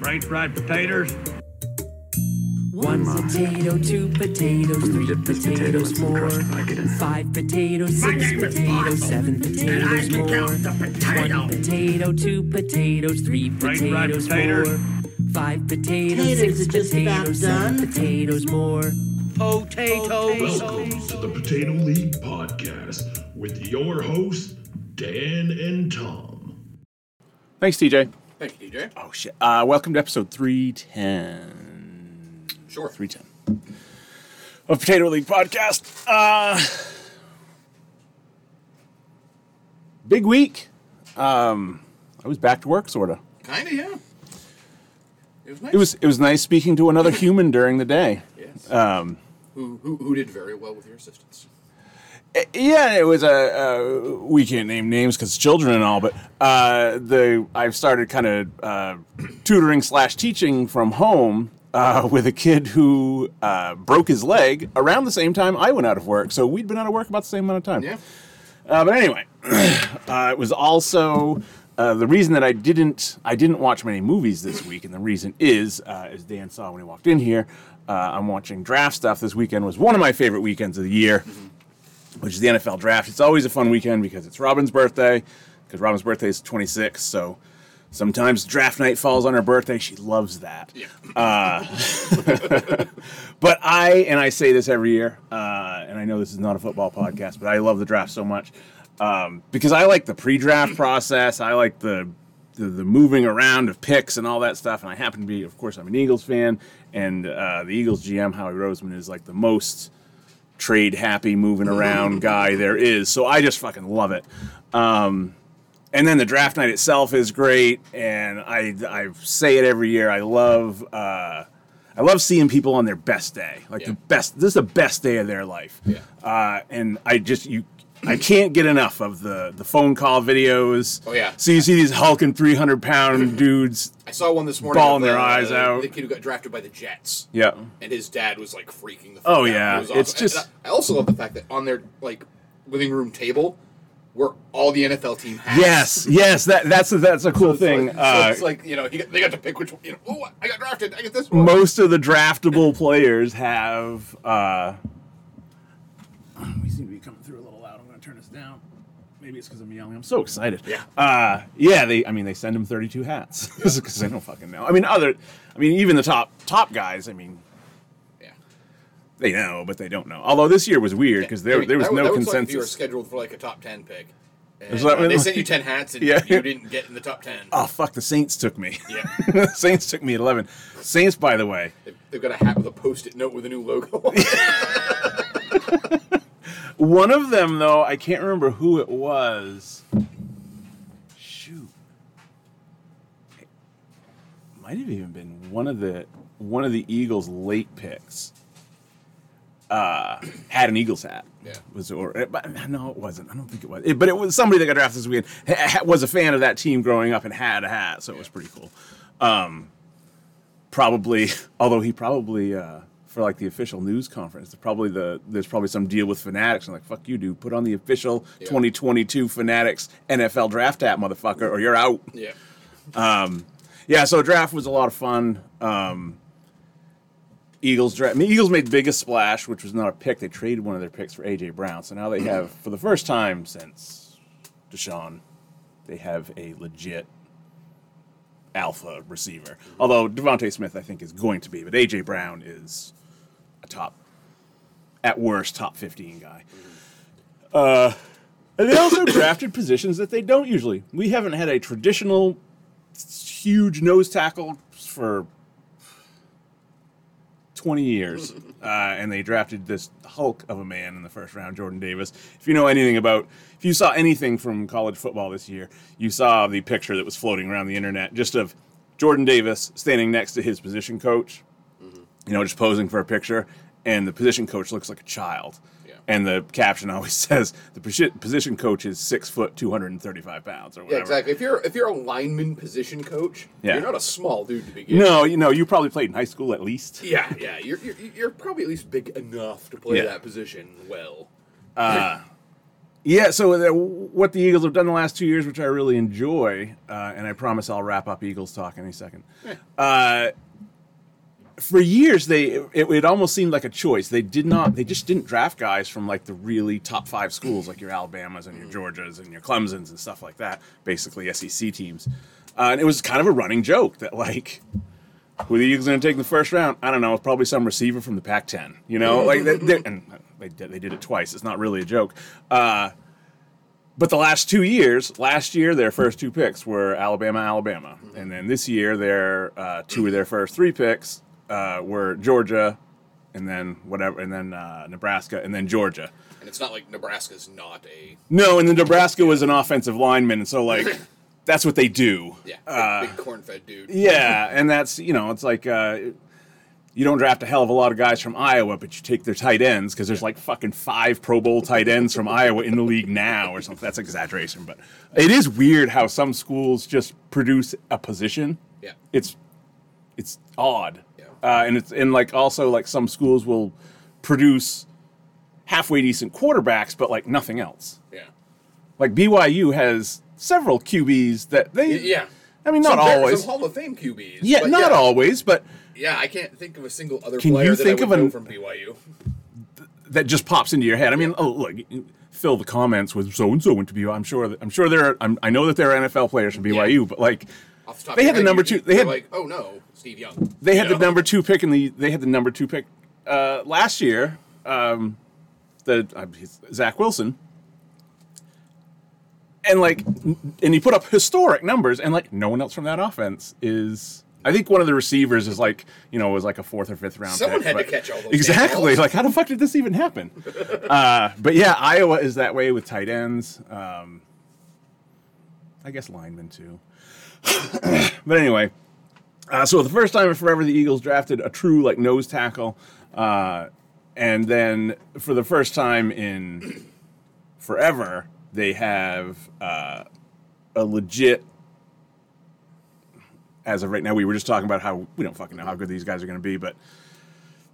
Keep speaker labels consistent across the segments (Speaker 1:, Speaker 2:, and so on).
Speaker 1: French fried potatoes.
Speaker 2: One potato, two potatoes, three potatoes more. Five potatoes,
Speaker 1: My
Speaker 2: six
Speaker 1: name is
Speaker 2: potatoes,
Speaker 1: Bob, And
Speaker 2: seven
Speaker 1: I
Speaker 2: potatoes
Speaker 1: can
Speaker 2: more.
Speaker 1: count the
Speaker 2: One
Speaker 1: potato.
Speaker 2: potato, two potatoes, three
Speaker 1: Right, right,
Speaker 2: potatoes
Speaker 1: potato.
Speaker 2: more. Five potatoes,
Speaker 3: Potatoes
Speaker 2: six
Speaker 3: are just about
Speaker 2: potatoes, seven
Speaker 3: done.
Speaker 2: potatoes more.
Speaker 4: Oh,
Speaker 5: Welcome to the Potato League Podcast with your hosts, Dan and Tom.
Speaker 4: Thanks, DJ.
Speaker 6: Thank you, DJ.
Speaker 4: Oh shit! Uh, welcome to episode three ten.
Speaker 6: Sure.
Speaker 4: Three ten of Potato League Podcast. Uh, big week. Um, I was back to work, sorta.
Speaker 6: Kinda, yeah. It was nice.
Speaker 4: It was it was nice speaking to another human during the day.
Speaker 6: Yes. Um, who, who who did very well with your assistance?
Speaker 4: Yeah, it was a, a we can't name names because children and all, but uh, the I've started kind of uh, tutoring slash teaching from home uh, with a kid who uh, broke his leg around the same time I went out of work, so we'd been out of work about the same amount of time.
Speaker 6: Yeah.
Speaker 4: Uh, but anyway, uh, it was also uh, the reason that I didn't I didn't watch many movies this week, and the reason is, uh, as Dan saw when he walked in here, uh, I'm watching draft stuff. This weekend was one of my favorite weekends of the year, which is the NFL draft. It's always a fun weekend because it's Robin's birthday, because Robin's birthday is 26, so. Sometimes draft night falls on her birthday. She loves that.
Speaker 6: Yeah.
Speaker 4: But I, and I say this every year, uh, and I know this is not a football podcast, but I love the draft so much um, because I like the pre-draft process. I like the, the the moving around of picks and all that stuff. And I happen to be, of course, I'm an Eagles fan, and uh, the Eagles GM Howie Roseman is like the most trade happy, moving around guy there is. So I just fucking love it. Um, and then the draft night itself is great, and I I say it every year. I love uh, I love seeing people on their best day, like the
Speaker 6: Yeah.
Speaker 4: best. This is the best day of their life.
Speaker 6: Yeah.
Speaker 4: Uh, and I just you. I can't get enough of the, the phone call videos.
Speaker 6: Oh, yeah.
Speaker 4: So you see these hulking three hundred pound dudes.
Speaker 6: I saw one this morning.
Speaker 4: Uh, Bawling
Speaker 6: of,
Speaker 4: their
Speaker 6: uh,
Speaker 4: eyes out.
Speaker 6: The kid who got drafted by the Jets.
Speaker 4: Yeah.
Speaker 6: And his dad was like freaking the. fuck
Speaker 4: Oh,
Speaker 6: out.
Speaker 4: yeah.
Speaker 6: It was
Speaker 4: It's
Speaker 6: awesome. And
Speaker 4: just-
Speaker 6: I I also love the fact that on their like living room table, were all the NFL team hats.
Speaker 4: Yes. Yes. That that's a, that's a cool
Speaker 6: So
Speaker 4: thing.
Speaker 6: it's- so
Speaker 4: Uh,
Speaker 6: it's like you know he got, they got to pick which one. You know, oh, I got drafted. I get this one.
Speaker 4: most of the draftable players have. Uh, we seem to be coming through a little loud. I'm going to turn this down. Maybe it's because I'm yelling. I'm so excited.
Speaker 6: Yeah.
Speaker 4: Uh, yeah. They. I mean, they send him 32 hats because they don't fucking know. I mean, other. I mean, even the top top guys. I mean,
Speaker 6: yeah.
Speaker 4: they know, but they don't know. Although this year was weird because
Speaker 6: I
Speaker 4: there
Speaker 6: mean,
Speaker 4: there was
Speaker 6: that,
Speaker 4: no
Speaker 6: that Was like if
Speaker 4: consensus.
Speaker 6: you were scheduled for like a top ten pick. And,
Speaker 4: Is that
Speaker 6: uh,
Speaker 4: what-
Speaker 6: they sent you ten hats and
Speaker 4: Yeah.
Speaker 6: you didn't get in the top ten.
Speaker 4: oh fuck! The Saints took me.
Speaker 6: Yeah,
Speaker 4: Saints took me at 11. Saints, by the way.
Speaker 6: They've- they've got a hat with a post-it note with a new logo. on it.
Speaker 4: One of them, though, I can't remember who it was. Shoot, it might have even been one of the one of the Eagles' late picks. Uh, had an Eagles hat.
Speaker 6: Yeah.
Speaker 4: was or eh, but no, it wasn't. I don't think it was. It- but it was somebody that got drafted this weekend. ha- ha- was a fan of that team growing up and had a hat, so it was pretty cool. Um, probably, although he probably uh, for like the official news conference, there's probably the there's probably some deal with Fanatics and like fuck you, dude, put on the official
Speaker 6: Yeah.
Speaker 4: 2022 Fanatics NFL draft app, motherfucker, or you're out.
Speaker 6: yeah,
Speaker 4: Yeah, so draft was a lot of fun. Um, Eagles draft. I mean, Eagles made the biggest splash, which was not a pick. They traded one of their picks for AJ Brown, so now they have, for the first time since Deshaun, they have a legit alpha receiver. Although Devonte Smith, I think, is going to be, but AJ Brown is a top, at worst, top fifteen guy. Uh, and they also drafted positions that they don't usually. We haven't had a traditional huge nose tackle for 20 years. uh, and they drafted this hulk of a man in the first round, Jordan Davis. If you know anything about, if you saw anything from college football this year, you saw the picture that was floating around the internet just of Jordan Davis standing next to his position coach,
Speaker 6: Mm-hmm.
Speaker 4: you know, just posing for a picture. And the position coach looks like a child.
Speaker 6: Yeah.
Speaker 4: And the caption always says the posi- position coach is six foot, 235 pounds or whatever.
Speaker 6: yeah, exactly. If you're if you're a lineman position coach,
Speaker 4: Yeah.
Speaker 6: you're not a small dude to begin.
Speaker 4: No, you know, you probably played in high school at least.
Speaker 6: Yeah, yeah. You're, you're you're probably at least big enough to play
Speaker 4: Yeah.
Speaker 6: that position well.
Speaker 4: Yeah, so the, what the Eagles have done the last two years, which I really enjoy, uh, and I promise I'll wrap up Eagles talk any second. Uh, for years, they it, it almost seemed like a choice. They did not, they just didn't draft guys from like the really top five schools, like your Alabamas and your Georgias and your Clemsons and stuff like that. Basically, SEC teams, uh, and it was kind of a running joke that like who are the Eagles going to take in the first round? I don't know. It's probably some receiver from the Pac-10. You know, like they, they- and they did, they did it twice. It's not really a joke. Uh, but the last two years, last year their first two picks were Alabama, Alabama, and then this year their uh, two of their first three picks uh, were Georgia, and then whatever, and then uh, Nebraska, and then Georgia.
Speaker 6: And it's not like Nebraska's not a
Speaker 4: No, and then Nebraska was an offensive lineman, and so like that's what they do.
Speaker 6: yeah
Speaker 4: Uh,
Speaker 6: big, big corn-fed dude.
Speaker 4: yeah, and that's you know, it's like uh, you don't draft a hell of a lot of guys from Iowa, but you take their tight ends because there's like fucking five Pro Bowl tight ends from Iowa in the league now or something. That's exaggeration, but it is weird how some schools just produce a position.
Speaker 6: Yeah.
Speaker 4: it's it's odd,
Speaker 6: Yeah.
Speaker 4: uh, and it's and like also like some schools will produce halfway decent quarterbacks, but like nothing else.
Speaker 6: Yeah.
Speaker 4: Like BYU has several QBs that they
Speaker 6: Yeah.
Speaker 4: I mean, not
Speaker 6: Some-
Speaker 4: always.
Speaker 6: some Hall of Fame QBs.
Speaker 4: Yeah,
Speaker 6: but
Speaker 4: not always, but
Speaker 6: Yeah, I can't think of a single other
Speaker 4: Can
Speaker 6: player
Speaker 4: you
Speaker 6: that
Speaker 4: think
Speaker 6: I
Speaker 4: of
Speaker 6: would
Speaker 4: an-
Speaker 6: know from BYU.
Speaker 4: that just pops into your head. I mean, oh, look, fill the comments with so and so went to BYU. I'm sure. That, I'm sure there. Are, I'm, I know that there are NFL players from BYU, but like,
Speaker 6: Off the top
Speaker 4: They
Speaker 6: of
Speaker 4: had
Speaker 6: your
Speaker 4: the
Speaker 6: head,
Speaker 4: number
Speaker 6: you-
Speaker 4: two- they had-
Speaker 6: you're like, oh no, Steve Young.
Speaker 4: they had
Speaker 6: You
Speaker 4: the
Speaker 6: know?
Speaker 4: number two pick in the. They had the number two pick uh, last year. Um, the uh, he's- Zach Wilson. And like, n- and he put up historic numbers, and like, no one else from that offense is. I think one of the receivers is like, you know, was like a fourth or fifth round.
Speaker 6: Someone
Speaker 4: pick,
Speaker 6: had to
Speaker 4: but-
Speaker 6: catch all those
Speaker 4: Exactly.
Speaker 6: balls.
Speaker 4: Like, how the fuck did this even happen? uh, but yeah, Iowa is that way with tight ends. Um, I guess linemen too. but anyway, uh, so the first time in forever, the Eagles drafted a true like nose tackle, uh, and then for the first time in forever, they have uh, a legit. As of right now, we were just talking about how we don't fucking know how good these guys are going to be, but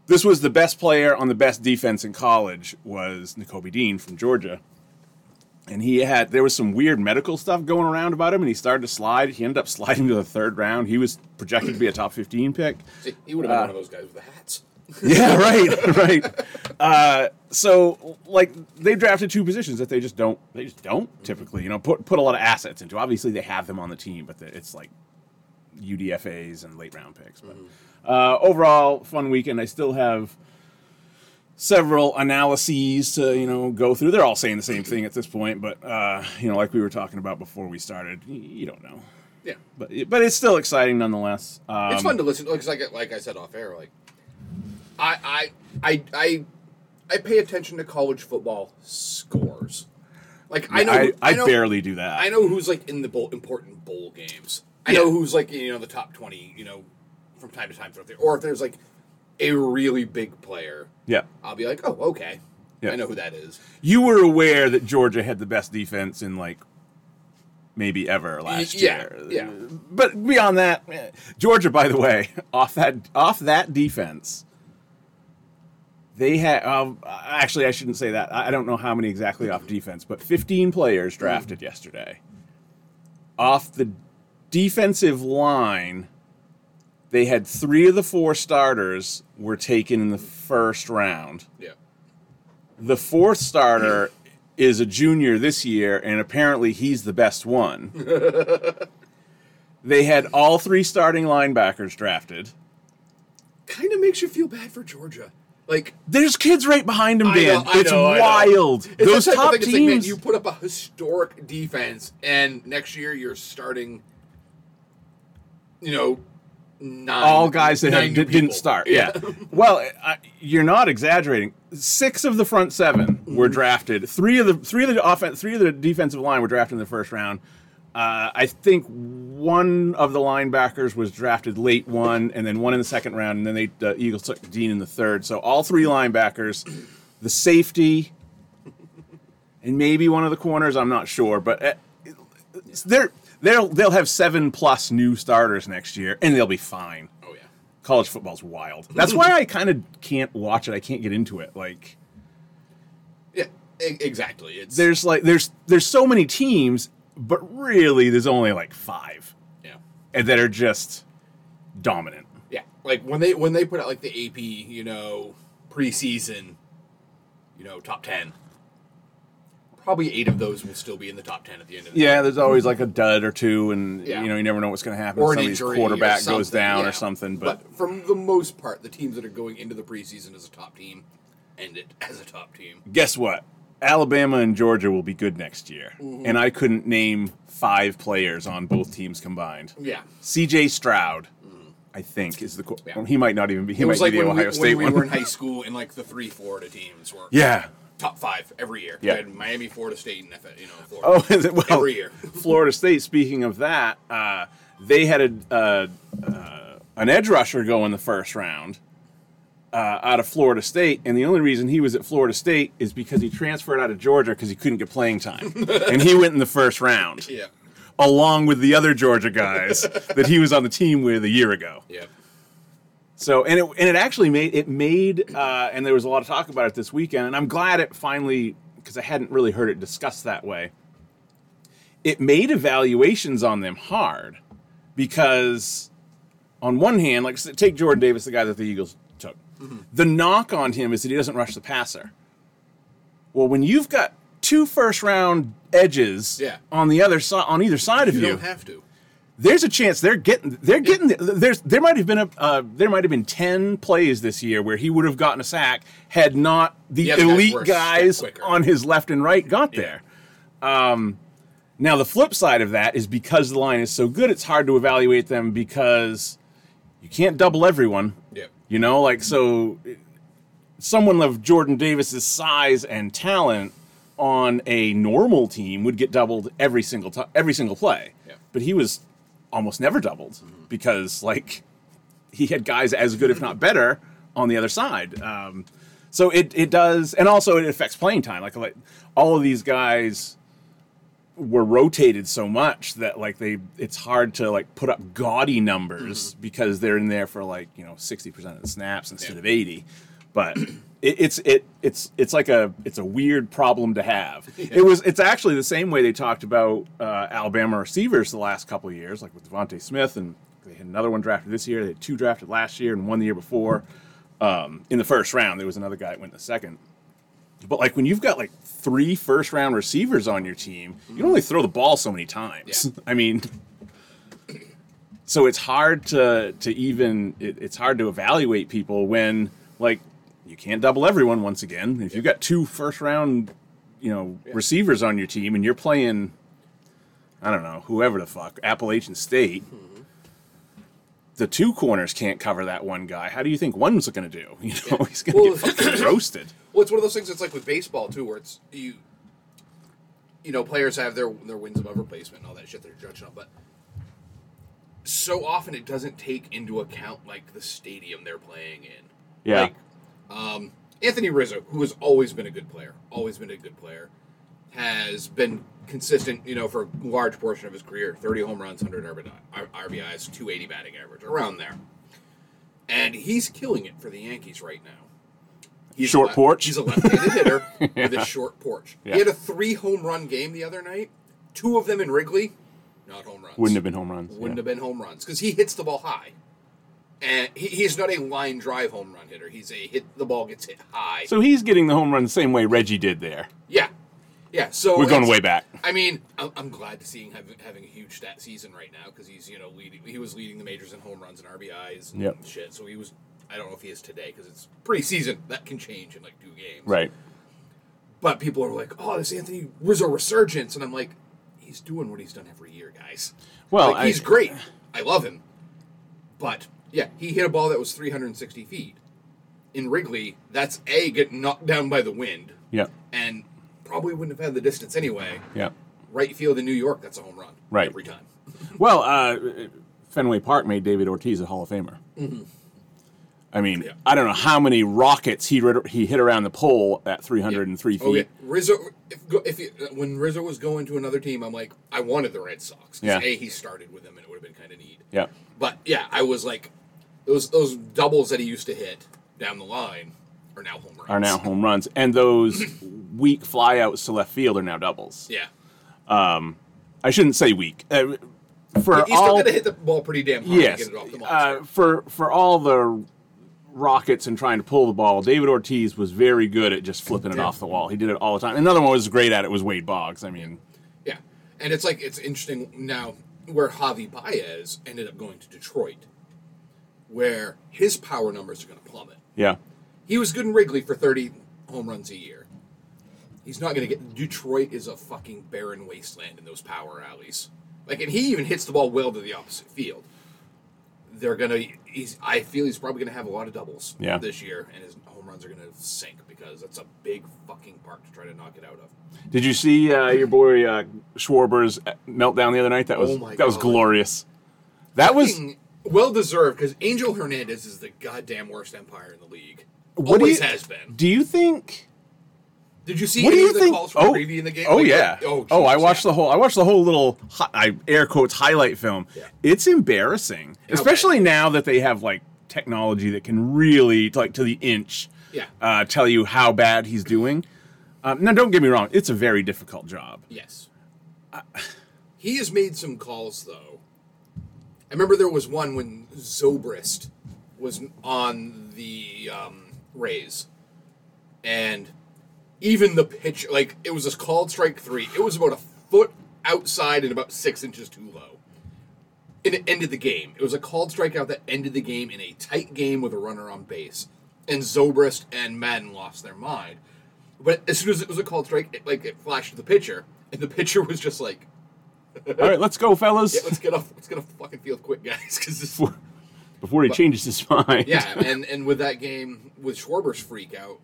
Speaker 4: this was the best player on the best defense in college was N'Kobe Dean from Georgia. And he had there was some weird medical stuff going around about him, and he started to slide. He ended up sliding to the third round. He was projected to be a top fifteen pick.
Speaker 6: See, he
Speaker 4: Ah.
Speaker 6: would have been one of those guys with the hats.
Speaker 4: Yeah, right, right. Uh, so like they drafted two positions that they just don't they just don't typically you know put put a lot of assets into. Obviously they have them on the team, but the, it's like UDFA's and late round picks. But uh, overall, fun weekend. I still have several analyses to you know go through. They're all saying the same thing at this point, but uh, you know like we were talking about before we started, y- you don't know.
Speaker 6: Yeah.
Speaker 4: But, but it's still exciting nonetheless. Um,
Speaker 6: it's fun to listen to because like like I said off air, like I I I I I pay attention to college football scores. Like I know
Speaker 4: I, I,
Speaker 6: know,
Speaker 4: barely do that.
Speaker 6: I know who's like in the bowl, important bowl games. I know who's like you know the top twenty. You know, from time to time throughout there, or if there's like a really big player,
Speaker 4: Yeah.
Speaker 6: I'll be like, oh okay,
Speaker 4: Yeah.
Speaker 6: I know who that is.
Speaker 4: You were aware that Georgia had the best defense in like maybe ever last
Speaker 6: yeah,
Speaker 4: year.
Speaker 6: yeah.
Speaker 4: But beyond that, eh, Georgia, by the way, off that off that defense, they had. Um, actually, I shouldn't say that. I I don't know how many exactly off defense, but 15 players drafted yesterday. Off the defensive line, they had three of the four starters were taken in the first round.
Speaker 6: Yeah,
Speaker 4: The fourth starter is a junior this year, and apparently he's the best one. they had all three starting linebackers drafted.
Speaker 6: kind of makes you feel bad for Georgia. Like
Speaker 4: There's kids right behind him,
Speaker 6: I know,
Speaker 4: Dan.
Speaker 6: I
Speaker 4: it's
Speaker 6: know, I know.
Speaker 4: wild.
Speaker 6: It's
Speaker 4: Those
Speaker 6: that type of thing,
Speaker 4: top
Speaker 6: it's like, man,
Speaker 4: teams.
Speaker 6: you put up a historic defense, and next year you're starting, you know, nine.
Speaker 4: all guys that
Speaker 6: nine
Speaker 4: had,
Speaker 6: new
Speaker 4: that didn't
Speaker 6: people.
Speaker 4: start. Yeah. well, I, you're not exaggerating. Six of the front seven were drafted. Three of the three of the offense, three of the defensive line were drafted in the first round. Uh, I think one of the linebackers was drafted late one, and then one in the second round, and then they the Eagles took Dean in the third. So all three linebackers, the safety, and maybe one of the corners. I'm not sure, but uh, they're. They'll, they'll have seven plus new starters next year, and they'll be fine
Speaker 6: Oh yeah.
Speaker 4: college football's wild. That's why I kind of can't watch it. I can't get into it. Like,
Speaker 6: Yeah. e- exactly. It's
Speaker 4: There's like there's there's so many teams, but really there's only like five
Speaker 6: yeah.
Speaker 4: and that are just dominant.
Speaker 6: Yeah, like when they when they put out like the AP, you know, preseason, you know, top ten. Probably eight of those will still be in the top ten at the end of the
Speaker 4: Yeah, there's always like a dud or two, and
Speaker 6: Yeah.
Speaker 4: you know you never know what's going to happen.
Speaker 6: Or an
Speaker 4: Somebody's
Speaker 6: injury or
Speaker 4: quarterback
Speaker 6: something,
Speaker 4: goes down
Speaker 6: yeah.
Speaker 4: or something, but,
Speaker 6: from the most part, the teams that are going into the preseason as a top team end it as a top team.
Speaker 4: guess what? Alabama and Georgia will be good next year, and I couldn't name five players on both teams combined.
Speaker 6: Yeah,
Speaker 4: C.J. Stroud, I think, is the qu-
Speaker 6: Yeah.
Speaker 4: well, he might not even be. He
Speaker 6: it
Speaker 4: might
Speaker 6: was like
Speaker 4: be the
Speaker 6: when,
Speaker 4: Ohio
Speaker 6: we,
Speaker 4: State
Speaker 6: when we
Speaker 4: one.
Speaker 6: were in high school, and like the three Florida teams were
Speaker 4: yeah.
Speaker 6: top five every year.
Speaker 4: Yeah.
Speaker 6: We had Miami, Florida State, and F- you know, Florida.
Speaker 4: Oh, is it? well,
Speaker 6: Every year.
Speaker 4: Florida State. Speaking of that, uh, they had a uh, uh, an edge rusher go in the first round uh, out of Florida State, and the only reason he was at Florida State is because he transferred out of Georgia because he couldn't get playing time, and he went in the first round
Speaker 6: Yeah,
Speaker 4: along with the other Georgia guys that he was on the team with a year ago.
Speaker 6: yeah,
Speaker 4: So and it and it actually made it made uh, and there was a lot of talk about it this weekend, and I'm glad it finally because I hadn't really heard it discussed that way. It made evaluations on them hard because on one hand, like take Jordan Davis, the guy that the Eagles took,
Speaker 6: Mm-hmm.
Speaker 4: the knock on him is that he doesn't rush the passer. Well, when you've got two first round edges
Speaker 6: Yeah.
Speaker 4: on the other side on either side of
Speaker 6: you
Speaker 4: you,
Speaker 6: don't have to.
Speaker 4: there's a chance they're getting they're getting there's there might have been a uh, there might have been 10 plays this year where he would have gotten a sack had not the
Speaker 6: Yeah, the guys
Speaker 4: elite
Speaker 6: were a step
Speaker 4: guys
Speaker 6: quicker.
Speaker 4: on his left and right got there um now the flip side of that is because the line is so good it's hard to evaluate them because you can't double everyone
Speaker 6: Yeah,
Speaker 4: you know, like so someone of Jordan Davis's size and talent on a normal team would get doubled every single time every single play.
Speaker 6: Yeah.
Speaker 4: But he was almost never doubled because like he had guys as good if not better on the other side. Um, so it it does and also it affects playing time. Like like all of these guys were rotated so much that like they it's hard to like put up gaudy numbers because they're in there for like you know 60% of the snaps instead
Speaker 6: Yeah.
Speaker 4: of 80 but it, it's it it's it's like a it's a weird problem to have it was it's actually the same way they talked about uh, alabama receivers the last couple of years like with devonte smith and they had another one drafted this year they had two drafted last year and one the year before um, in the first round there was another guy that went in the second but like when you've got like three first round receivers on your team, you can only throw the ball so many times.
Speaker 6: Yeah.
Speaker 4: I mean, so it's hard to to even it, it's hard to evaluate people when like you can't double everyone once again. If you've got two first round, you know, receivers on your team and you're playing, I don't know, whoever the fuck, Appalachian State. The two corners can't cover that one guy. How do you think one's going to do? You know, he's going to
Speaker 6: Well-
Speaker 4: get fucking roasted.
Speaker 6: Well, it's one of those things that's like with baseball too, where it's you, you know, players have their their wins above replacement and all that shit they're judging on, but so often it doesn't take into account like the stadium they're playing in.
Speaker 4: Yeah.
Speaker 6: Like, um, Anthony Rizzo, who has always been a good player, always been a good player, has been consistent, you know, for a large portion of his career 30 home runs, 100 RBI, RBIs, 280 batting average, around there. And he's killing it for the Yankees right now. He's
Speaker 4: Short
Speaker 6: a le-
Speaker 4: porch?
Speaker 6: He's a left handed hitter with a short porch.
Speaker 4: Yeah.
Speaker 6: He had a three home run game the other night, two of them in Wrigley, not home runs
Speaker 4: Wouldn't have been home runs.
Speaker 6: wouldn't
Speaker 4: yeah.
Speaker 6: have been home runs because he hits the ball high, and he, he's not a line drive home run hitter. He's a hit the ball gets hit high.
Speaker 4: So he's getting the home run the same way Reggie did there.
Speaker 6: yeah, yeah. So
Speaker 4: We're going
Speaker 6: Oh, it's-
Speaker 4: way back.
Speaker 6: I mean, I'm, I'm glad to see him having, having a huge stat season right now because he's you know leading. He was leading the majors in home runs and RBIs and
Speaker 4: Yep.
Speaker 6: shit. So he was. I don't know if he is today because it's preseason. That can change in like two games.
Speaker 4: Right.
Speaker 6: But people are like, "Oh, this Anthony Rizzo resurgence," and I'm like, "He's doing what he's done every year, guys."
Speaker 4: Well,
Speaker 6: Like, he's
Speaker 4: I-
Speaker 6: great. I love him. But yeah, he hit a ball that was 360 feet in Wrigley. That's a get knocked down by the wind,
Speaker 4: Yeah.
Speaker 6: and probably wouldn't have had the distance anyway.
Speaker 4: Yeah.
Speaker 6: Right field in New York, that's a home run.
Speaker 4: Right.
Speaker 6: every time.
Speaker 4: Well, uh, Fenway Park made David Ortiz a Hall of Famer. I mean,
Speaker 6: Mm-hmm. Yeah.
Speaker 4: I don't know how many rockets he rid- he hit around the pole at 303 feet.
Speaker 6: Oh yeah, Rizzo. If, go- if he, when Rizzo was going to another team, I'm like, I wanted the Red Sox. 'cause
Speaker 4: Yeah.
Speaker 6: A, he started with them, and it would have been kind of neat.
Speaker 4: Yeah.
Speaker 6: But yeah, I was like, those those doubles that he used to hit down the line are now home runs.
Speaker 4: are now home runs, and those weak flyouts to left field are now doubles.
Speaker 6: Yeah.
Speaker 4: I shouldn't say weak. Uh, for
Speaker 6: He's still
Speaker 4: all
Speaker 6: going to hit the ball pretty damn hard
Speaker 4: yes,
Speaker 6: to get it off the monster.
Speaker 4: uh, for for all the rockets and trying to pull the ball, David Ortiz was very good at just flipping it off the wall. He did it all the time. Another one was great at it was Wade Boggs. I mean,
Speaker 6: yeah. And it's like, it's interesting now where Javi Baez ended up going to Detroit, where his power numbers are going to plummet.
Speaker 4: yeah,
Speaker 6: He was good in Wrigley for 30 home runs a year. He's not going to get. Detroit is a fucking barren wasteland in those power alleys. Like, and he even hits the ball well to the opposite field. They're going to. He's. I feel he's probably going to have a lot of doubles
Speaker 4: Yeah.
Speaker 6: this year, and his home runs are going to sink because that's a big fucking park to try to knock it out of.
Speaker 4: Did you see uh, your boy uh, Schwarber's meltdown the other night? That was
Speaker 6: Oh my
Speaker 4: that was
Speaker 6: God.
Speaker 4: glorious. That was
Speaker 6: well deserved because Angel Hernandez is the goddamn worst umpire in the league.
Speaker 4: what do
Speaker 6: Always
Speaker 4: you,
Speaker 6: has been.
Speaker 4: Do you think?
Speaker 6: Did you see
Speaker 4: What do
Speaker 6: any
Speaker 4: you
Speaker 6: of the
Speaker 4: think?
Speaker 6: calls from Brady in the game?
Speaker 4: oh
Speaker 6: Like,
Speaker 4: yeah.
Speaker 6: Oh,
Speaker 4: oh, I
Speaker 6: Jesus,
Speaker 4: watched
Speaker 6: yeah.
Speaker 4: the whole. I watched the whole little hi, I air quotes highlight film.
Speaker 6: Yeah.
Speaker 4: It's embarrassing, especially now that they have like technology that can really like to the inch.
Speaker 6: Yeah.
Speaker 4: Uh, tell you how bad he's doing. Um, now, don't get me wrong; it's a very difficult job.
Speaker 6: Yes. he has made some calls though. I remember there was one when Zobrist was on the um, Rays, and even the pitch, like it was a called strike three. It was about a foot outside and about six inches too low, and it ended the game. It was a called strikeout that ended the game in a tight game with a runner on base, and Zobrist and Madden lost their mind. But as soon as it was a called strike, it, like it flashed to the pitcher, and the pitcher was just like,
Speaker 4: All right, let's go, fellas,
Speaker 6: yeah, let's get off. Let's get off the fucking field quick, guys, because this.
Speaker 4: before he changes his mind.
Speaker 6: Yeah, and and with that game with Schwarber's freak out,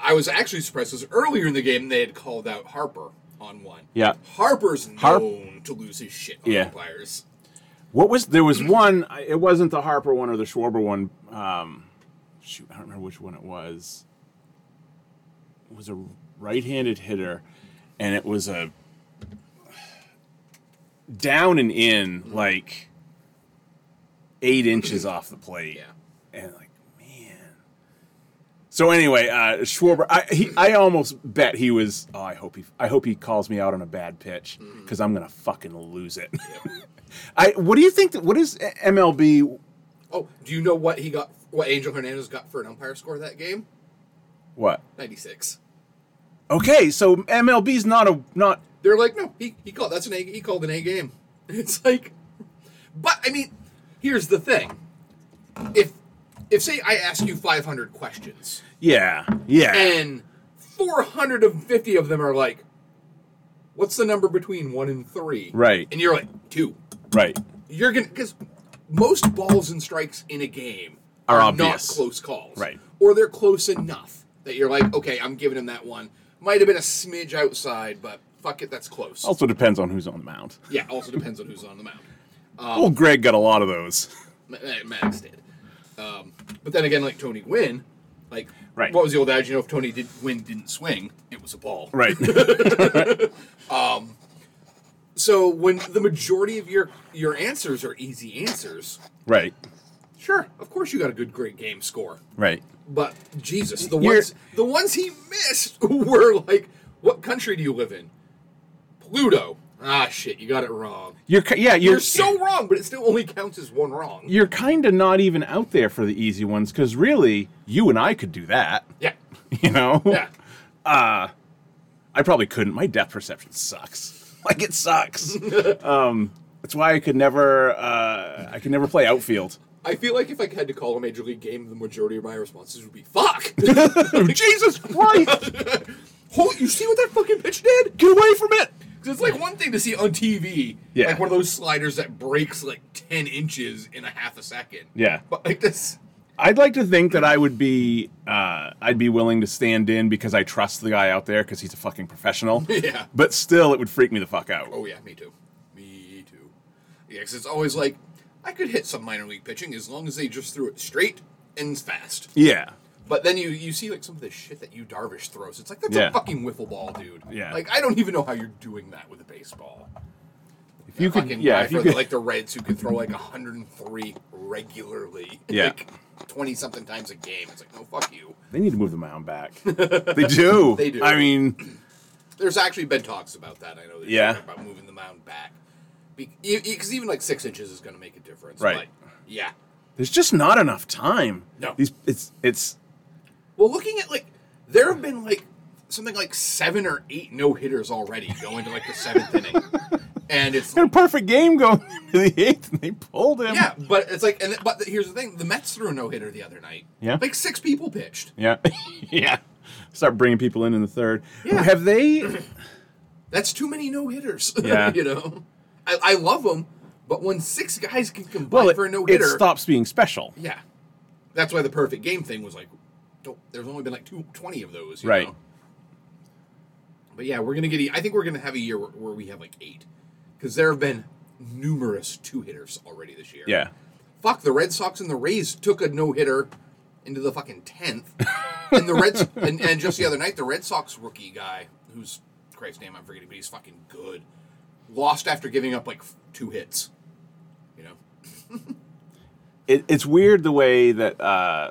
Speaker 6: I was actually surprised because earlier in the game they had called out Harper on one.
Speaker 4: Yeah.
Speaker 6: Harper's
Speaker 4: Harp-
Speaker 6: known to lose his shit on
Speaker 4: Yeah.
Speaker 6: umpires.
Speaker 4: What was there was one? I- It wasn't the Harper one or the Schwarber one. Um, shoot, I don't remember which one it was. It was a right-handed hitter, and it was a down and in, like eight inches off the plate.
Speaker 6: Yeah.
Speaker 4: and like man. So anyway, uh, Schwarber, I he, I almost bet he was. Oh, I hope he I hope he calls me out on a bad pitch because I'm gonna fucking lose it. I what do you think? That, what is MLB?
Speaker 6: Oh, do you know what he got? What Angel Hernandez got for an umpire score that game?
Speaker 4: What?
Speaker 6: Ninety six.
Speaker 4: Okay, so MLB's not a not.
Speaker 6: They're like, no, he, he called that's an A he called an A game. It's like But I mean, here's the thing. If if say I ask you five hundred questions
Speaker 4: Yeah, yeah,
Speaker 6: and four hundred and fifty of them are like, What's the number between one and three?
Speaker 4: Right.
Speaker 6: And you're like, two.
Speaker 4: right.
Speaker 6: You're gonna because most balls and strikes in a game
Speaker 4: Are
Speaker 6: not
Speaker 4: obvious.
Speaker 6: close calls,
Speaker 4: Right.
Speaker 6: Or they're close enough that you're like, okay, I'm giving him that one. Might have been a smidge outside, but fuck it, that's close.
Speaker 4: Also depends on who's on the mound.
Speaker 6: Yeah, also depends on who's on the mound.
Speaker 4: Oh, Greg got a lot of those.
Speaker 6: Ma- Ma- Maddox did. Um, but then again, like Tony Gwynn, like
Speaker 4: Right.
Speaker 6: what was the old adage? You know, if Tony did, Gwynn didn't swing, it was a ball.
Speaker 4: Right.
Speaker 6: So when the majority of your your answers are easy answers,
Speaker 4: right.
Speaker 6: sure, of course you got a good great game score.
Speaker 4: Right.
Speaker 6: But Jesus, the
Speaker 4: You're-
Speaker 6: ones the ones he missed were like, what country do you live in? Pluto. Ah, shit, you got it wrong.
Speaker 4: You're ki- yeah. You're,
Speaker 6: You're so wrong, but it still only counts as one wrong.
Speaker 4: you're kind of not even out there for the easy ones because really, you and I could do that.
Speaker 6: yeah,
Speaker 4: You know.
Speaker 6: yeah.
Speaker 4: I probably couldn't. My depth perception sucks. Like it sucks. um, that's why I could never. Uh, I could never play outfield.
Speaker 6: I feel like if I had to call a major league game, the majority of my responses would be "fuck."
Speaker 4: Jesus Christ!
Speaker 6: Holy, you see what that fucking bitch did?
Speaker 4: Get away from it!
Speaker 6: 'Cause it's like one thing to see on TV,
Speaker 4: Yeah.
Speaker 6: like one of those sliders that breaks like ten inches in a half a second.
Speaker 4: Yeah.
Speaker 6: but like this,
Speaker 4: I'd like to think that I would be. Uh, I'd be willing to stand in because I trust the guy out there because he's a fucking professional.
Speaker 6: Yeah.
Speaker 4: But still, it would freak me the fuck out.
Speaker 6: Oh yeah, me too. Me too. Yeah, 'cause it's always like I could hit some minor league pitching as long as they just threw it straight and fast.
Speaker 4: Yeah.
Speaker 6: But then you you see like some of the shit that you Darvish throws. It's like that's
Speaker 4: Yeah.
Speaker 6: a fucking wiffle ball, dude.
Speaker 4: Yeah.
Speaker 6: Like I don't even know how you're doing that with a baseball.
Speaker 4: If If you could,
Speaker 6: fucking
Speaker 4: yeah,
Speaker 6: guy
Speaker 4: if
Speaker 6: for
Speaker 4: you
Speaker 6: the,
Speaker 4: could,
Speaker 6: like the Reds who can throw like 103 regularly,
Speaker 4: Yeah.
Speaker 6: like 20 something times a game. It's like no, fuck you.
Speaker 4: they need to move the mound back. they do.
Speaker 6: They do.
Speaker 4: I mean,
Speaker 6: There's actually been talks about that. I know. there's
Speaker 4: Yeah.
Speaker 6: talk About moving the mound back, because even like six inches is going to make a difference.
Speaker 4: Right.
Speaker 6: But, yeah.
Speaker 4: there's just not enough time.
Speaker 6: No.
Speaker 4: These, it's, it's,
Speaker 6: Well, looking at like there have been like something like seven or eight no hitters already going to like the seventh inning, and it's
Speaker 4: got a perfect game going to the eighth, and they pulled him.
Speaker 6: yeah, but it's like and th- but here's the thing: the Mets threw a no hitter the other night.
Speaker 4: Yeah.
Speaker 6: like six people pitched.
Speaker 4: Yeah. yeah. Start bringing people in in the third.
Speaker 6: Yeah.
Speaker 4: Have they?
Speaker 6: That's too many no hitters.
Speaker 4: Yeah.
Speaker 6: you know, I, I love them, but when six guys can combine
Speaker 4: Well, it,
Speaker 6: for a no
Speaker 4: it
Speaker 6: hitter,
Speaker 4: stops being special.
Speaker 6: yeah, that's why the perfect game thing was like, don't, there's only been like two, 20 of those, you
Speaker 4: Right.
Speaker 6: Know? But yeah, we're gonna get. e, I think we're gonna have a year where, where we have like eight, because there have been numerous two hitters already this year.
Speaker 4: Yeah.
Speaker 6: Fuck the Red Sox and the Rays took a no hitter into the fucking tenth, and the Reds and, and just the other night the Red Sox rookie guy who's Christ's name I'm forgetting, but he's fucking good. Lost after giving up like f- two hits. You know.
Speaker 4: It, it's weird the way that uh,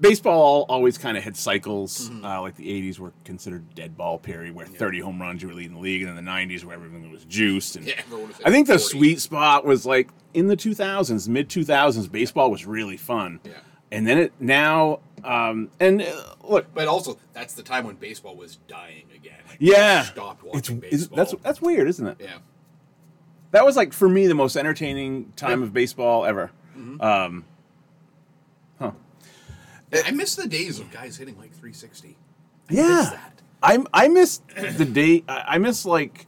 Speaker 4: baseball always kind of had cycles.
Speaker 6: Mm-hmm.
Speaker 4: Uh, like the 80s were considered dead ball period, where 30 home runs you were leading the league, and then the 90s where everything was juiced. And
Speaker 6: Yeah, everyone was
Speaker 4: I think the
Speaker 6: 40.
Speaker 4: sweet spot was like in the 2000s, mid 2000s, baseball was really fun.
Speaker 6: Yeah.
Speaker 4: And then it now, um, and uh, look,
Speaker 6: But also, that's the time when baseball was dying again. Like,
Speaker 4: yeah,
Speaker 6: people stopped watching
Speaker 4: it's,
Speaker 6: baseball.
Speaker 4: that's that's weird, isn't it?
Speaker 6: yeah,
Speaker 4: that was like for me the most entertaining time of baseball ever. Um,
Speaker 6: I miss the days of guys hitting like 360.
Speaker 4: yeah,
Speaker 6: that?
Speaker 4: I I miss the day. I I miss like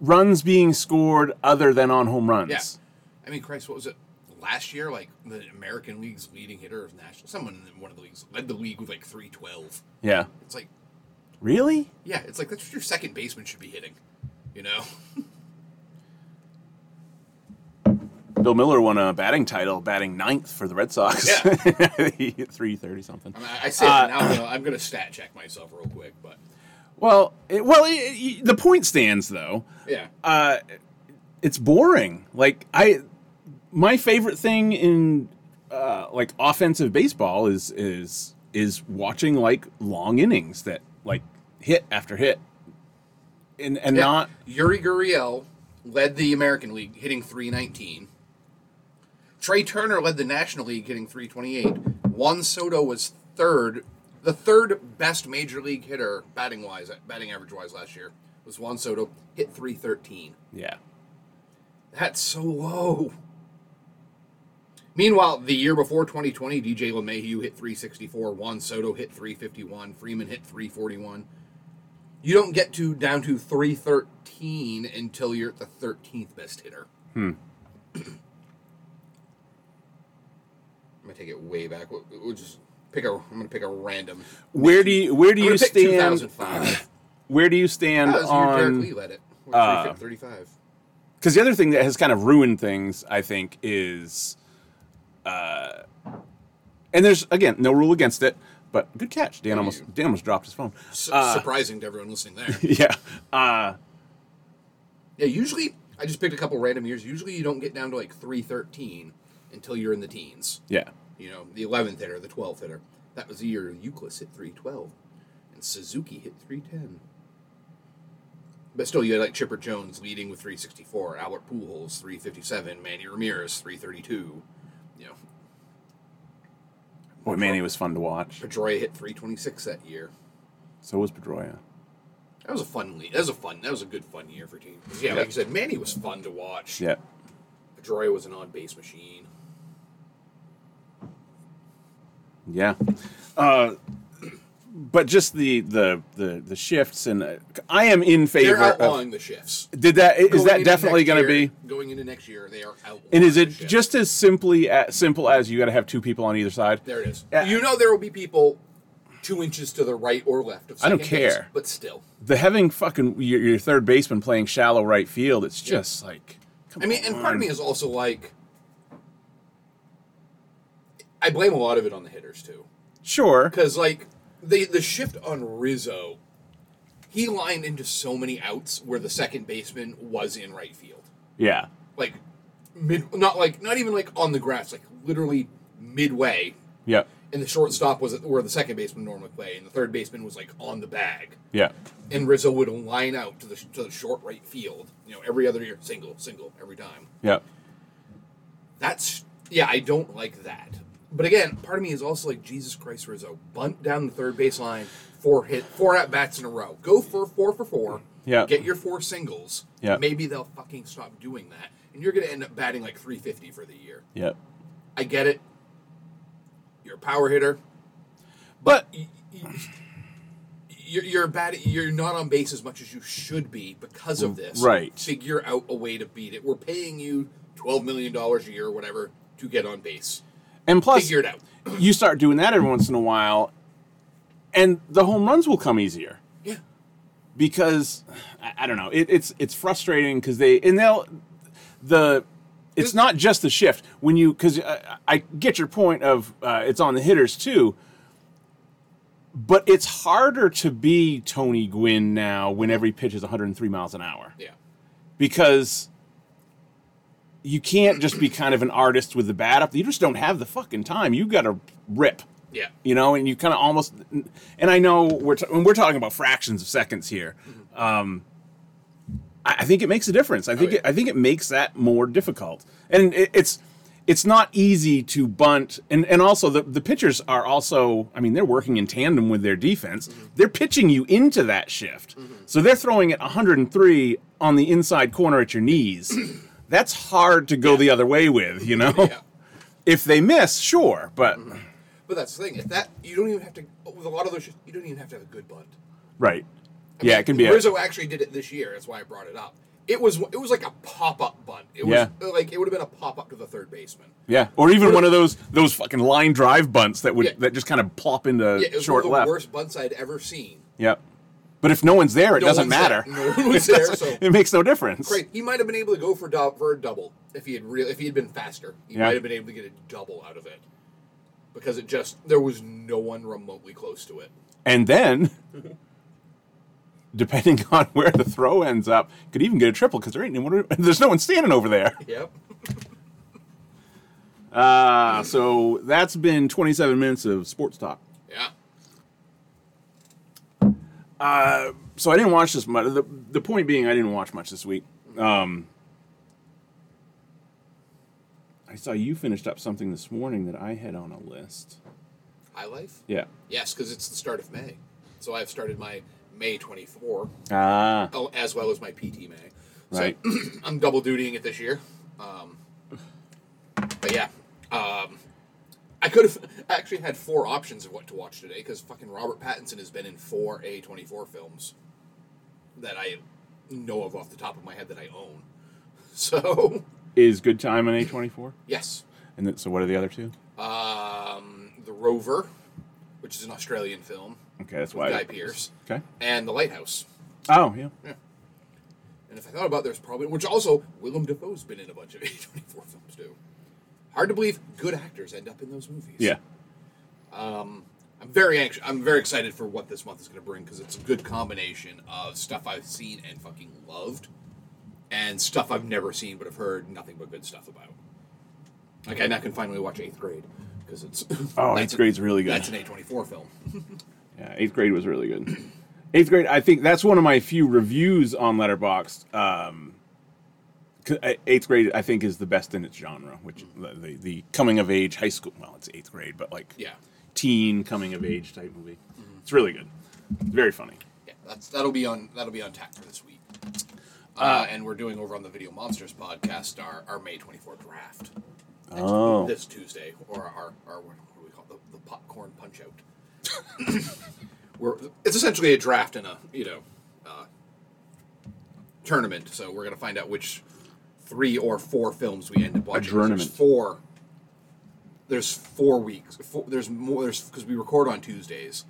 Speaker 4: runs being scored other than on home runs.
Speaker 6: Yeah, I mean, Christ, what was it last year? Like the American League's leading hitter of national, someone in one of the leagues led the league with like 312.
Speaker 4: Yeah.
Speaker 6: It's like,
Speaker 4: really?
Speaker 6: yeah, it's like that's what your second baseman should be hitting. You know?
Speaker 4: Bill Miller won a batting title, batting ninth for the Red Sox.
Speaker 6: Yeah.
Speaker 4: three thirty something.
Speaker 6: I, mean, I- I say
Speaker 4: Uh,
Speaker 6: it now, though, I'm going to stat check myself real quick, but
Speaker 4: Well, it, well, it, it, the point stands though.
Speaker 6: yeah,
Speaker 4: uh, it's boring. Like I, my favorite thing in uh, like offensive baseball is is is watching like long innings that like hit after hit, and and
Speaker 6: Yeah.
Speaker 4: not
Speaker 6: Yuri Gurriel led the American League hitting 319. Trey Turner led the National League hitting 328. Juan Soto was third, the third best major league hitter batting wise, batting average wise last year was Juan Soto hit 313.
Speaker 4: yeah
Speaker 6: That's so low. Meanwhile, the year before 2020, DJ LeMahieu hit 364, Juan Soto hit 351, Freeman hit 341. You don't get to down to 313 until you're at the 13th best hitter. Hmm. I'm gonna take it way back. We'll, we'll just pick a. I'm gonna pick a random.
Speaker 4: Where do you where do
Speaker 6: I'm
Speaker 4: you
Speaker 6: gonna pick
Speaker 4: stand?
Speaker 6: 2005.
Speaker 4: Where do you stand
Speaker 6: that was the year Derek Lee
Speaker 4: on?
Speaker 6: led it.
Speaker 4: uh,
Speaker 6: 35.
Speaker 4: Because the other thing that has kind of ruined things, I think, is, uh, and there's again no rule against it, but good catch. Dan almost Dan almost dropped his phone.
Speaker 6: Su-
Speaker 4: uh,
Speaker 6: surprising to everyone listening there.
Speaker 4: Yeah. Uh,
Speaker 6: Yeah, usually I just picked a couple random years. Usually you don't get down to like 313 until you're in the teens.
Speaker 4: yeah.
Speaker 6: You know, the 11th hitter, the 12th hitter. That was the year Euclid hit 312 and Suzuki hit 310. But still, you had like Chipper Jones leading with 364, Albert Pujols 357, Manny Ramirez 332. You know,
Speaker 4: Boy, Manny was fun to watch.
Speaker 6: Pedroia hit 326 that year.
Speaker 4: So was Pedroia.
Speaker 6: That was a fun lead. That was a fun. That was a good fun year for teams. Yeah, like you said, Manny was fun to watch.
Speaker 4: Yeah.
Speaker 6: Pedroia was an on base machine.
Speaker 4: Yeah. Uh, but just the the the, the shifts and uh, I am in
Speaker 6: They're
Speaker 4: favor. of-
Speaker 6: outlawing the shifts.
Speaker 4: did that is
Speaker 6: Going
Speaker 4: that
Speaker 6: into
Speaker 4: definitely
Speaker 6: next
Speaker 4: going to
Speaker 6: year-
Speaker 4: be?
Speaker 6: going into next year? They are out.
Speaker 4: And is it just as simply as simple as you got to have two people on either side? Uh,
Speaker 6: there? It is.
Speaker 4: Yeah.
Speaker 6: You know there will be people two inches to the right or left of.
Speaker 4: I don't
Speaker 6: second base,
Speaker 4: care.
Speaker 6: but still,
Speaker 4: The having fucking your, your third baseman playing shallow right field. It's just like. Come
Speaker 6: I mean, and part of
Speaker 4: on.
Speaker 6: me is also like, I blame a lot of it on the hitters too,
Speaker 4: Sure.
Speaker 6: because like the the shift on Rizzo, he lined into so many outs where the second baseman was in right field,
Speaker 4: Yeah.
Speaker 6: like mid, not like not even like on the grass, like literally midway.
Speaker 4: Yeah.
Speaker 6: And the shortstop was where the second baseman normally play, and the third baseman was like on the bag.
Speaker 4: Yeah.
Speaker 6: And Rizzo would line out to the to the short right field, you know, every other year, single, single, every time.
Speaker 4: Yeah.
Speaker 6: That's yeah, I don't like that. But again, part of me is also like Jesus Christ, Rizzo, bunt down the third baseline, four hit, four at bats in a row. Go for four for four.
Speaker 4: Yeah.
Speaker 6: Get your four singles.
Speaker 4: Yeah.
Speaker 6: Maybe they'll fucking stop doing that, and you're gonna end up batting like 350 for the year.
Speaker 4: Yeah.
Speaker 6: I get it. You're a power hitter.
Speaker 4: But
Speaker 6: Y- y- You're you're bad. You're not on base as much as you should be because of this.
Speaker 4: Right.
Speaker 6: Figure out a way to beat it. We're paying you twelve million dollars a year or whatever to get on base.
Speaker 4: and plus,
Speaker 6: Figure it out.
Speaker 4: you start doing that every once in a while, and the home runs will come easier.
Speaker 6: Yeah.
Speaker 4: because I, I don't know. It, it's it's frustrating because they and they'll the it's not just the shift when you because I, I get your point of uh, it's on the hitters too. But it's harder to be Tony Gwynn now when every pitch is 103 miles an hour
Speaker 6: Yeah.
Speaker 4: because you can't just be kind of an artist with the bat up. You just don't have the fucking time. You got to rip
Speaker 6: Yeah.
Speaker 4: you know, and you kind of almost. And I know we're t- and we're talking about fractions of seconds here.
Speaker 6: Mm-hmm.
Speaker 4: Um, I, I think it makes a difference. I think
Speaker 6: Oh, yeah.
Speaker 4: it, I think it makes that more difficult, and it, it's it's not easy to bunt. And and also the the pitchers are also. I mean, they're working in tandem with their defense.
Speaker 6: Mm-hmm.
Speaker 4: They're pitching you into that shift, so they're throwing at 103 on the inside corner at your knees. That's hard to go the other way with, you know.
Speaker 6: Yeah. Mm-hmm.
Speaker 4: If they miss, sure, but
Speaker 6: But that's the thing. If that you don't even have to with a lot of those, shit, you don't even have to have a good bunt.
Speaker 4: Right. yeah, it can be. A,
Speaker 6: Rizzo actually did it this year. That's why I brought it up. It was it was like a pop up bunt. It was
Speaker 4: Yeah.
Speaker 6: like it would have been a pop up to the third baseman.
Speaker 4: yeah, or even one of those those fucking line drive bunts that would
Speaker 6: Yeah.
Speaker 4: that just kind of plop into
Speaker 6: Yeah, it was
Speaker 4: short
Speaker 6: one of the
Speaker 4: left.
Speaker 6: worst bunts I'd ever seen.
Speaker 4: Yep. But if no one's there, it
Speaker 6: No
Speaker 4: doesn't
Speaker 6: one's there.
Speaker 4: matter.
Speaker 6: No one was there, so-
Speaker 4: it makes no difference.
Speaker 6: Great. He might have been able to go for, dou- for a double if he had real if he had been faster. He
Speaker 4: Yeah.
Speaker 6: might have been able to get a double out of it because it just there was no one remotely close to it.
Speaker 4: And then, depending on where the throw ends up, could even get a triple because there ain't anyone, there's no one standing over there.
Speaker 6: Yep.
Speaker 4: Uh, so that's been 27 minutes of sports talk.
Speaker 6: Yeah.
Speaker 4: so I didn't watch this much. The, the point being, I didn't watch much this week. Um, I saw you finished up something this morning that I had on a list.
Speaker 6: High life.
Speaker 4: Yeah.
Speaker 6: Yes, because it's the start of May, so I've started my May twenty four
Speaker 4: Ah.
Speaker 6: oh, as well as my PT May. So
Speaker 4: Right.
Speaker 6: I'm double dutying it this year. Um, but yeah, um, I could have actually had four options of what to watch today because fucking Robert Pattinson has been in four A24 films that I know of off the top of my head that I own. So
Speaker 4: Is Good Time on A24?
Speaker 6: yes,
Speaker 4: And then, so what are the other two?
Speaker 6: um, The Rover, which is an Australian film,
Speaker 4: Okay, that's why.
Speaker 6: Guy Pearce,
Speaker 4: Okay.
Speaker 6: and The Lighthouse.
Speaker 4: Oh, yeah.
Speaker 6: And if I thought about it, there's probably which also Willem Dafoe's been in a bunch of A24 films too. Hard to believe good actors end up in those movies.
Speaker 4: Yeah.
Speaker 6: I'm very anxious. I'm very excited for what this month is going to bring because it's a good combination of stuff I've seen and fucking loved, and stuff I've never seen but have heard nothing but good stuff about. Like I now can finally watch Eighth Grade because it's
Speaker 4: Oh,
Speaker 6: that's
Speaker 4: Eighth
Speaker 6: a-
Speaker 4: Grade's really good.
Speaker 6: That's an A24 film.
Speaker 4: Yeah, eighth grade was really good. eighth grade, I think that's one of my few reviews on Letterboxd. Um, 'cause, uh, eighth grade, I think, is the best in its genre, which the, the, the coming of age high school. Well, it's eighth grade, but like
Speaker 6: Yeah,
Speaker 4: teen coming of age type movie. It's really good. It's very funny.
Speaker 6: yeah. That's that'll be on that'll be on tap for this week. Uh, and we're doing over on the Video Monsters podcast our, our May 24 draft.
Speaker 4: Oh,
Speaker 6: this Tuesday, or our, our what do we call it? the, the popcorn punch out. we're, it's essentially a draft in a you know uh, tournament, so we're gonna find out which three or four films we end up watching.
Speaker 4: tournament.
Speaker 6: There's four. There's four weeks. Four, there's more. There's because we record on Tuesdays,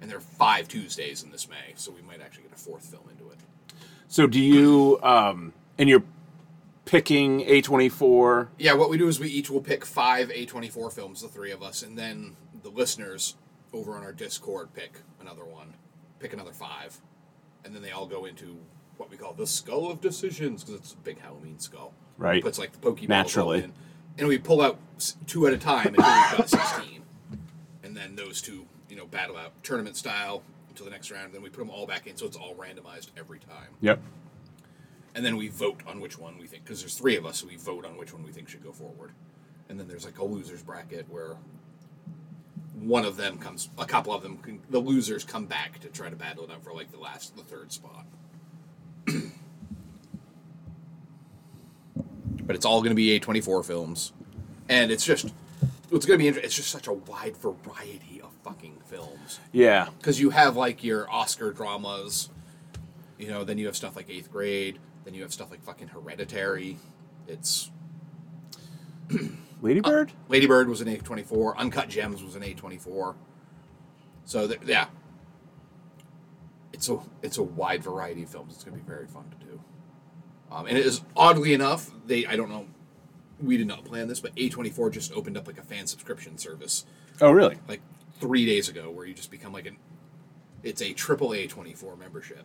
Speaker 6: and there are five Tuesdays in this May, so we might actually get a fourth film into it.
Speaker 4: so do you? Um, and you're picking a twenty four.
Speaker 6: Yeah, what we do is we each will pick five A24 films, the three of us, and then the listeners over on our Discord pick another one, pick another five. and then they all go into what we call the skull of decisions because it's a big Halloween skull.
Speaker 4: Right.
Speaker 6: Puts like the Pokemon
Speaker 4: Naturally.
Speaker 6: in, and we pull out s- two at a time until we've got sixteen, and then those two you know battle out tournament style until the next round. And then we put them all back in, so it's all randomized every time.
Speaker 4: Yep.
Speaker 6: And then we vote on which one we think because there's three of us, so we vote on which one we think should go forward. And then there's like a losers bracket where one of them comes, a couple of them, can, the losers come back to try to battle it out for like the last, the third spot. but it's all going to be A24 films, and it's just what's going to be. inter- It's just such a wide variety of fucking films
Speaker 4: Yeah.
Speaker 6: because you have like your Oscar dramas, you know. Then you have stuff like Eighth Grade. Then you have stuff like fucking Hereditary. It's
Speaker 4: Ladybird?
Speaker 6: Lady Bird was an A twenty four. Uncut Gems was an A twenty four. So th- yeah, it's a it's a wide variety of films. It's going to be very fun to do. Um, and it is oddly enough, they I don't know, we did not plan this, but A twenty four just opened up like a fan subscription service
Speaker 4: Oh, really?
Speaker 6: like three days ago, where you just become like an it's a triple A twenty four membership.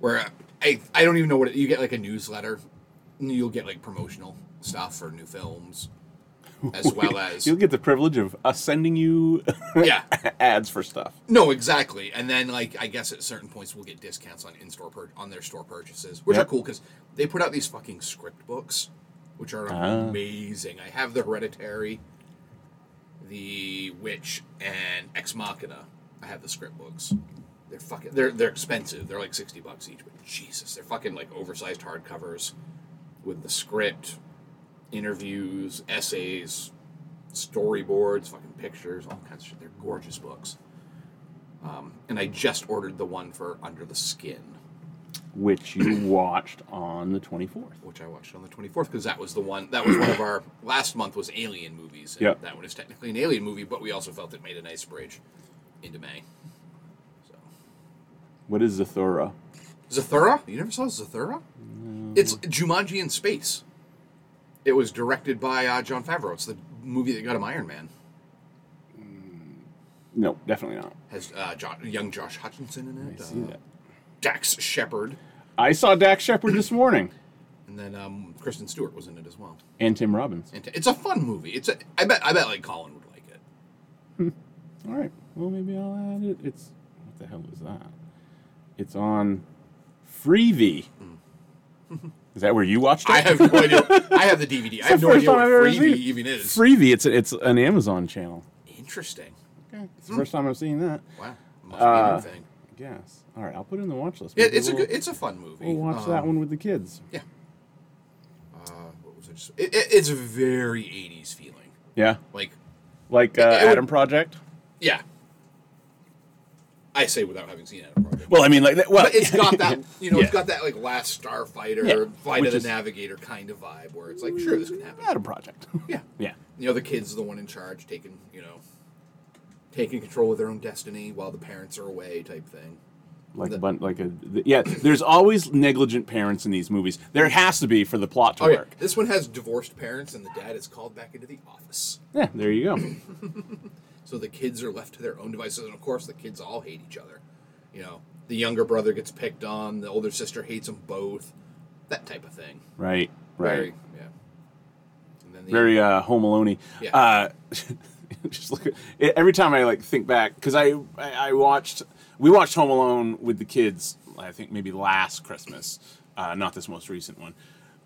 Speaker 6: where I I don't even know what it, you get like a newsletter. and You'll get like promotional stuff for new films, as well as
Speaker 4: You'll get the privilege of us sending you
Speaker 6: yeah.
Speaker 4: ads for stuff.
Speaker 6: No, exactly. And then like I guess at certain points we'll get discounts on in store pur- on their store purchases, which
Speaker 4: Yep.
Speaker 6: are cool because they put out these fucking script books, which are
Speaker 4: Ah.
Speaker 6: amazing. I have the Hereditary, the Witch, and Ex Machina. I have the script books. They're fucking. They're they're expensive. They're like sixty bucks each, but Jesus, they're fucking like oversized hardcovers with the script, interviews, essays, storyboards, fucking pictures, all kinds of shit. They're gorgeous books. Um, and I just ordered the one for Under the Skin,
Speaker 4: Which you watched on the 24th.
Speaker 6: which I watched on the 24th because that was the one that was one of our last month was Alien movies. and
Speaker 4: Yeah.
Speaker 6: that one is technically an Alien movie, but we also felt it made a nice bridge into May. So,
Speaker 4: What is Zathura?
Speaker 6: Zathura? You never saw Zathura? It's Jumanji in space. It was directed by uh, John Favreau. It's the movie that got him Iron Man.
Speaker 4: No, definitely not.
Speaker 6: Has uh, jo- young Josh Hutchinson in
Speaker 4: I
Speaker 6: it.
Speaker 4: see
Speaker 6: uh,
Speaker 4: that.
Speaker 6: Dax Shepard,
Speaker 4: I saw Dax Shepard this morning
Speaker 6: and then um, Kristen Stewart was in it as well.
Speaker 4: and Tim Robbins.
Speaker 6: And it's a fun movie. It's a, I bet I bet like Colin would like it.
Speaker 4: All right. Well, maybe I'll add it. It's what the hell is that? It's on Freevee. Is that where you watched it?
Speaker 6: Mm. I have no idea. I have the DVD. I have
Speaker 4: the
Speaker 6: no
Speaker 4: first
Speaker 6: idea
Speaker 4: time
Speaker 6: what
Speaker 4: I've ever seen
Speaker 6: freebie
Speaker 4: it.
Speaker 6: even is.
Speaker 4: Freevee. It's it's an Amazon channel.
Speaker 6: Interesting.
Speaker 4: Okay. It's the first time I've seen that.
Speaker 6: Wow. Must
Speaker 4: Uh,
Speaker 6: be a new thing.
Speaker 4: I guess. All right. I'll put it in the watch list.
Speaker 6: It,
Speaker 4: Maybe
Speaker 6: it's a
Speaker 4: we'll-
Speaker 6: good. It's a fun movie.
Speaker 4: We'll watch
Speaker 6: Um,
Speaker 4: that one with the kids.
Speaker 6: Yeah. Uh, what was I just? It, it, it's very '80s feeling.
Speaker 4: Yeah.
Speaker 6: Like,
Speaker 4: Like uh,
Speaker 6: it would-
Speaker 4: Adam Project.
Speaker 6: yeah. I say without having seen Adam Project.
Speaker 4: Well, I mean, like that. Well,
Speaker 6: But it's got that, you know,
Speaker 4: Yeah.
Speaker 6: it's got that like Last Starfighter,
Speaker 4: Yeah,
Speaker 6: Flight
Speaker 4: which
Speaker 6: of the
Speaker 4: is-
Speaker 6: Navigator kind of vibe, where it's like, sure, this can happen.
Speaker 4: Adam Project.
Speaker 6: Yeah.
Speaker 4: yeah.
Speaker 6: You know, the kid's the one in charge, taking you know, taking control of their own destiny while the parents are away, type thing.
Speaker 4: Like a
Speaker 6: The-
Speaker 4: bun- like a th- yeah. There's always negligent parents in these movies. There has to be for the plot to
Speaker 6: Oh yeah,
Speaker 4: work.
Speaker 6: this one has divorced parents, and the dad is called back into the office,
Speaker 4: Yeah. There you go.
Speaker 6: so the kids are left to their own devices, and of course, the kids all hate each other. You know, the younger brother gets picked on, the older sister hates them both, that type of thing.
Speaker 4: Right. Right.
Speaker 6: Very, yeah. And then the
Speaker 4: very uh, Home Alone.
Speaker 6: Yeah.
Speaker 4: Uh, just look at, it, every time I like think back because I, I I watched we watched Home Alone with the kids. I think maybe last Christmas, uh, not this most recent one.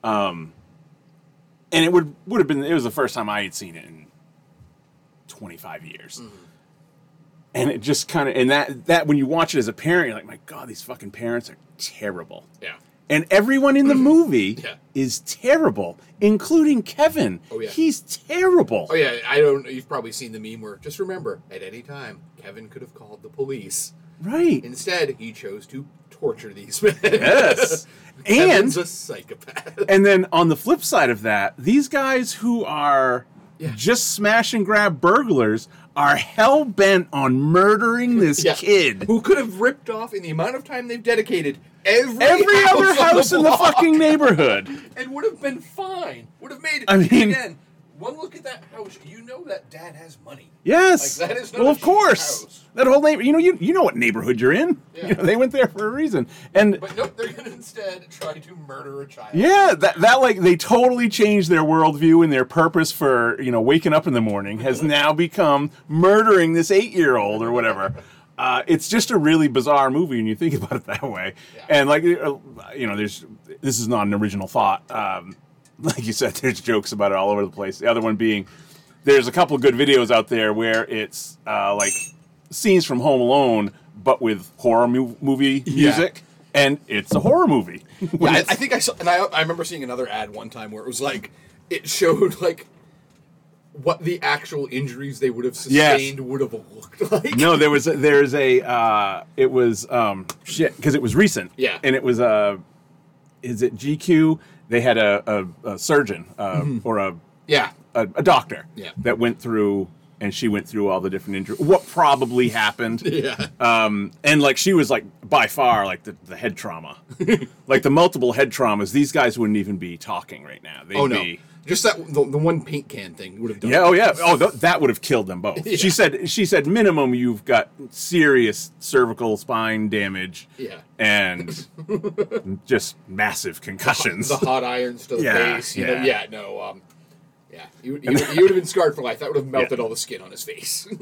Speaker 4: Um, and it would would have been it was the first time I had seen it in twenty five years.
Speaker 6: Mm-hmm.
Speaker 4: And it just kind of and that that when you watch it as a parent, you're like, my God, these fucking parents are terrible.
Speaker 6: yeah,
Speaker 4: And everyone in the movie
Speaker 6: Yeah.
Speaker 4: is terrible, including Kevin.
Speaker 6: Oh, yeah.
Speaker 4: He's terrible.
Speaker 6: oh yeah, I don't. You've probably seen the meme where just remember, at any time, Kevin could have called the police.
Speaker 4: Right.
Speaker 6: Instead, he chose to torture these men.
Speaker 4: Yes.
Speaker 6: Kevin's
Speaker 4: and
Speaker 6: a psychopath.
Speaker 4: and then on the flip side of that, these guys who are
Speaker 6: Yeah.
Speaker 4: just smash and grab burglars are hell bent on murdering this
Speaker 6: Yeah.
Speaker 4: kid.
Speaker 6: who could have ripped off in the amount of time they've dedicated every
Speaker 4: Every other
Speaker 6: on
Speaker 4: house in the
Speaker 6: block
Speaker 4: fucking neighborhood.
Speaker 6: and would have been fine. Would have made
Speaker 4: I mean-
Speaker 6: again One look at that house, you know that dad has money.
Speaker 4: Yes.
Speaker 6: Like, that is not
Speaker 4: well,
Speaker 6: a
Speaker 4: of
Speaker 6: cheap
Speaker 4: course.
Speaker 6: house.
Speaker 4: That whole neighbor, you know, you you know what neighborhood you're in.
Speaker 6: Yeah.
Speaker 4: You know, they went there for a reason, and
Speaker 6: But nope, they're gonna instead try to murder a child.
Speaker 4: yeah, that that like they totally changed their worldview and their purpose for you know waking up in the morning has now become murdering this eight year old or whatever. Uh, it's just a really bizarre movie when you think about it that way.
Speaker 6: Yeah.
Speaker 4: And like uh, you know, there's this is not an original thought. Um, like you said, there's jokes about it all over the place. The other one being there's a couple good videos out there where it's uh, like scenes from Home Alone, but with horror mu- movie music, and it's a horror movie.
Speaker 6: Yeah, I, I think I saw, and I, I remember seeing another ad one time where it was like, it showed like what the actual injuries they would have
Speaker 4: Yes.
Speaker 6: sustained would have looked like.
Speaker 4: no, there was there's a uh, it was um, shit because it was recent.
Speaker 6: Yeah.
Speaker 4: and it was uh, is it GQ? They had a, a, a surgeon uh, or a,
Speaker 6: Yeah.
Speaker 4: a a doctor
Speaker 6: Mm-hmm. Yeah.
Speaker 4: that went through. And she went through all the different injuries. What probably happened?
Speaker 6: Yeah.
Speaker 4: Um, and like she was like by far like the, the head trauma, like the multiple head traumas. These guys wouldn't even be talking right now. They'd
Speaker 6: oh no.
Speaker 4: be
Speaker 6: Just that the, the one paint can thing would have done.
Speaker 4: yeah, oh
Speaker 6: it.
Speaker 4: yeah, oh th- that would have killed them both.
Speaker 6: Yeah.
Speaker 4: She said she said minimum you've got serious cervical spine damage,
Speaker 6: Yeah.
Speaker 4: and just massive concussions.
Speaker 6: The hot irons to the
Speaker 4: Yeah,
Speaker 6: face. You
Speaker 4: yeah.
Speaker 6: Know? yeah. No. Um, yeah. You, you, you would have been scarred for life. That would have melted all the skin on his face.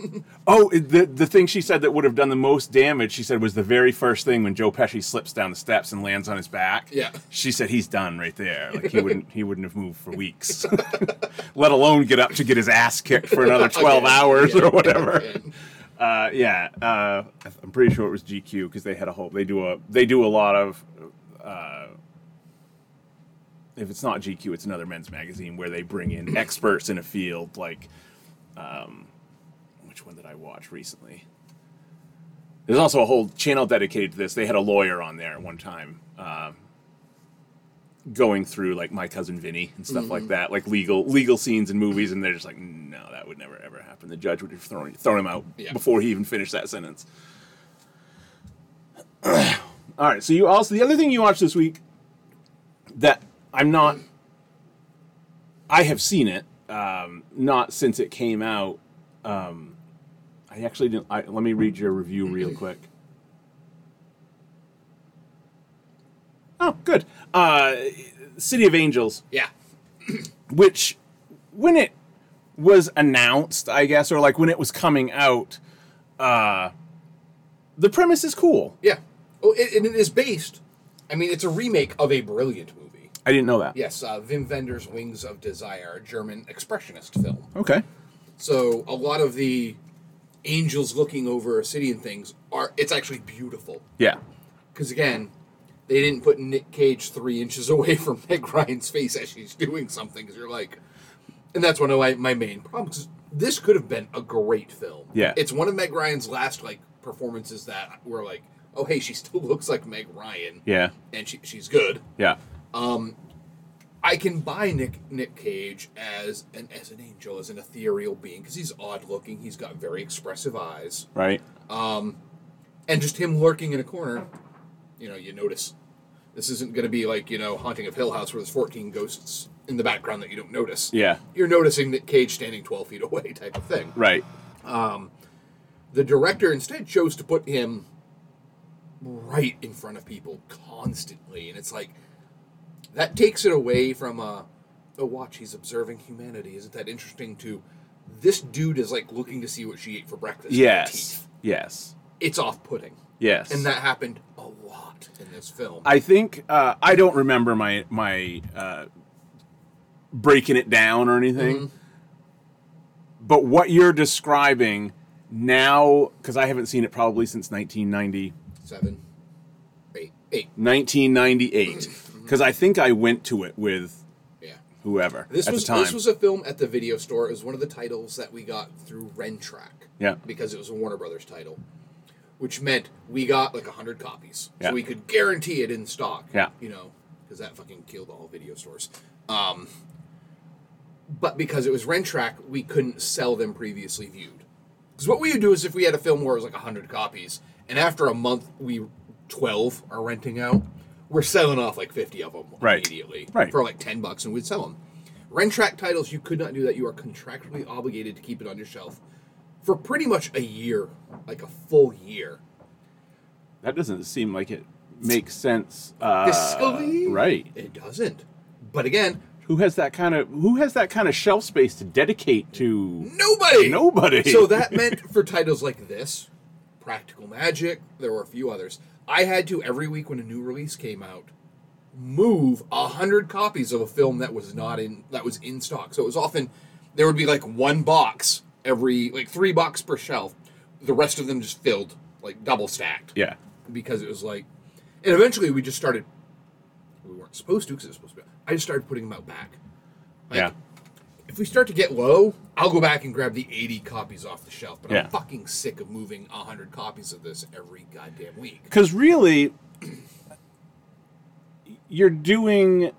Speaker 4: Oh, the the thing she said that would have done the most damage, she said, was the very first thing when Joe Pesci slips down the steps and lands on his back.
Speaker 6: Yeah.
Speaker 4: she said he's done right there. Like he wouldn't he wouldn't have moved for weeks, let alone get up to get his ass kicked for another twelve
Speaker 6: Again.
Speaker 4: hours
Speaker 6: Yeah.
Speaker 4: or whatever.
Speaker 6: Yeah.
Speaker 4: Uh, yeah, uh, I'm pretty sure it was GQ because they had a whole. They do a they do a lot of. Uh, if it's not GQ, it's another men's magazine where they bring in experts in a field. Like, um, which one did I watch recently? There's also a whole channel dedicated to this. They had a lawyer on there at one time, um, going through like my cousin Vinny and stuff like that, like legal legal scenes in movies, and they're just like, no, that would never ever happen. The judge would have thrown thrown him out
Speaker 6: Yeah.
Speaker 4: before he even finished that sentence. All right. So you also the other thing you watched this week that I'm not, I have seen it, um, not since it came out. Um, I actually didn't. I, let me read your review real quick. Oh, good. Uh, City of Angels,
Speaker 6: yeah.
Speaker 4: which when it was announced, I guess, or like when it was coming out, uh, the premise is cool.
Speaker 6: Yeah. Oh, it, and it is based. I mean, it's a remake of a brilliant movie.
Speaker 4: I didn't know that.
Speaker 6: Yes, uh, Wim Wenders' Wings of Desire, a German expressionist film.
Speaker 4: Okay.
Speaker 6: So a lot of the angels looking over a city and things are. It's actually beautiful
Speaker 4: Yeah.
Speaker 6: because again, they didn't put Nick Cage three inches away from Meg Ryan's face as she's doing something. Because you're like, and that's one of my, my main problems. is This could have been a great film.
Speaker 4: Yeah.
Speaker 6: it's one of Meg Ryan's last like performances that were like, oh hey, she still looks like Meg Ryan.
Speaker 4: Yeah.
Speaker 6: and she, she's good.
Speaker 4: Yeah.
Speaker 6: I can buy Nick Nick Cage as an as an angel, as an ethereal being, because he's odd looking. He's got very expressive eyes,
Speaker 4: Right.
Speaker 6: and just him lurking in a corner, you know, you notice. This isn't going to be like you know Haunting of Hill House, where there's 14 ghosts in the background that you don't notice.
Speaker 4: Yeah.
Speaker 6: you're noticing Nick Cage standing 12 feet away, type of thing.
Speaker 4: Right.
Speaker 6: The director instead chose to put him right in front of people constantly, and it's like that takes it away from uh, oh watch he's observing humanity. Isn't that interesting? To this dude is like looking to see what she ate for breakfast. with her
Speaker 4: Yes.
Speaker 6: teeth.
Speaker 4: Yes.
Speaker 6: it's off-putting,
Speaker 4: Yes.
Speaker 6: and that happened a lot in this film.
Speaker 4: I think uh, I don't remember my my uh, breaking it down or anything.
Speaker 6: Mm-hmm.
Speaker 4: But what you're describing now, because I haven't seen it probably since 1990,
Speaker 6: Seven, eight, eight.
Speaker 4: 1998,
Speaker 6: Mm-hmm.
Speaker 4: because I think I went to it with
Speaker 6: Yeah.
Speaker 4: whoever
Speaker 6: This
Speaker 4: at
Speaker 6: was
Speaker 4: the time.
Speaker 6: this was a film at the video store. It was one of the titles that we got through Rentrack.
Speaker 4: Yeah.
Speaker 6: Because it was a Warner Brothers title, which meant we got like hundred copies,
Speaker 4: Yeah.
Speaker 6: so we could guarantee it in stock.
Speaker 4: Yeah.
Speaker 6: You know, because that fucking killed all video stores. Um. But because it was Rentrack, we couldn't sell them previously viewed. Because what we would do is if we had a film where it was like hundred copies, and after a month we twelve are renting out, we're selling off like fifty of them
Speaker 4: Right.
Speaker 6: immediately
Speaker 4: Right.
Speaker 6: for like ten bucks, and we'd sell them. Rent track titles, you could not do that. You are contractually obligated to keep it on your shelf for pretty much a year, like a full year.
Speaker 4: That doesn't seem like it makes sense. Uh,
Speaker 6: Fiscally,
Speaker 4: right?
Speaker 6: It doesn't. But again,
Speaker 4: Who has that kind of Who has that kind of shelf space to dedicate to?
Speaker 6: nobody.
Speaker 4: Nobody.
Speaker 6: So that meant for titles like this, Practical Magic, there were a few others. I had to every week when a new release came out move a hundred copies of a film that was not in that was in stock. So it was often there would be like one box every like three box per shelf. The rest of them just filled like double stacked
Speaker 4: Yeah.
Speaker 6: because it was like, and eventually we just started. We weren't supposed to because it was supposed to. be I just started putting them out back. Like,
Speaker 4: yeah.
Speaker 6: If we start to get low, I'll go back and grab the 80 copies off the shelf. But
Speaker 4: Yeah.
Speaker 6: I'm fucking sick of moving 100 copies of this every goddamn week.
Speaker 4: Because really, you're doing,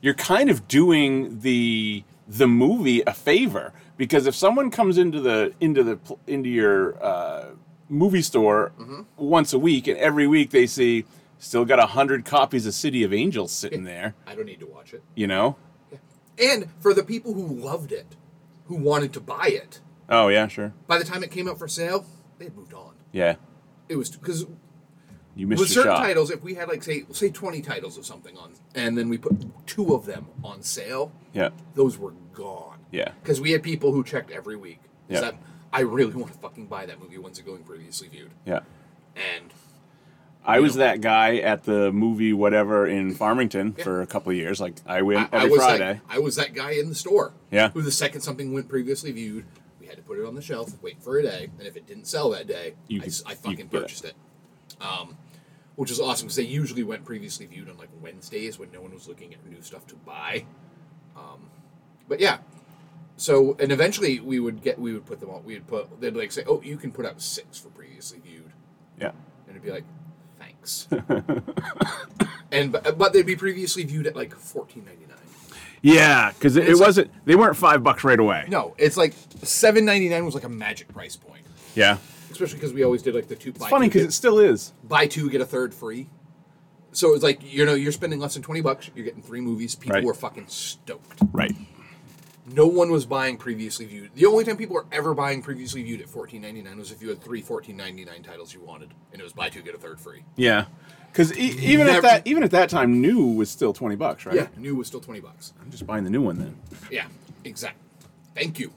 Speaker 4: you're kind of doing the the movie a favor because if someone comes into the into the pl- into your uh, movie store
Speaker 6: Mm-hmm.
Speaker 4: once a week and every week they see still got a hundred copies of City of Angels sitting there,
Speaker 6: I don't need to watch it.
Speaker 4: you know?
Speaker 6: And for the people who loved it, who wanted to buy it,
Speaker 4: Oh yeah, sure,
Speaker 6: by the time it came out for sale, they had moved on.
Speaker 4: yeah.
Speaker 6: It was because
Speaker 4: You missed
Speaker 6: with
Speaker 4: your
Speaker 6: certain
Speaker 4: shot.
Speaker 6: titles, if we had like say say 20 titles of something on, and then we put two of them on sale,
Speaker 4: Yeah,
Speaker 6: those were gone.
Speaker 4: Yeah.
Speaker 6: Because we had people who checked every week.
Speaker 4: Yeah.
Speaker 6: Yeah. I really want to fucking buy that movie once it going previously viewed.
Speaker 4: yeah.
Speaker 6: And
Speaker 4: I was
Speaker 6: know.
Speaker 4: that guy at the movie whatever in Farmington for a couple of years. Like I
Speaker 6: I,
Speaker 4: went
Speaker 6: I
Speaker 4: every
Speaker 6: was
Speaker 4: Friday.
Speaker 6: that I was that guy in the store.
Speaker 4: Yeah.
Speaker 6: Who the second something went previously viewed, we had to put it on the shelf, wait for a day, and if it didn't sell that day,
Speaker 4: You
Speaker 6: I,
Speaker 4: could-
Speaker 6: s- I
Speaker 4: you
Speaker 6: fucking
Speaker 4: could get it.
Speaker 6: purchased it. Um, which is awesome because they usually went previously viewed on like Wednesdays when no one was looking at new stuff to buy. Um, but yeah. So and eventually we would get we would put them all we would put they'd like say oh you can put out six for previously viewed
Speaker 4: yeah,
Speaker 6: and it'd be like, thanks. and but, but they'd be previously viewed at like fourteen ninety nine.
Speaker 4: yeah, because it,
Speaker 6: It's like-
Speaker 4: wasn't. They weren't five bucks right away.
Speaker 6: No, it's like seven ninety nine was like a magic price point,
Speaker 4: Yeah,
Speaker 6: especially because we always did like the two.
Speaker 4: it's funny
Speaker 6: two,
Speaker 4: because
Speaker 6: get-
Speaker 4: it still is.
Speaker 6: buy two get a third free. So it's like you know you're spending less than twenty bucks, you're getting three movies. People
Speaker 4: Right.
Speaker 6: were fucking stoked.
Speaker 4: Right.
Speaker 6: No one was buying previously viewed. The only time people were ever buying previously viewed at fourteen ninety nine was if you had three fourteen ninety nine titles you wanted, and it was buy two get a third free.
Speaker 4: Yeah, because e- even
Speaker 6: Never-
Speaker 4: at that even at that time, new was still twenty bucks, right?
Speaker 6: Yeah, new was still twenty bucks.
Speaker 4: I'm just buying the new one then.
Speaker 6: Yeah, exactly. Thank you.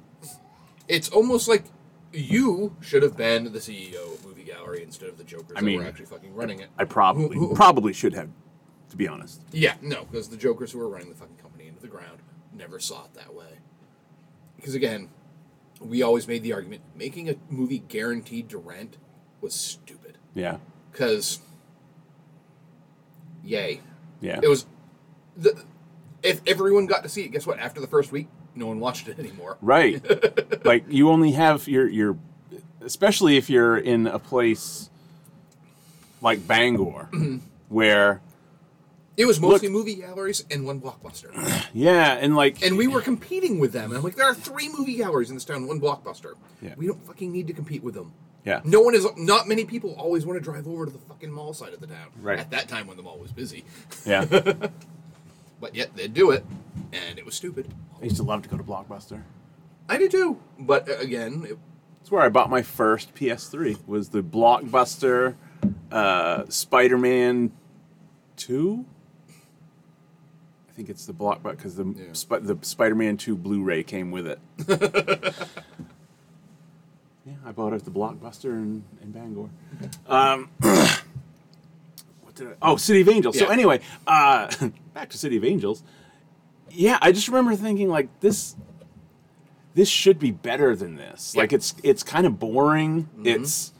Speaker 6: It's almost like you should have been the CEO of Movie Gallery instead of the jokers
Speaker 4: I
Speaker 6: that
Speaker 4: mean,
Speaker 6: were actually fucking running it.
Speaker 4: I probably
Speaker 6: Who- who-
Speaker 4: probably should have, to be honest.
Speaker 6: yeah, no, because the jokers who were running the fucking company into the ground never saw it that way. Because again, we always made the argument making a movie guaranteed to rent was stupid.
Speaker 4: Yeah.
Speaker 6: Because, yay,
Speaker 4: Yeah.
Speaker 6: it was. The, if everyone got to see it, guess what? After the first week, no one watched it anymore.
Speaker 4: Right. like you only have your your especially if you're in a place like Bangor where
Speaker 6: It was mostly movie galleries and one blockbuster.
Speaker 4: yeah, and like
Speaker 6: And we were competing with them. And I'm like, there are three movie galleries in this town, one blockbuster.
Speaker 4: Yeah.
Speaker 6: We don't fucking need to compete with them.
Speaker 4: yeah.
Speaker 6: No one is, not many people always want to drive over to the fucking mall side of the town.
Speaker 4: Right.
Speaker 6: At that time when the mall was busy.
Speaker 4: Yeah.
Speaker 6: But yet they'd do it. And it was stupid.
Speaker 4: I used to love to go to Blockbuster.
Speaker 6: I did too. But uh, again, it,
Speaker 4: That's where I bought my first PS3 was the Blockbuster uh, Spider-Man 2. I think it's the Blockbuster because the
Speaker 6: Yeah.
Speaker 4: Spi- the Spider-Man 2 Blu-ray came with it. yeah, I bought it at the Blockbuster in, in Bangor. Um, what did I, oh, City of Angels. So
Speaker 6: Yeah.
Speaker 4: anyway, uh, back to City of Angels. Yeah, I just remember thinking like this this should be better than this.
Speaker 6: Yeah. Mm-hmm.
Speaker 4: Like it's it's kind of boring. It's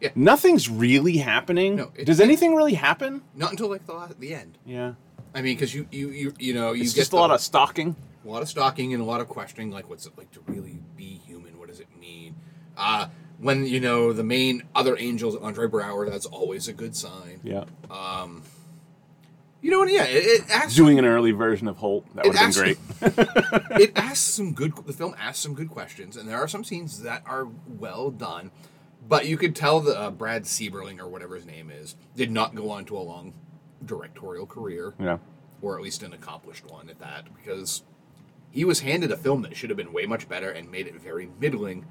Speaker 6: Yeah.
Speaker 4: nothing's really happening.
Speaker 6: No, it-
Speaker 4: Does
Speaker 6: it-
Speaker 4: anything really happen?
Speaker 6: not until like the, la- the end.
Speaker 4: Yeah.
Speaker 6: I mean, because you, you, you, you know, you
Speaker 4: It's
Speaker 6: get
Speaker 4: just a
Speaker 6: the-
Speaker 4: lot of stalking.
Speaker 6: a lot of stalking and a lot of questioning like what's it like to really be human what does it mean uh, when you know the main other angels andre brower that's always a good sign
Speaker 4: Yeah.
Speaker 6: you know and yeah it, it asks
Speaker 4: Doing an early version of Holt. That
Speaker 6: It
Speaker 4: would have been
Speaker 6: actually-
Speaker 4: great.
Speaker 6: it asks some good the film asks some good questions and there are some scenes that are well done but you could tell that uh, brad sieberling or whatever his name is did not go on to a long directorial career
Speaker 4: yeah.
Speaker 6: or at least an accomplished one at that, because he was handed a film that should have been way much better and made it very middling.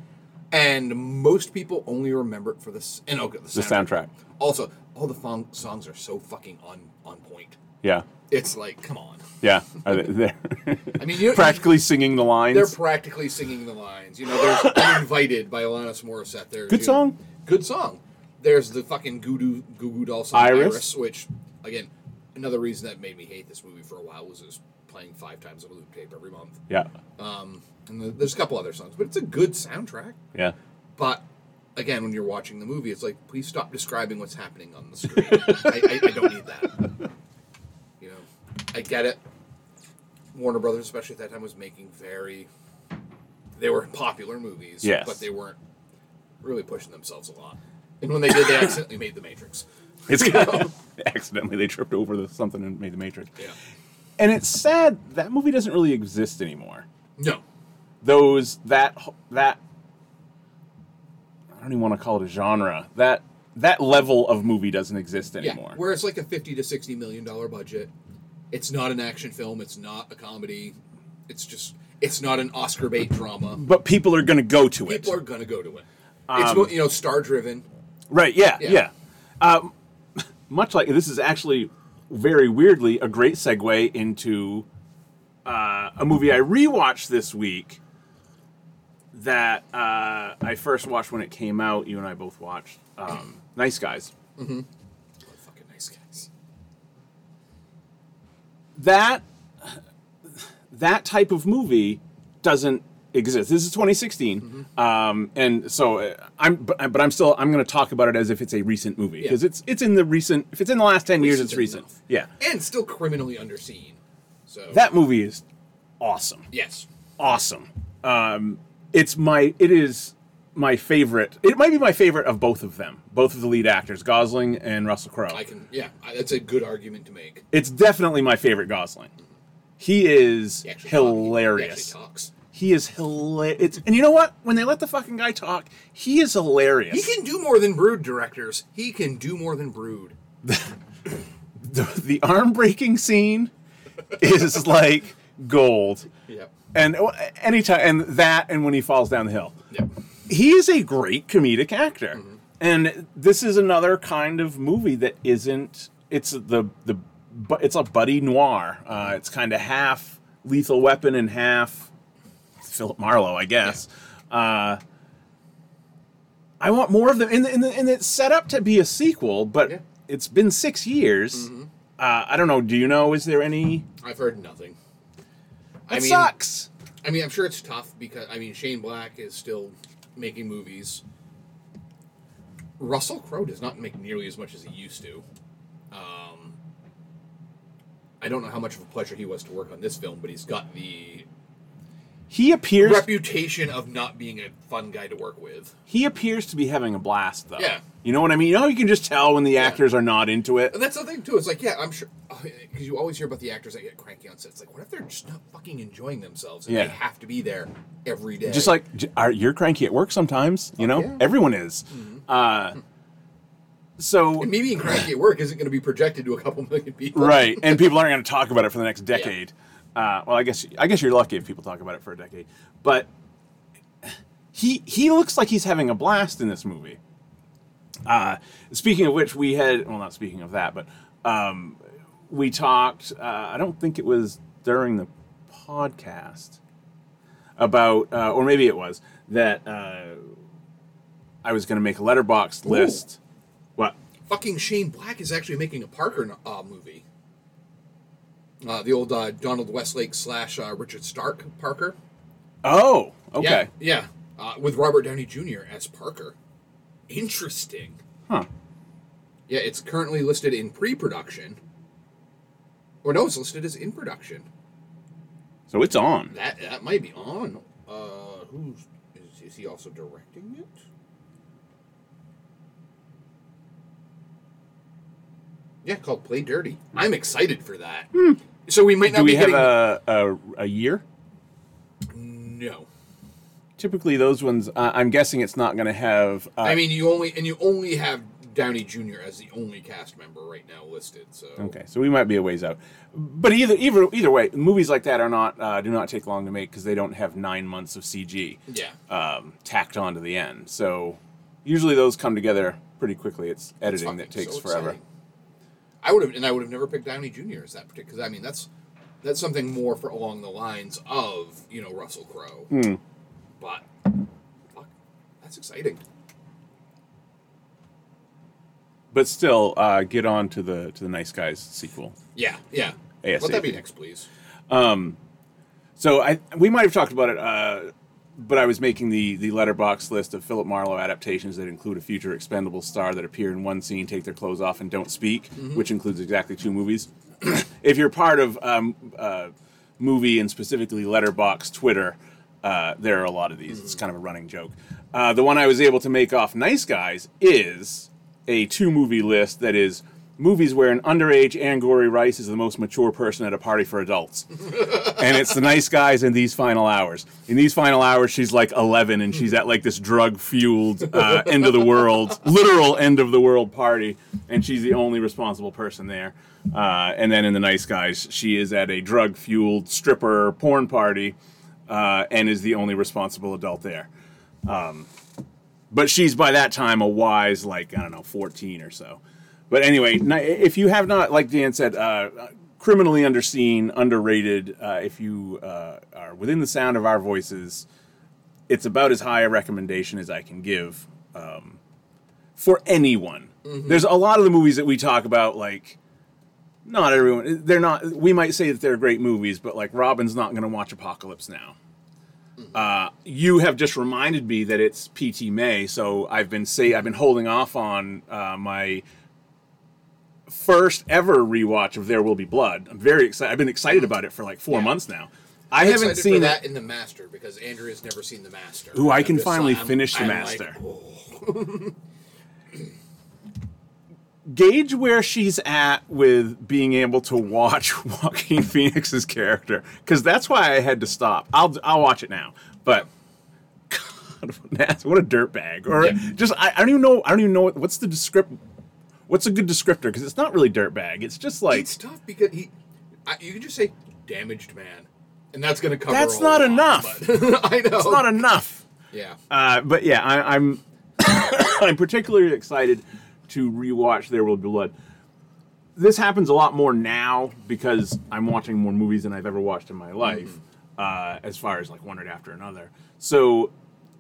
Speaker 6: And most people only remember it for the s- and okay, the,
Speaker 4: The
Speaker 6: soundtrack.
Speaker 4: soundtrack.
Speaker 6: Also, all the fong- songs are so fucking on on point.
Speaker 4: Yeah.
Speaker 6: It's like, come on.
Speaker 4: Yeah. Are they, they're
Speaker 6: I mean, you
Speaker 4: practically singing the lines.
Speaker 6: they're practically singing the lines. You know, there's I'm Invited by Alanis Morissette. There's,
Speaker 4: Good
Speaker 6: you-
Speaker 4: song.
Speaker 6: Good song. There's the fucking Goo Goo Goo Goo Doll song,
Speaker 4: Iris.
Speaker 6: Iris. which, again, another reason that made me hate this movie for a while was it was playing five times on a loop tape every month.
Speaker 4: yeah.
Speaker 6: Um, and the, there's a couple other songs, but it's a good soundtrack.
Speaker 4: Yeah.
Speaker 6: But again, when you're watching the movie, it's like, please stop describing what's happening on the screen. I, I, I don't need that. You know, I get it. Warner Brothers, especially at that time, was making very. They were popular movies,
Speaker 4: Yes.
Speaker 6: but they weren't really pushing themselves a lot. And when they did, they accidentally made The Matrix.
Speaker 4: It's kind of, accidentally they tripped over the something and made the Matrix.
Speaker 6: Yeah.
Speaker 4: And it's sad that movie doesn't really exist anymore.
Speaker 6: No.
Speaker 4: Those that that I don't even want to call it a genre. That that level of movie doesn't exist anymore.
Speaker 6: Yeah. Where it's like a 50 to 60 million dollar budget. It's not an action film. It's not a comedy. It's just. It's not an Oscar bait drama.
Speaker 4: but people are going to go to it.
Speaker 6: people are gonna go to it. It's
Speaker 4: Um,
Speaker 6: mo- you know star driven.
Speaker 4: Right. Yeah. Yeah.
Speaker 6: Yeah.
Speaker 4: Um, much like this is actually very weirdly a great segue into uh, a movie I rewatched this week that uh, I first watched when it came out. You and I both watched um, Nice Guys.
Speaker 6: Fucking nice guys.
Speaker 4: That that type of movie doesn't exist. This is 2016,
Speaker 6: Mm-hmm.
Speaker 4: um, and so uh, I'm but, but I'm still I'm going to talk about it as if it's a recent movie because
Speaker 6: Yeah.
Speaker 4: it's it's in the recent if it's in the last 10 years
Speaker 6: Recent
Speaker 4: it's recent.
Speaker 6: enough.
Speaker 4: Yeah.
Speaker 6: And still criminally underseen. So
Speaker 4: that movie is awesome
Speaker 6: yes,
Speaker 4: awesome um it's my it is my favorite it might be my favorite of both of them both of the lead actors gosling and russell crowe
Speaker 6: I can. Yeah, I, that's a good argument to make.
Speaker 4: it's definitely my favorite gosling he is
Speaker 6: He actually talk- he-
Speaker 4: hilarious
Speaker 6: He actually talks.
Speaker 4: he is hilarious and you know what when they let the fucking guy talk he is hilarious
Speaker 6: He can do more than Brood directors. He can do more than Brood.
Speaker 4: the, the arm breaking scene is like gold
Speaker 6: Yep.
Speaker 4: and uh, anytime and that and when he falls down the hill
Speaker 6: Yep.
Speaker 4: he is a great comedic actor and this is another kind of movie that isn't it's the the but it's a buddy noir uh, it's kind of half lethal weapon and half philip marlowe i guess uh, i want more of them and, and, and it's set up to be a sequel but
Speaker 6: Yeah.
Speaker 4: it's been six years uh, i don't know do you know is there any
Speaker 6: I've heard nothing.
Speaker 4: it sucks
Speaker 6: I mean, I'm sure it's tough because I mean Shane Black is still making movies. Russell Crowe does not make nearly as much as he used to. Um, I don't know how much of a pleasure he was to work on this film, but he's got the
Speaker 4: he appears
Speaker 6: reputation of not being a fun guy to work with.
Speaker 4: he appears to be having a blast though.
Speaker 6: Yeah.
Speaker 4: You know what I mean? You know how you can just tell when the actors are not into it.
Speaker 6: And that's the thing too. It's like, yeah, I'm sure because you always hear about the actors that get cranky on set. It's like, what if they're just not fucking enjoying themselves and
Speaker 4: Yeah.
Speaker 6: they have to be there every day?
Speaker 4: Just like j- are, you're cranky at work sometimes, you know?
Speaker 6: yeah. Mm-hmm.
Speaker 4: Everyone is. Uh, so
Speaker 6: and me being cranky at work isn't going to be projected to a couple million people,
Speaker 4: right, and people aren't going to talk about it for the next decade. Uh, well, I guess I guess you're lucky if people talk about it for a decade. But he he looks like he's having a blast in this movie. Uh, speaking of which, we had well, not speaking of that, but um, we talked. Uh, I don't think it was during the podcast about, uh, or maybe it was that uh, I was going to make a letterbox list. What?
Speaker 6: fucking Shane Black is actually making a Parker uh, movie. Uh, the old uh, Donald Westlake slash uh, Richard Stark Parker.
Speaker 4: Oh, okay.
Speaker 6: Yeah. yeah. Uh, with Robert Downey Jr. as Parker. Interesting.
Speaker 4: Huh.
Speaker 6: Yeah, it's currently listed in pre production. Or no, it's listed as in production.
Speaker 4: So it's on.
Speaker 6: That that might be on. Uh, who's. Is, is he also directing it? Yeah, called Play Dirty. I'm excited for that. So we might not
Speaker 4: Hmm. Do
Speaker 6: be
Speaker 4: we have
Speaker 6: getting.
Speaker 4: a, a a year?
Speaker 6: No.
Speaker 4: Typically, those ones. Uh, I'm guessing it's not going to have. Uh,
Speaker 6: I mean, you only and you only have Downey Jr. as the only cast member right now listed. So
Speaker 4: Okay, so we might be a ways out, but either either either way, movies like that are not uh, do not take long to make because they don't have nine months of CG
Speaker 6: yeah,
Speaker 4: um, tacked on to the end. So usually those come together pretty quickly. It's editing that
Speaker 6: Fucking
Speaker 4: takes
Speaker 6: so
Speaker 4: forever.
Speaker 6: exciting. I would have, and I would have never picked Downey Jr. as that particular. Because I mean, that's that's something more for along the lines of you know Russell Crowe.
Speaker 4: Hmm.
Speaker 6: But fuck, that's exciting.
Speaker 4: But still, uh, get on to the to the Nice Guys sequel.
Speaker 6: Yeah, yeah. Let that
Speaker 4: ASAP.
Speaker 6: be next, please.
Speaker 4: So I we might have talked about it, uh, but I was making the the letterbox list of Philip Marlowe adaptations that include a future expendable star that appear in one scene, take their clothes off, and don't speak, which includes exactly two movies. if you're part of um, uh, movie and specifically letterbox Twitter, uh, there are a lot of these. It's kind of a running joke. Uh, the one I was able to make off Nice Guys is a two movie list that is. Movies where an underage Angourie Rice is the most mature person at a party for adults and it's the nice guys in these final hours. In these final hours, she's like 11 and she's at like this drug fueled uh, end of the world, literal end of the world party, and she's the only responsible person there. Uh, and then in the nice guys, she is at a drug fueled stripper porn party uh, and is the only responsible adult there. Um, but she's by that time a wise, like, I don't know, 14 or so. But anyway, ni- if you have not, like Dan said, uh, criminally underseen, underrated, uh, if you uh, are within the sound of our voices, it's about as high a recommendation as I can give um, for anyone.
Speaker 6: Mm-hmm.
Speaker 4: There's a lot of the movies that we talk about, like, not everyone, they're not, we might say that they're great movies, but like, Robin's not going to watch Apocalypse Now.
Speaker 6: Mm-hmm.
Speaker 4: Uh, you have just reminded me that it's PT May, so I've been say I've been holding off on uh, my first ever rewatch of There Will Be Blood. I'm very excited. I've been excited about it for like four months now. I
Speaker 6: Mm-hmm. I'm
Speaker 4: haven't
Speaker 6: excited
Speaker 4: seen
Speaker 6: for
Speaker 4: that.
Speaker 6: that in the Master because Andrew has never seen the Master.
Speaker 4: Ooh, I
Speaker 6: I'm
Speaker 4: can
Speaker 6: just
Speaker 4: finally
Speaker 6: I'm-
Speaker 4: finish The
Speaker 6: I'm
Speaker 4: Master.
Speaker 6: Like, oh,
Speaker 4: gauge where she's at with being able to watch Joaquin Phoenix's character because that's why I had to stop. I'll I'll watch it now, but God, that's- what a dirtbag! Or
Speaker 6: Yeah.
Speaker 4: just I, I don't even know I don't even know what, what's the descript what's a good descriptor because it's not really dirtbag. It's just like
Speaker 6: it's tough because he, I, you can just say damaged man, and that's going to cover.
Speaker 4: That's
Speaker 6: all
Speaker 4: not
Speaker 6: the
Speaker 4: enough.
Speaker 6: lines, but- I know.
Speaker 4: it's not enough.
Speaker 6: yeah.
Speaker 4: Uh, but yeah, I, I'm I'm particularly excited to rewatch There Will Be Blood. This happens a lot more now because I'm watching more movies than I've ever watched in my life, uh, as far as like one right after another. So,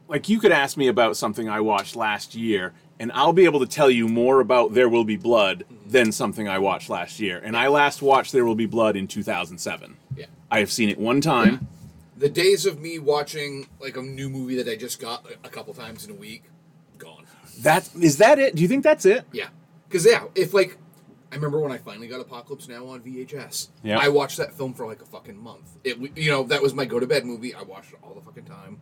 Speaker 4: like, you could ask me about something I watched last year, and I'll be able to tell you more about There Will Be Blood than something I watched last year. And I last watched There Will Be Blood in 2007.
Speaker 6: Yeah.
Speaker 4: I have seen it one time.
Speaker 6: The days of me watching like a new movie that I just got a- a couple times in a week, gone.
Speaker 4: That is that it? Do you think that's it?
Speaker 6: Yeah, because yeah, if like I remember when I finally got Apocalypse Now on VHS,
Speaker 4: Yeah.
Speaker 6: I watched that film for like a fucking month. It w- you know that was my go to bed movie. I watched it all the fucking time.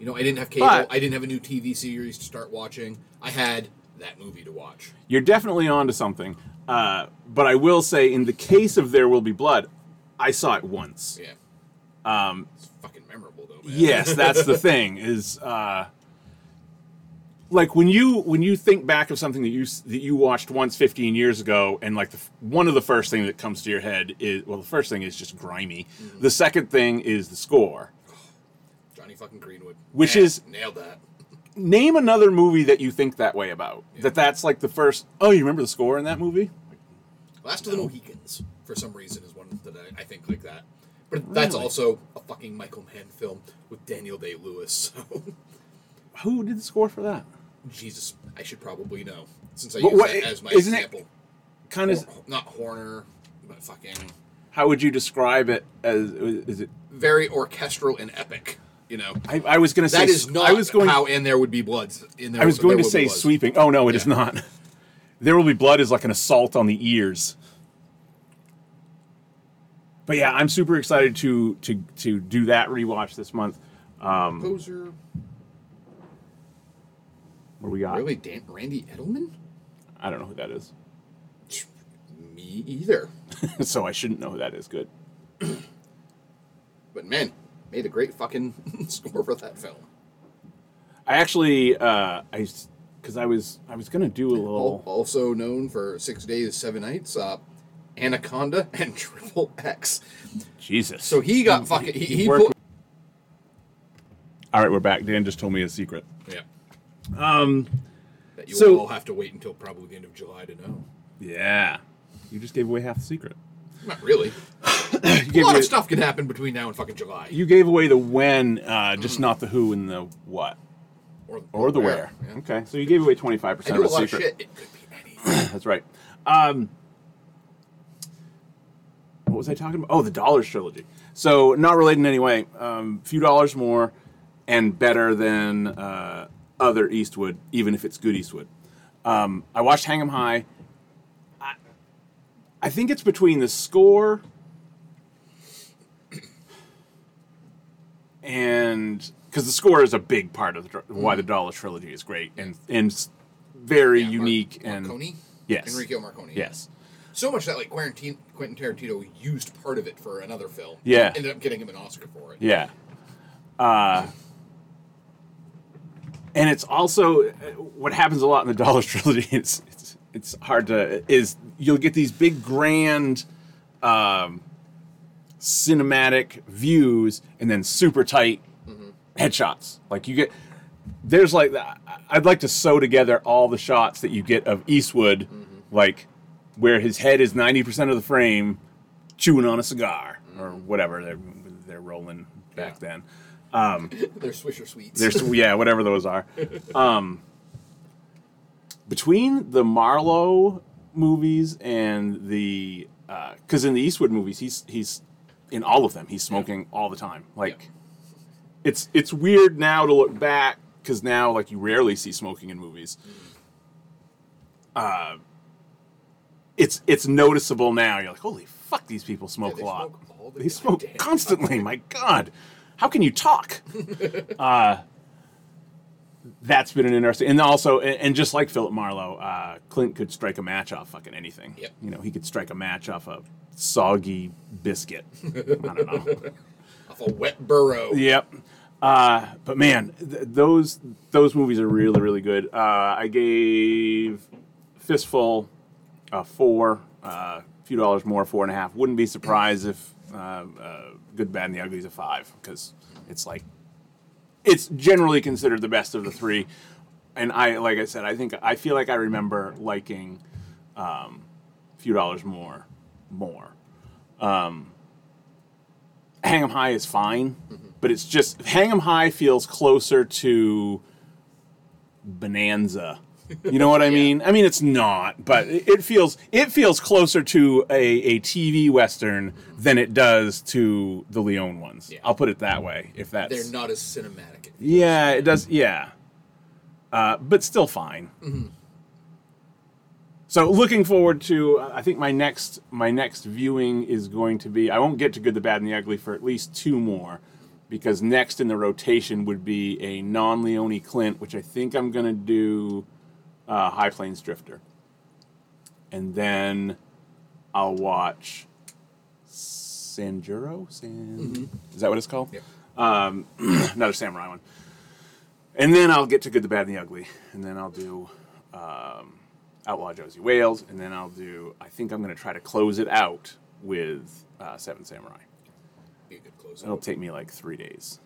Speaker 6: You know, I didn't have cable.
Speaker 4: But-
Speaker 6: I didn't have a new TV series to start watching. I had that movie to watch.
Speaker 4: you're definitely onto something. Uh, but I will say, in the case of There Will Be Blood, I saw it once.
Speaker 6: Yeah. Um,
Speaker 4: Um,
Speaker 6: it's fucking memorable though. Man.
Speaker 4: Yes, that's the thing. Is uh, like when you when you think back of something that you s- that you watched once 15 years ago, and like the, f- one of the first thing that comes to your head is well, the first thing is just grimy. The second thing is the score.
Speaker 6: Johnny fucking Greenwood,
Speaker 4: Which
Speaker 6: Yeah,
Speaker 4: is-
Speaker 6: nailed that.
Speaker 4: Name another movie that you think that way about. That that's like the first. Oh, you remember the score in that movie?
Speaker 6: Last of the Mohicans, for some reason, is one that I, I think like that. But that's also a fucking Michael Mann film with Daniel Day Lewis. So,
Speaker 4: Who did the score for that?
Speaker 6: Jesus, I should probably know since I
Speaker 4: But
Speaker 6: use
Speaker 4: what-
Speaker 6: that as my
Speaker 4: isn't it-
Speaker 6: example.
Speaker 4: Kind of.
Speaker 6: Hor- not Horner, but fucking
Speaker 4: How would you describe it? As is it
Speaker 6: very orchestral and epic. You know,
Speaker 4: I, I was going to say
Speaker 6: that is not
Speaker 4: I was going.
Speaker 6: how and there would be bloods in there.
Speaker 4: I was
Speaker 6: There
Speaker 4: going to
Speaker 6: Will Be
Speaker 4: say
Speaker 6: Bloods.
Speaker 4: sweeping. Oh no, it is
Speaker 6: Yeah.
Speaker 4: not. There will be blood is like an assault on the ears. But yeah, I'm super excited to to to do that rewatch this month.
Speaker 6: Composer,
Speaker 4: What do we got?
Speaker 6: really, Dan- Randy Edelman?
Speaker 4: I don't know who that is,
Speaker 6: Me either.
Speaker 4: so I shouldn't know who that is. Good.
Speaker 6: But man, made a great fucking score for that film.
Speaker 4: I actually uh, I s- because I was I was gonna do a
Speaker 6: Al-
Speaker 4: little.
Speaker 6: also known for six days, seven nights, uh, Anaconda and Triple X.
Speaker 4: Jesus.
Speaker 6: So he got fucking. He, he
Speaker 4: Work-
Speaker 6: put,
Speaker 4: All right, we're back. Dan just told me a secret.
Speaker 6: yeah.
Speaker 4: Um.
Speaker 6: That you
Speaker 4: So-
Speaker 6: will all have to wait until probably the end of July to know.
Speaker 4: Yeah. You just gave away half the secret.
Speaker 6: Not really.
Speaker 4: You
Speaker 6: A
Speaker 4: gave,
Speaker 6: lot
Speaker 4: away,
Speaker 6: of stuff can happen between now and fucking July.
Speaker 4: you gave away the when, uh, just not the who and the what or the where.
Speaker 6: yeah.
Speaker 4: Okay, so you gave away twenty five
Speaker 6: I
Speaker 4: percent
Speaker 6: do a
Speaker 4: of a
Speaker 6: lot
Speaker 4: secret.
Speaker 6: of shit. It could be anything.
Speaker 4: That's right. Um, what was I talking about? Oh, the Dollars trilogy. So not related in any way. Um, few dollars more and better than uh, other Eastwood, even if it's good Eastwood. Um, I watched Hang 'Em High. I, I think it's between the score and because the score is a big part of the, dr- why the Dollars trilogy is great and and s- very
Speaker 6: Yeah, Mar-
Speaker 4: unique and
Speaker 6: Marconi?
Speaker 4: Yes.
Speaker 6: Enrico Marconi. yeah.
Speaker 4: Yes.
Speaker 6: So much that like Quarantine, Quentin Tarantino used part of it for another film.
Speaker 4: Yeah.
Speaker 6: Ended up getting him an Oscar for it.
Speaker 4: Yeah. Uh, and it's also uh, what happens a lot in the Dollar Trilogy. It's, it's it's hard to is you'll get these big grand um, cinematic views and then super tight headshots. Like you get there's like I- I'd like to sew together all the shots that you get of Eastwood, like where his head is ninety percent of the frame, chewing on a cigar or whatever they're they're rolling back
Speaker 6: Yeah.
Speaker 4: then.
Speaker 6: They're Swisher Sweets.
Speaker 4: There's yeah, whatever those are. Um, between the Marlowe movies and the because in the Eastwood movies he's he's in all of them he's smoking all the time. Like
Speaker 6: Yeah.
Speaker 4: it's it's weird now to look back because now like you rarely see smoking in movies. Uh, it's it's noticeable now. You're like, holy fuck, these people smoke
Speaker 6: Yeah, they
Speaker 4: a lot.
Speaker 6: smoke all the
Speaker 4: they smoke
Speaker 6: goddamn time.
Speaker 4: constantly. My God, how can you talk? that's been an interesting and also and, and just like philip marlowe uh, clint could strike a match off fucking anything
Speaker 6: Yep.
Speaker 4: you know he could strike a match off a soggy biscuit i don't know
Speaker 6: Off a wet burrow.
Speaker 4: yep uh, but man th- those those movies are really really good uh, i gave fistful uh, four uh, a few dollars more four and a half wouldn't be surprised if uh, uh, good bad and the ugly is a five because it's like it's generally considered the best of the three. And I, like I said, I think I feel like I remember liking um, a few dollars more, more. Um, Hang 'em High is fine,
Speaker 6: Mm-hmm.
Speaker 4: but it's just Hang 'em High feels closer to Bonanza. You know what I mean? I mean it's not, but it it feels it feels closer to a, a TV western than it does to the Leone ones.
Speaker 6: Yeah.
Speaker 4: I'll put it that way. If that's
Speaker 6: They're not as cinematic.
Speaker 4: yeah, it does. Yeah, uh, but still fine. So looking forward to. uh, I think my next my next viewing is going to be. I won't get to Good, the Bad, and the Ugly for at least two more, because next in the rotation would be a non Leone Clint, which I think I'm gonna do uh, High Plains Drifter, and then I'll watch. Sanjuro, San... is that what it's called? Um,
Speaker 6: Yep.
Speaker 4: another samurai one. And then I'll get to Good, the Bad, and the Ugly. And then I'll do um, Outlaw Josie Wales. And then I'll do, I think I'm going to try to close it out with uh, Seven Samurai.
Speaker 6: Be a good close.
Speaker 4: It'll take me like three days.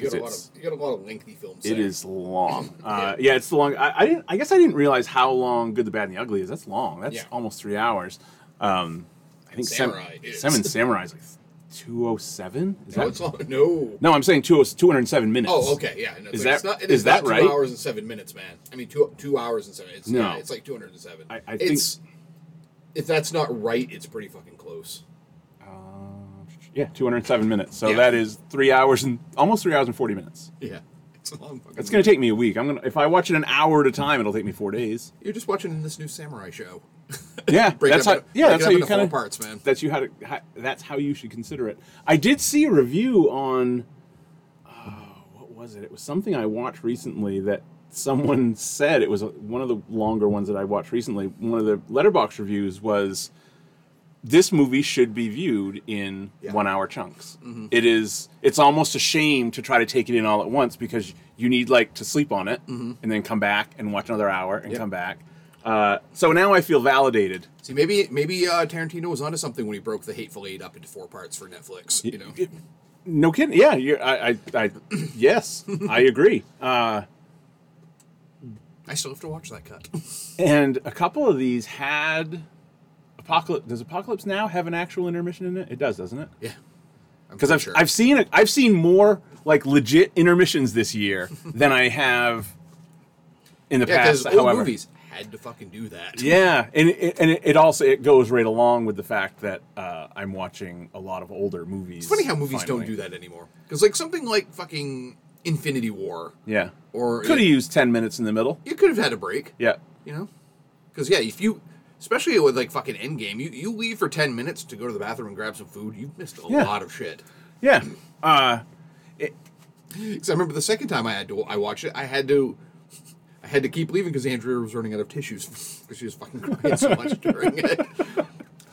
Speaker 6: You
Speaker 4: Oh, 'Cause
Speaker 6: got a lot
Speaker 4: it's-
Speaker 6: of you got a lot of lengthy films.
Speaker 4: It
Speaker 6: there.
Speaker 4: is long. Uh, yeah. it's the long. I, I didn't. I guess I didn't realize how long Good, the Bad, and the Ugly is. That's long. That's
Speaker 6: Yeah.
Speaker 4: almost three hours. Um, I think
Speaker 6: Samurai
Speaker 4: Seven,
Speaker 6: is.
Speaker 4: Seven Samurai is like two oh seven. Is
Speaker 6: No,
Speaker 4: that?
Speaker 6: it's not, no.
Speaker 4: no, I'm saying 20- 207 minutes.
Speaker 6: Oh, okay, yeah. No, it's
Speaker 4: Is that-
Speaker 6: like, it's not, it
Speaker 4: is that
Speaker 6: not
Speaker 4: right?
Speaker 6: Two hours and seven minutes, man. I mean, two two hours and seven. It's,
Speaker 4: No.
Speaker 6: yeah, it's like two hundred and seven.
Speaker 4: I- I
Speaker 6: it's, if that's not right, it's pretty fucking close.
Speaker 4: Yeah, 207 minutes. So
Speaker 6: Yeah.
Speaker 4: that is three hours and almost three hours and 40 minutes.
Speaker 6: Yeah, it's a long fucking.
Speaker 4: It's going to take me a week. I'm gonna if I watch it an hour at a time, it'll take me four days.
Speaker 6: You're just watching this new samurai show.
Speaker 4: Yeah,
Speaker 6: Break
Speaker 4: that's
Speaker 6: it up,
Speaker 4: how.
Speaker 6: into-
Speaker 4: Yeah,
Speaker 6: break
Speaker 4: that's
Speaker 6: it
Speaker 4: how
Speaker 6: up
Speaker 4: you
Speaker 6: into
Speaker 4: kind of
Speaker 6: four parts, man.
Speaker 4: That's you how to. How, that's how you should consider it. I did see a review on. Oh, what was it? It was something I watched recently that someone said it was one of the longer ones that I watched recently. One of the letterbox reviews was. This movie should be viewed in
Speaker 6: Yeah.
Speaker 4: one-hour chunks. It is. It's almost a shame to try to take it in all at once because you need like to sleep on it and then come back and watch another hour and come back. Uh, so now I feel validated.
Speaker 6: See, maybe maybe uh, Tarantino was onto something when he broke the Hateful Eight up into four parts for Netflix. You know,
Speaker 4: No kidding. Yeah, you're, I, I, I, yes, I agree. Uh,
Speaker 6: I still have to watch that cut.
Speaker 4: and a couple of these had apocalypse. Does Apocalypse Now have an actual intermission in it? It does, doesn't it?
Speaker 6: yeah, I'm
Speaker 4: because
Speaker 6: pretty
Speaker 4: I've, I've seen it. I've seen more like legit intermissions this year than I have in the
Speaker 6: yeah, because
Speaker 4: past.
Speaker 6: old
Speaker 4: However,
Speaker 6: movies had to fucking do that.
Speaker 4: yeah, and it, and it, it also it goes right along with the fact that uh, I'm watching a lot of older movies.
Speaker 6: It's funny how movies don't
Speaker 4: finally.
Speaker 6: do that anymore. Because like something like fucking Infinity War,
Speaker 4: Yeah,
Speaker 6: Or-
Speaker 4: could have used ten minutes in the middle.
Speaker 6: you could have had a break.
Speaker 4: Yeah,
Speaker 6: You know, because yeah, if you especially with like fucking Endgame, you you leave for ten minutes to go to the bathroom and grab some food, you missed a
Speaker 4: Yeah.
Speaker 6: lot of shit.
Speaker 4: yeah. Uh,
Speaker 6: Because I remember the second time I had to I watched it, I had to. I had to keep leaving because Andrea was running out of tissues because she was fucking crying so much during it.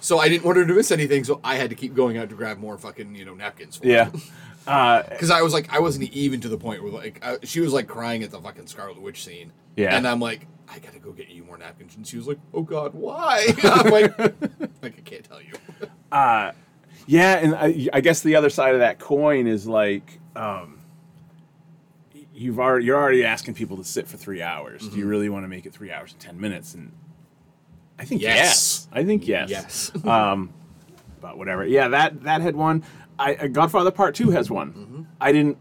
Speaker 6: So I didn't want her to miss anything, so I had to keep going out to grab more fucking you know napkins. For
Speaker 4: yeah.
Speaker 6: because I was like, I wasn't even to the point where like I, she was like crying at the fucking Scarlet Witch scene.
Speaker 4: Yeah.
Speaker 6: and I'm like, I gotta go get you more napkins, and she was like, Oh God, why? I'm like, like I can't tell you.
Speaker 4: Yeah, and I, I guess the other side of that coin is like um, you've already you're already asking people to sit for three hours. Do
Speaker 6: Mm-hmm.
Speaker 4: you really want to make it three hours and ten minutes? And I think yes,
Speaker 6: Yes.
Speaker 4: I think yes,
Speaker 6: Yes.
Speaker 4: but whatever. Yeah, that that had one. I uh, Godfather Part Two has one.
Speaker 6: Mm-hmm.
Speaker 4: I didn't.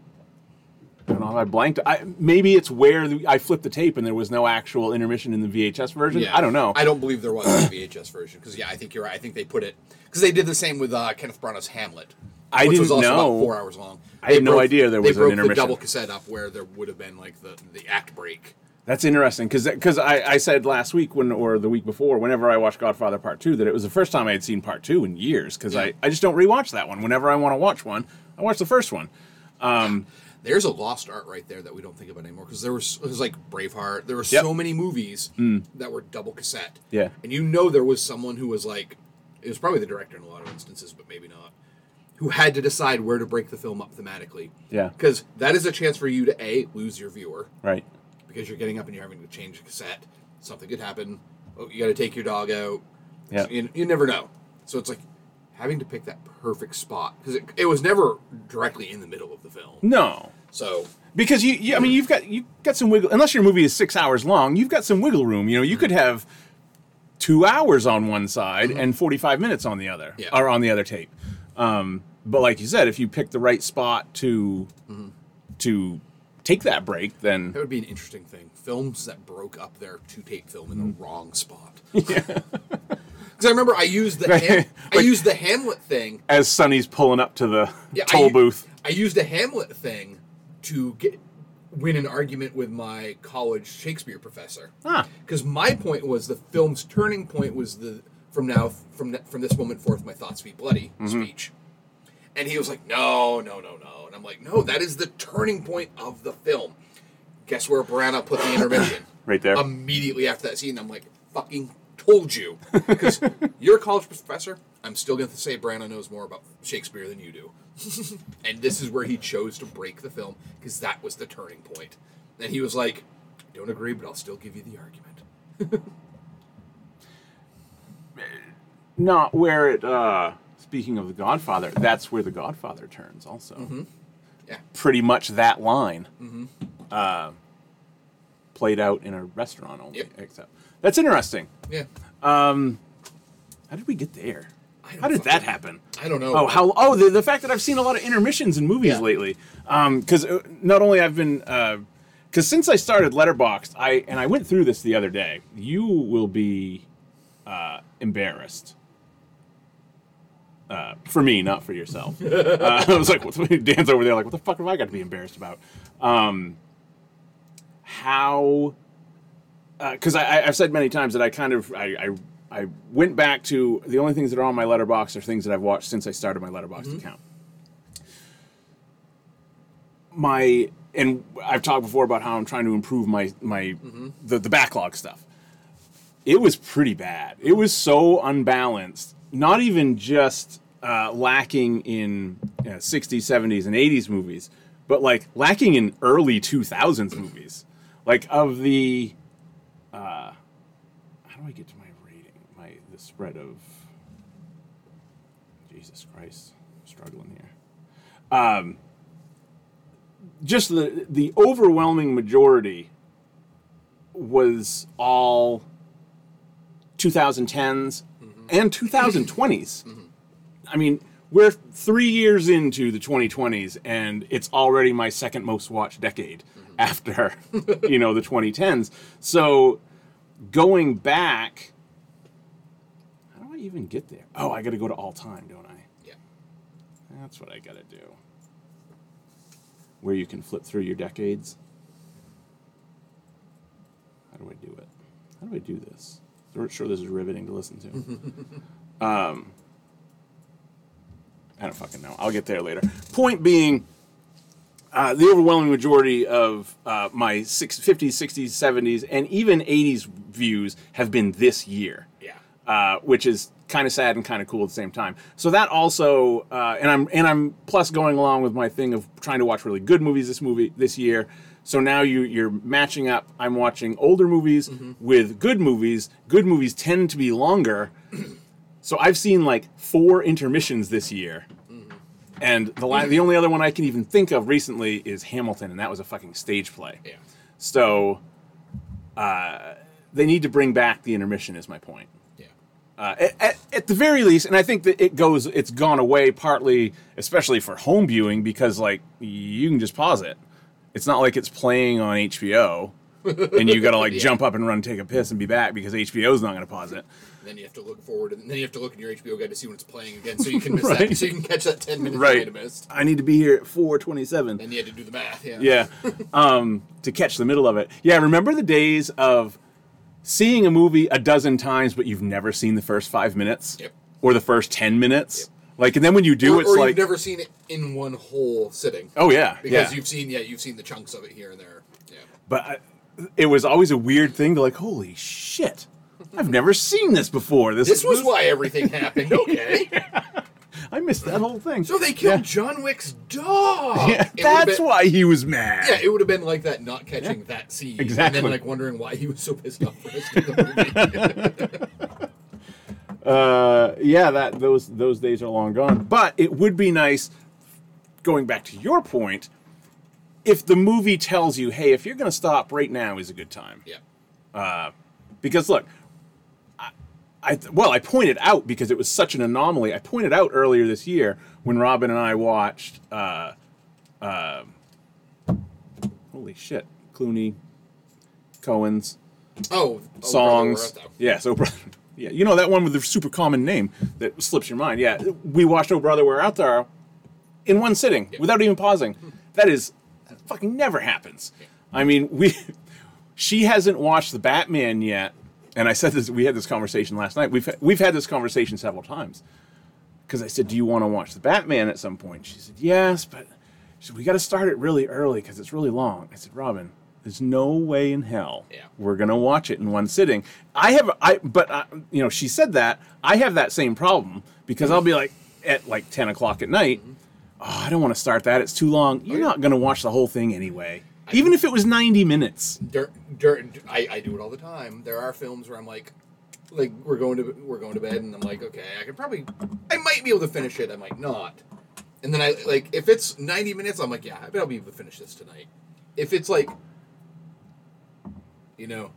Speaker 4: I don't know if I blanked. I, maybe it's where the, I flipped the tape and there was no actual intermission in the VHS version. I don't know.
Speaker 6: I don't believe there was a VHS version because yeah, I think you're right. I think they put it because they did the same with uh, Kenneth Branagh's Hamlet.
Speaker 4: I
Speaker 6: which
Speaker 4: didn't
Speaker 6: was also
Speaker 4: know.
Speaker 6: About four hours long.
Speaker 4: I had no idea there
Speaker 6: they
Speaker 4: was an
Speaker 6: broke the
Speaker 4: intermission.
Speaker 6: double cassette up where there would have been like the the act break.
Speaker 4: That's interesting because because I, I said last week when or the week before whenever I watched Godfather Part Two that it was the first time I had seen Part Two in years because I,
Speaker 6: Yeah.
Speaker 4: I just don't rewatch that one. Whenever I want to watch one, I watch the first one.
Speaker 6: There's a lost art right there that we don't think about anymore because there was, it was like Braveheart. There were
Speaker 4: Yep. Mm.
Speaker 6: so many movies that were double cassette.
Speaker 4: Yeah.
Speaker 6: and you know there was someone who was like, it was probably the director in a lot of instances, but maybe not, who had to decide where to break the film up thematically.
Speaker 4: Yeah.
Speaker 6: because that is a chance for you to a lose your viewer
Speaker 4: Right.
Speaker 6: because you're getting up and you're having to change the cassette. Something could happen. Oh, you got to take your dog out.
Speaker 4: Yeah.
Speaker 6: You, you never know. So it's like having to pick that perfect spot because it, it was never directly in the middle of the film.
Speaker 4: No,
Speaker 6: So
Speaker 4: because you, you I mean you've got you've got some wiggle unless your movie is six hours long. You've got some wiggle room. You know
Speaker 6: Mm-hmm.
Speaker 4: you could have two hours on one side and forty five minutes on the other
Speaker 6: Yeah.
Speaker 4: or on the other tape. Um, but like you said, if you pick the right spot to
Speaker 6: Mm-hmm.
Speaker 4: to take that break, then
Speaker 6: that would be an interesting thing. Films that broke up their two tape film in
Speaker 4: Mm.
Speaker 6: the wrong spot. Because I remember I used the Ham- I used the Hamlet thing
Speaker 4: as Sonny's pulling up to the
Speaker 6: Yeah,
Speaker 4: toll
Speaker 6: I, u-
Speaker 4: booth.
Speaker 6: I used a Hamlet thing to get win an argument with my college Shakespeare professor.
Speaker 4: Ah.
Speaker 6: Because my point was the film's turning point was the from now from th- from this moment forth my thoughts be bloody
Speaker 4: Mm-hmm.
Speaker 6: speech. And he was like, "No, no, no, no." And I'm like, "No, that is the turning point of the film." Guess where Brana put the intermission?
Speaker 4: Right there.
Speaker 6: Immediately after that scene, I'm like, "Fucking told you." Because you're a college professor. I'm still going to say Brana knows more about Shakespeare than you do. and this is where he chose to break the film because that was the turning point. And he was like, "I don't agree, but I'll still give you the argument."
Speaker 4: Not where it. Uh, speaking of the Godfather, that's where the Godfather turns. Also,
Speaker 6: Mm-hmm. Yeah. Mm-hmm.
Speaker 4: pretty much that line uh, played out in a restaurant only.
Speaker 6: Yep.
Speaker 4: Except that's interesting.
Speaker 6: Yeah.
Speaker 4: How did we get there?
Speaker 6: I don't
Speaker 4: How did that
Speaker 6: fucking-
Speaker 4: happen?
Speaker 6: I don't know.
Speaker 4: Oh, how? Oh, the, the fact that I've seen a lot of intermissions in movies
Speaker 6: Yeah.
Speaker 4: lately. Because uh not only I've been, because since I started Letterboxd, I and I went through this the other day. You will be uh, embarrassed. Uh, for me, not for yourself. uh, I was like, what, the- Dan's over there, like, what the fuck have I got to be embarrassed about? Um, how? Because Uh, I I, I've said many times that I kind of I, I I went back to the only things that are on my letterbox are things that I've watched since I started my letterbox account. My and I've talked before about how I'm trying to improve my my the, the backlog stuff. It was pretty bad. It was so unbalanced. Not uh, even just uh, lacking in you know, 60s, 70s, and 80s movies, but like lacking in early 2000s movies. Like of the uh how do I get to my rating? My the spread of Jesus Christ, I'm struggling here. Um just the the overwhelming majority was all 2010s and 2020s. I mean, we're three years into the 2020s, and it's already my second most watched decade after, you know, the 2010s. So going back, how do I even get there? Oh, I got to go to all time, don't I?
Speaker 6: Yeah.
Speaker 4: That's what I got to do. Where you can flip through your decades. How do I do it? How do I do this? I'm sure this is riveting to listen to. um, I don't fucking know. I'll get there later. Point being, uh, the overwhelming majority of uh, my six, 50s, 60s, 70s, and even 80s views have been this year
Speaker 6: Yeah.
Speaker 4: uh, which is kind of sad and kind of cool at the same time. So that also, uh, and I'm and I'm plus going along with my thing of trying to watch really good movies this movie this year. So now you you're matching up. I'm watching older movies with good movies. Good movies tend to be longer. so I've seen like four intermissions this year. And the la- the only other one I can even think of recently is Hamilton, and that was a fucking stage play.
Speaker 6: Yeah.
Speaker 4: So uh, they need to bring back the intermission. Is my point
Speaker 6: Yeah.
Speaker 4: uh, at- at, at the very least, and I think that it goes, it's gone away partly, especially for home viewing, because like you can just pause it. It's not like it's playing on HBO, and you got to like jump up and run, take a piss, and be back because HBO's not going to pause it.
Speaker 6: Then you have to look forward, and then you have to look in your HBO guide to see when it's playing again, so you can miss
Speaker 4: Right.
Speaker 6: that, so you can catch that ten minutes you might have missed.
Speaker 4: I need to be here at four twenty-seven.
Speaker 6: Then you had to do the math. Yeah.
Speaker 4: yeah um to catch the middle of it yeah remember the days of seeing a movie a dozen times but you've never seen the first five minutes
Speaker 6: Yep.
Speaker 4: or the first ten minutes like and then when you do
Speaker 6: Or,
Speaker 4: it's
Speaker 6: or
Speaker 4: like
Speaker 6: you've never seen it in one whole sitting.
Speaker 4: oh yeah
Speaker 6: Because
Speaker 4: yeah.
Speaker 6: you've seen yeah you've seen the chunks of it here and there. Yeah.
Speaker 4: but I, it was always a weird thing to like holy shit i've never seen this before this,
Speaker 6: This was
Speaker 4: this-
Speaker 6: why everything happened. Okay.
Speaker 4: i missed that whole thing
Speaker 6: So they killed
Speaker 4: Yeah.
Speaker 6: John Wick's dog.
Speaker 4: yeah,
Speaker 6: It would've
Speaker 4: that's
Speaker 6: been-
Speaker 4: why he was mad
Speaker 6: Yeah, it would have been like that, not catching that scene, and
Speaker 4: Exactly.
Speaker 6: then like wondering why he was so pissed off. For the rest of the movie.
Speaker 4: uh, yeah, that those those days are long gone. But it would be nice, going back to your point, if the movie tells you, hey, if you're going to stop right now, is a good time.
Speaker 6: yeah.
Speaker 4: Because look, I, I well, I pointed out because it was such an anomaly. I pointed out earlier this year when Robin and I watched. Uh, uh, um, holy shit, Clooney, Cohen's
Speaker 6: Oh, oh,
Speaker 4: songs.
Speaker 6: Brother, Where Art Thou?
Speaker 4: yeah, so Bro- yeah, you know that one with the super common name that slips your mind. Yeah, we watched Oh Brother Where Art Thou in one sitting without even pausing. That is that fucking never happens. I mean, we she hasn't watched the Batman yet, and I said this. We had this conversation last night. We've we've had this conversation several times because I said, "Do you want to watch the Batman at some point?" She said, "Yes, but she said, we got to start it really early because it's really long." I said, "Robin, there's no way in hell
Speaker 6: Yeah.
Speaker 4: we're gonna watch it in one sitting." I have, I but I, you know, she said that I have that same problem because I'll be like at like ten o'clock at night. Oh, I don't want to start that; it's too long. You're not gonna watch the whole thing anyway, even if it was ninety minutes.
Speaker 6: Dur- dur- I, I do it all the time. There are films where I'm like, like we're going to we're going to bed, and I'm like, okay, I could probably, I might be able to finish it. I might not. And then I like if it's 90 minutes, I'm like, yeah, I bet I'll be able to finish this tonight. If it's like, you know,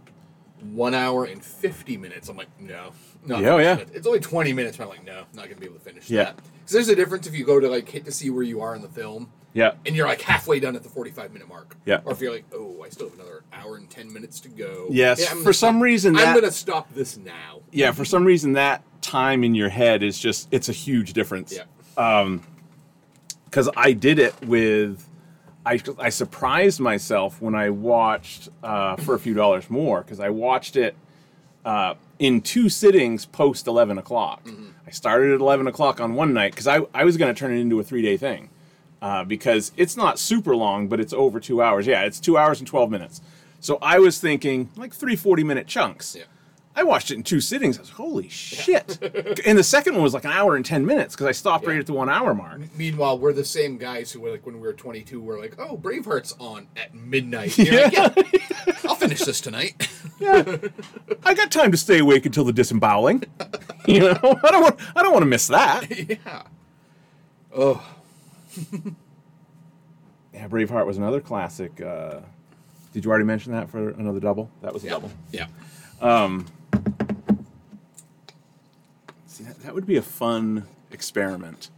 Speaker 6: one hour and 50 minutes, I'm like, no, no.
Speaker 4: Yeah, oh, yeah.
Speaker 6: It's only 20 minutes, but I'm like, no, not gonna be able to finish
Speaker 4: Yeah.
Speaker 6: that. Because there's a difference if you go to like hit to see where you are in the film
Speaker 4: Yeah,
Speaker 6: and you're like halfway done at the 45 minute mark.
Speaker 4: Yeah.
Speaker 6: Or if you're like, oh, I still have another hour and 10 minutes to go.
Speaker 4: Yes,
Speaker 6: I'm
Speaker 4: for
Speaker 6: gonna
Speaker 4: some
Speaker 6: stop-
Speaker 4: reason
Speaker 6: I'm
Speaker 4: that-
Speaker 6: going to stop this now.
Speaker 4: yeah. For some reason, that time in your head is just—it's a huge difference.
Speaker 6: Yeah.
Speaker 4: because I did it with. I, I surprised myself when I watched uh, for a few dollars more because I watched it uh, in two sittings post eleven o'clock.
Speaker 6: Mm-hmm.
Speaker 4: I started at eleven o'clock on one night because I, I was going to turn it into a three day thing uh, because it's not super long but it's over two hours. Yeah, it's two hours and twelve minutes. So I was thinking like three 40 minute chunks.
Speaker 6: Yeah.
Speaker 4: I watched it in two sittings. I was like, holy shit. and the second one was like an hour and 10 minutes because I stopped right
Speaker 6: Yeah.
Speaker 4: at the one hour mark.
Speaker 6: Meanwhile, we're the same guys who were like when we were 22, we're like, oh, Braveheart's on at midnight. You're like, yeah. I'll finish this tonight.
Speaker 4: I got time to stay awake until the disemboweling. you know, I don't want I don't want to miss that.
Speaker 6: yeah.
Speaker 4: Yeah, Braveheart was another classic. Uh, did you already mention that for another double? That was a double.
Speaker 6: Yeah.
Speaker 4: See, that, that would be a fun experiment.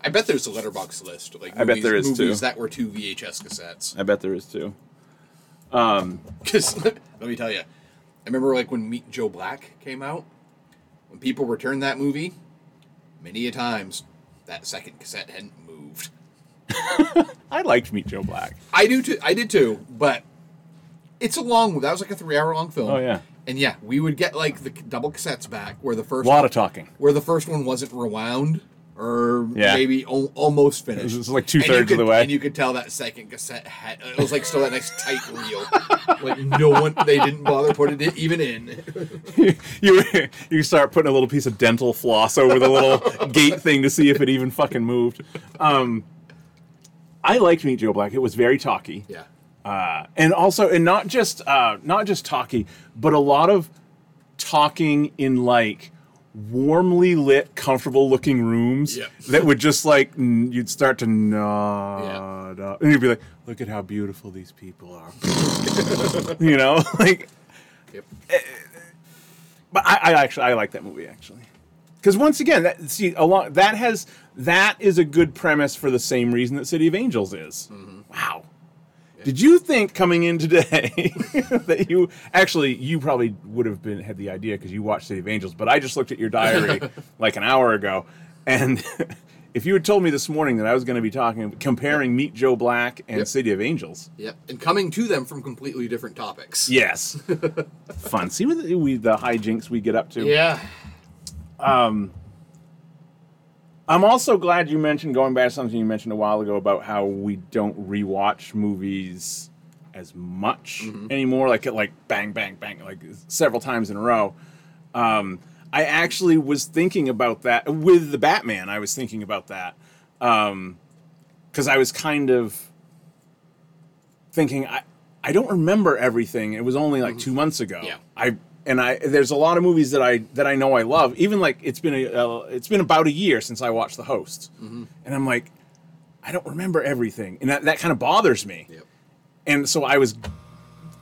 Speaker 6: I bet there's a letterbox list. Like
Speaker 4: I bet
Speaker 6: movies-
Speaker 4: there is, too.
Speaker 6: movies that were two VHS cassettes.
Speaker 4: I bet there is too.
Speaker 6: Because let me tell you, I remember like when Meet Joe Black came out, when people returned that movie, many a times that second cassette hadn't moved.
Speaker 4: I liked Meet Joe Black.
Speaker 6: I do too. I did too, but it's a long. That was like a three-hour-long film.
Speaker 4: Oh, yeah.
Speaker 6: And yeah, we would get like the c- double cassettes back where the
Speaker 4: A
Speaker 6: first
Speaker 4: lot of talking.
Speaker 6: where the first one wasn't rewound or
Speaker 4: Yeah.
Speaker 6: maybe al- almost finished.
Speaker 4: It was like
Speaker 6: And you
Speaker 4: two-thirds of
Speaker 6: could-
Speaker 4: the way.
Speaker 6: and you could tell that second cassette had it was like still that nice tight reel. like no one, they didn't bother putting it even in.
Speaker 4: you you start putting a little piece of dental floss over the little gate thing to see if it even fucking moved. Um, I liked Meet Joe Black. It was very talky.
Speaker 6: Yeah.
Speaker 4: uh, and also and not just uh, not just talky, but a lot of talking in like warmly lit, comfortable looking rooms
Speaker 6: Yep.
Speaker 4: that would just like n- you'd start to nod, up, and you'd be like, "Look at how beautiful these people are," you know, like.
Speaker 6: Yep.
Speaker 4: But I, I actually I like that movie actually. Because once again, that see along that has that is a good premise for the same reason that City of Angels is.
Speaker 6: Mm-hmm.
Speaker 4: Wow. Did you think coming in today that you actually you probably would have been had the idea because you watched City of Angels, but I just looked at your diary like an hour ago, and if you had told me this morning that I was going to be talking comparing Meet Joe Black and
Speaker 6: Yep.
Speaker 4: City of Angels,
Speaker 6: Yep. And coming to them from completely different topics.
Speaker 4: yes, fun. See what the, we, the hijinks we get up to.
Speaker 6: Yeah.
Speaker 4: I'm also glad you mentioned going back to something you mentioned a while ago about how we don't rewatch movies as much anymore. Like like bang bang bang like several times in a row. Um, I actually was thinking about that with the Batman. I was thinking about that because I was kind of thinking I I don't remember everything. It was only like two months ago.
Speaker 6: Yeah.
Speaker 4: I and I there's a lot of movies that I that I know I love. Even like it's been a uh, it's been about a year since I watched The Host, and I'm like I don't remember everything, and that that kind of bothers me
Speaker 6: Yep.
Speaker 4: and so I was,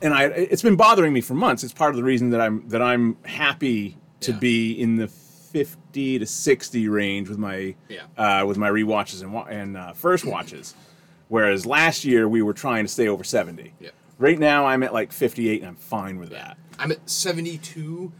Speaker 4: and I it's been bothering me for months. It's part of the reason that I'm that I'm happy to
Speaker 6: Yeah.
Speaker 4: be in the fifty to sixty range with my
Speaker 6: Yeah.
Speaker 4: uh, with my rewatches and wa- and uh, first watches, whereas last year we were trying to stay over seventy.
Speaker 6: Yeah.
Speaker 4: Right now I'm at like fifty eight and I'm fine with that.
Speaker 6: I'm at 72,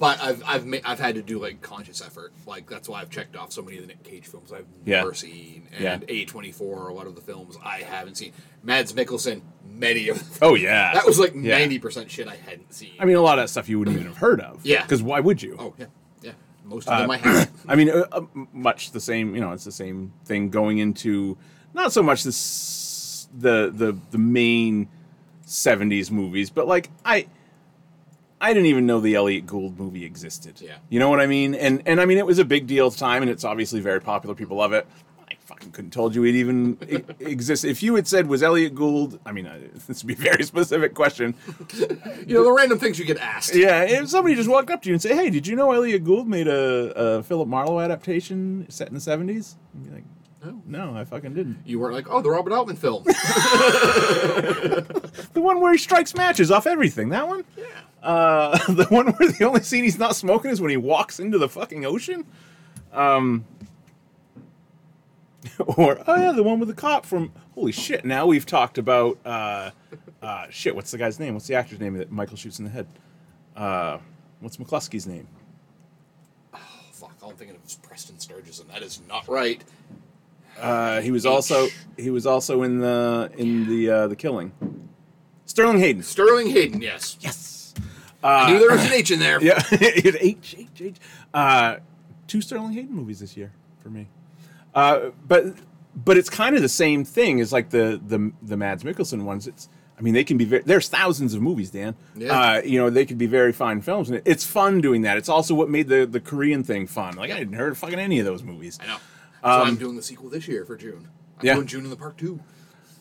Speaker 6: but I've I've ma- I've had to do like conscious effort. Like that's why I've checked off so many of the Nick Cage films I've
Speaker 4: Yeah.
Speaker 6: never seen,
Speaker 4: Yeah.
Speaker 6: and A24 are a lot of the films I haven't seen. Mads Mikkelsen, many of them.
Speaker 4: Oh yeah,
Speaker 6: that was like
Speaker 4: Yeah.
Speaker 6: ninety percent shit I hadn't seen.
Speaker 4: I mean, a lot of that stuff you wouldn't even have heard of.
Speaker 6: Yeah.
Speaker 4: Because why would you?
Speaker 6: oh yeah, yeah, most of them I haven't.
Speaker 4: I mean, uh, uh, m- much the same. You know, it's the same thing going into not so much this the the the main '70s movies, but like I. I didn't even know the Elliot Gould movie existed.
Speaker 6: Yeah.
Speaker 4: You know what I mean? And and I mean it was a big deal at the time and it's obviously very popular. People love it. I fucking couldn't told you it even e- existed. If you had said was Elliot Gould, I mean, uh, this would be a very specific question.
Speaker 6: You know the random things you get asked.
Speaker 4: Yeah, if somebody just walked up to you and say, "Hey, did you know Elliot Gould made a, a Philip Marlowe adaptation set in the 70s? You'd be like,
Speaker 6: No.
Speaker 4: "No, I fucking didn't."
Speaker 6: You weren't like, oh, the Robert Altman film.
Speaker 4: The one where he strikes matches off everything. That one. Yeah. Uh, the one where the only scene he's not smoking is when he walks into the fucking ocean. Um. Or oh yeah, the one with the cop from holy shit. Now we've talked about uh, uh, shit. What's the guy's name? What's the actor's name that Michael shoots in the head? Uh, what's McCluskey's name?
Speaker 6: Fuck, all I'm thinking of is Preston Sturges, and that is not right.
Speaker 4: Uh, he was also he was also in the in the uh, the killing. Sterling Hayden.
Speaker 6: Sterling Hayden, yes.
Speaker 4: Yes.
Speaker 6: I knew there was an H in there.
Speaker 4: Uh, Yeah. He had H H H. Uh, two Sterling Hayden movies this year for me. Uh, but but it's kind of the same thing as like the the the Mads Mikkelsen ones. It's I mean, they can be very, there's thousands of movies, Dan.
Speaker 6: Yeah.
Speaker 4: Uh, you know, they could be very fine films. And it, it's fun doing that. It's also what made the, the Korean thing fun. Like, I hadn't heard of fucking any of those movies.
Speaker 6: I know. So I'm doing the sequel this year for June. I'm
Speaker 4: Um, Yeah.
Speaker 6: doing June in the Park too.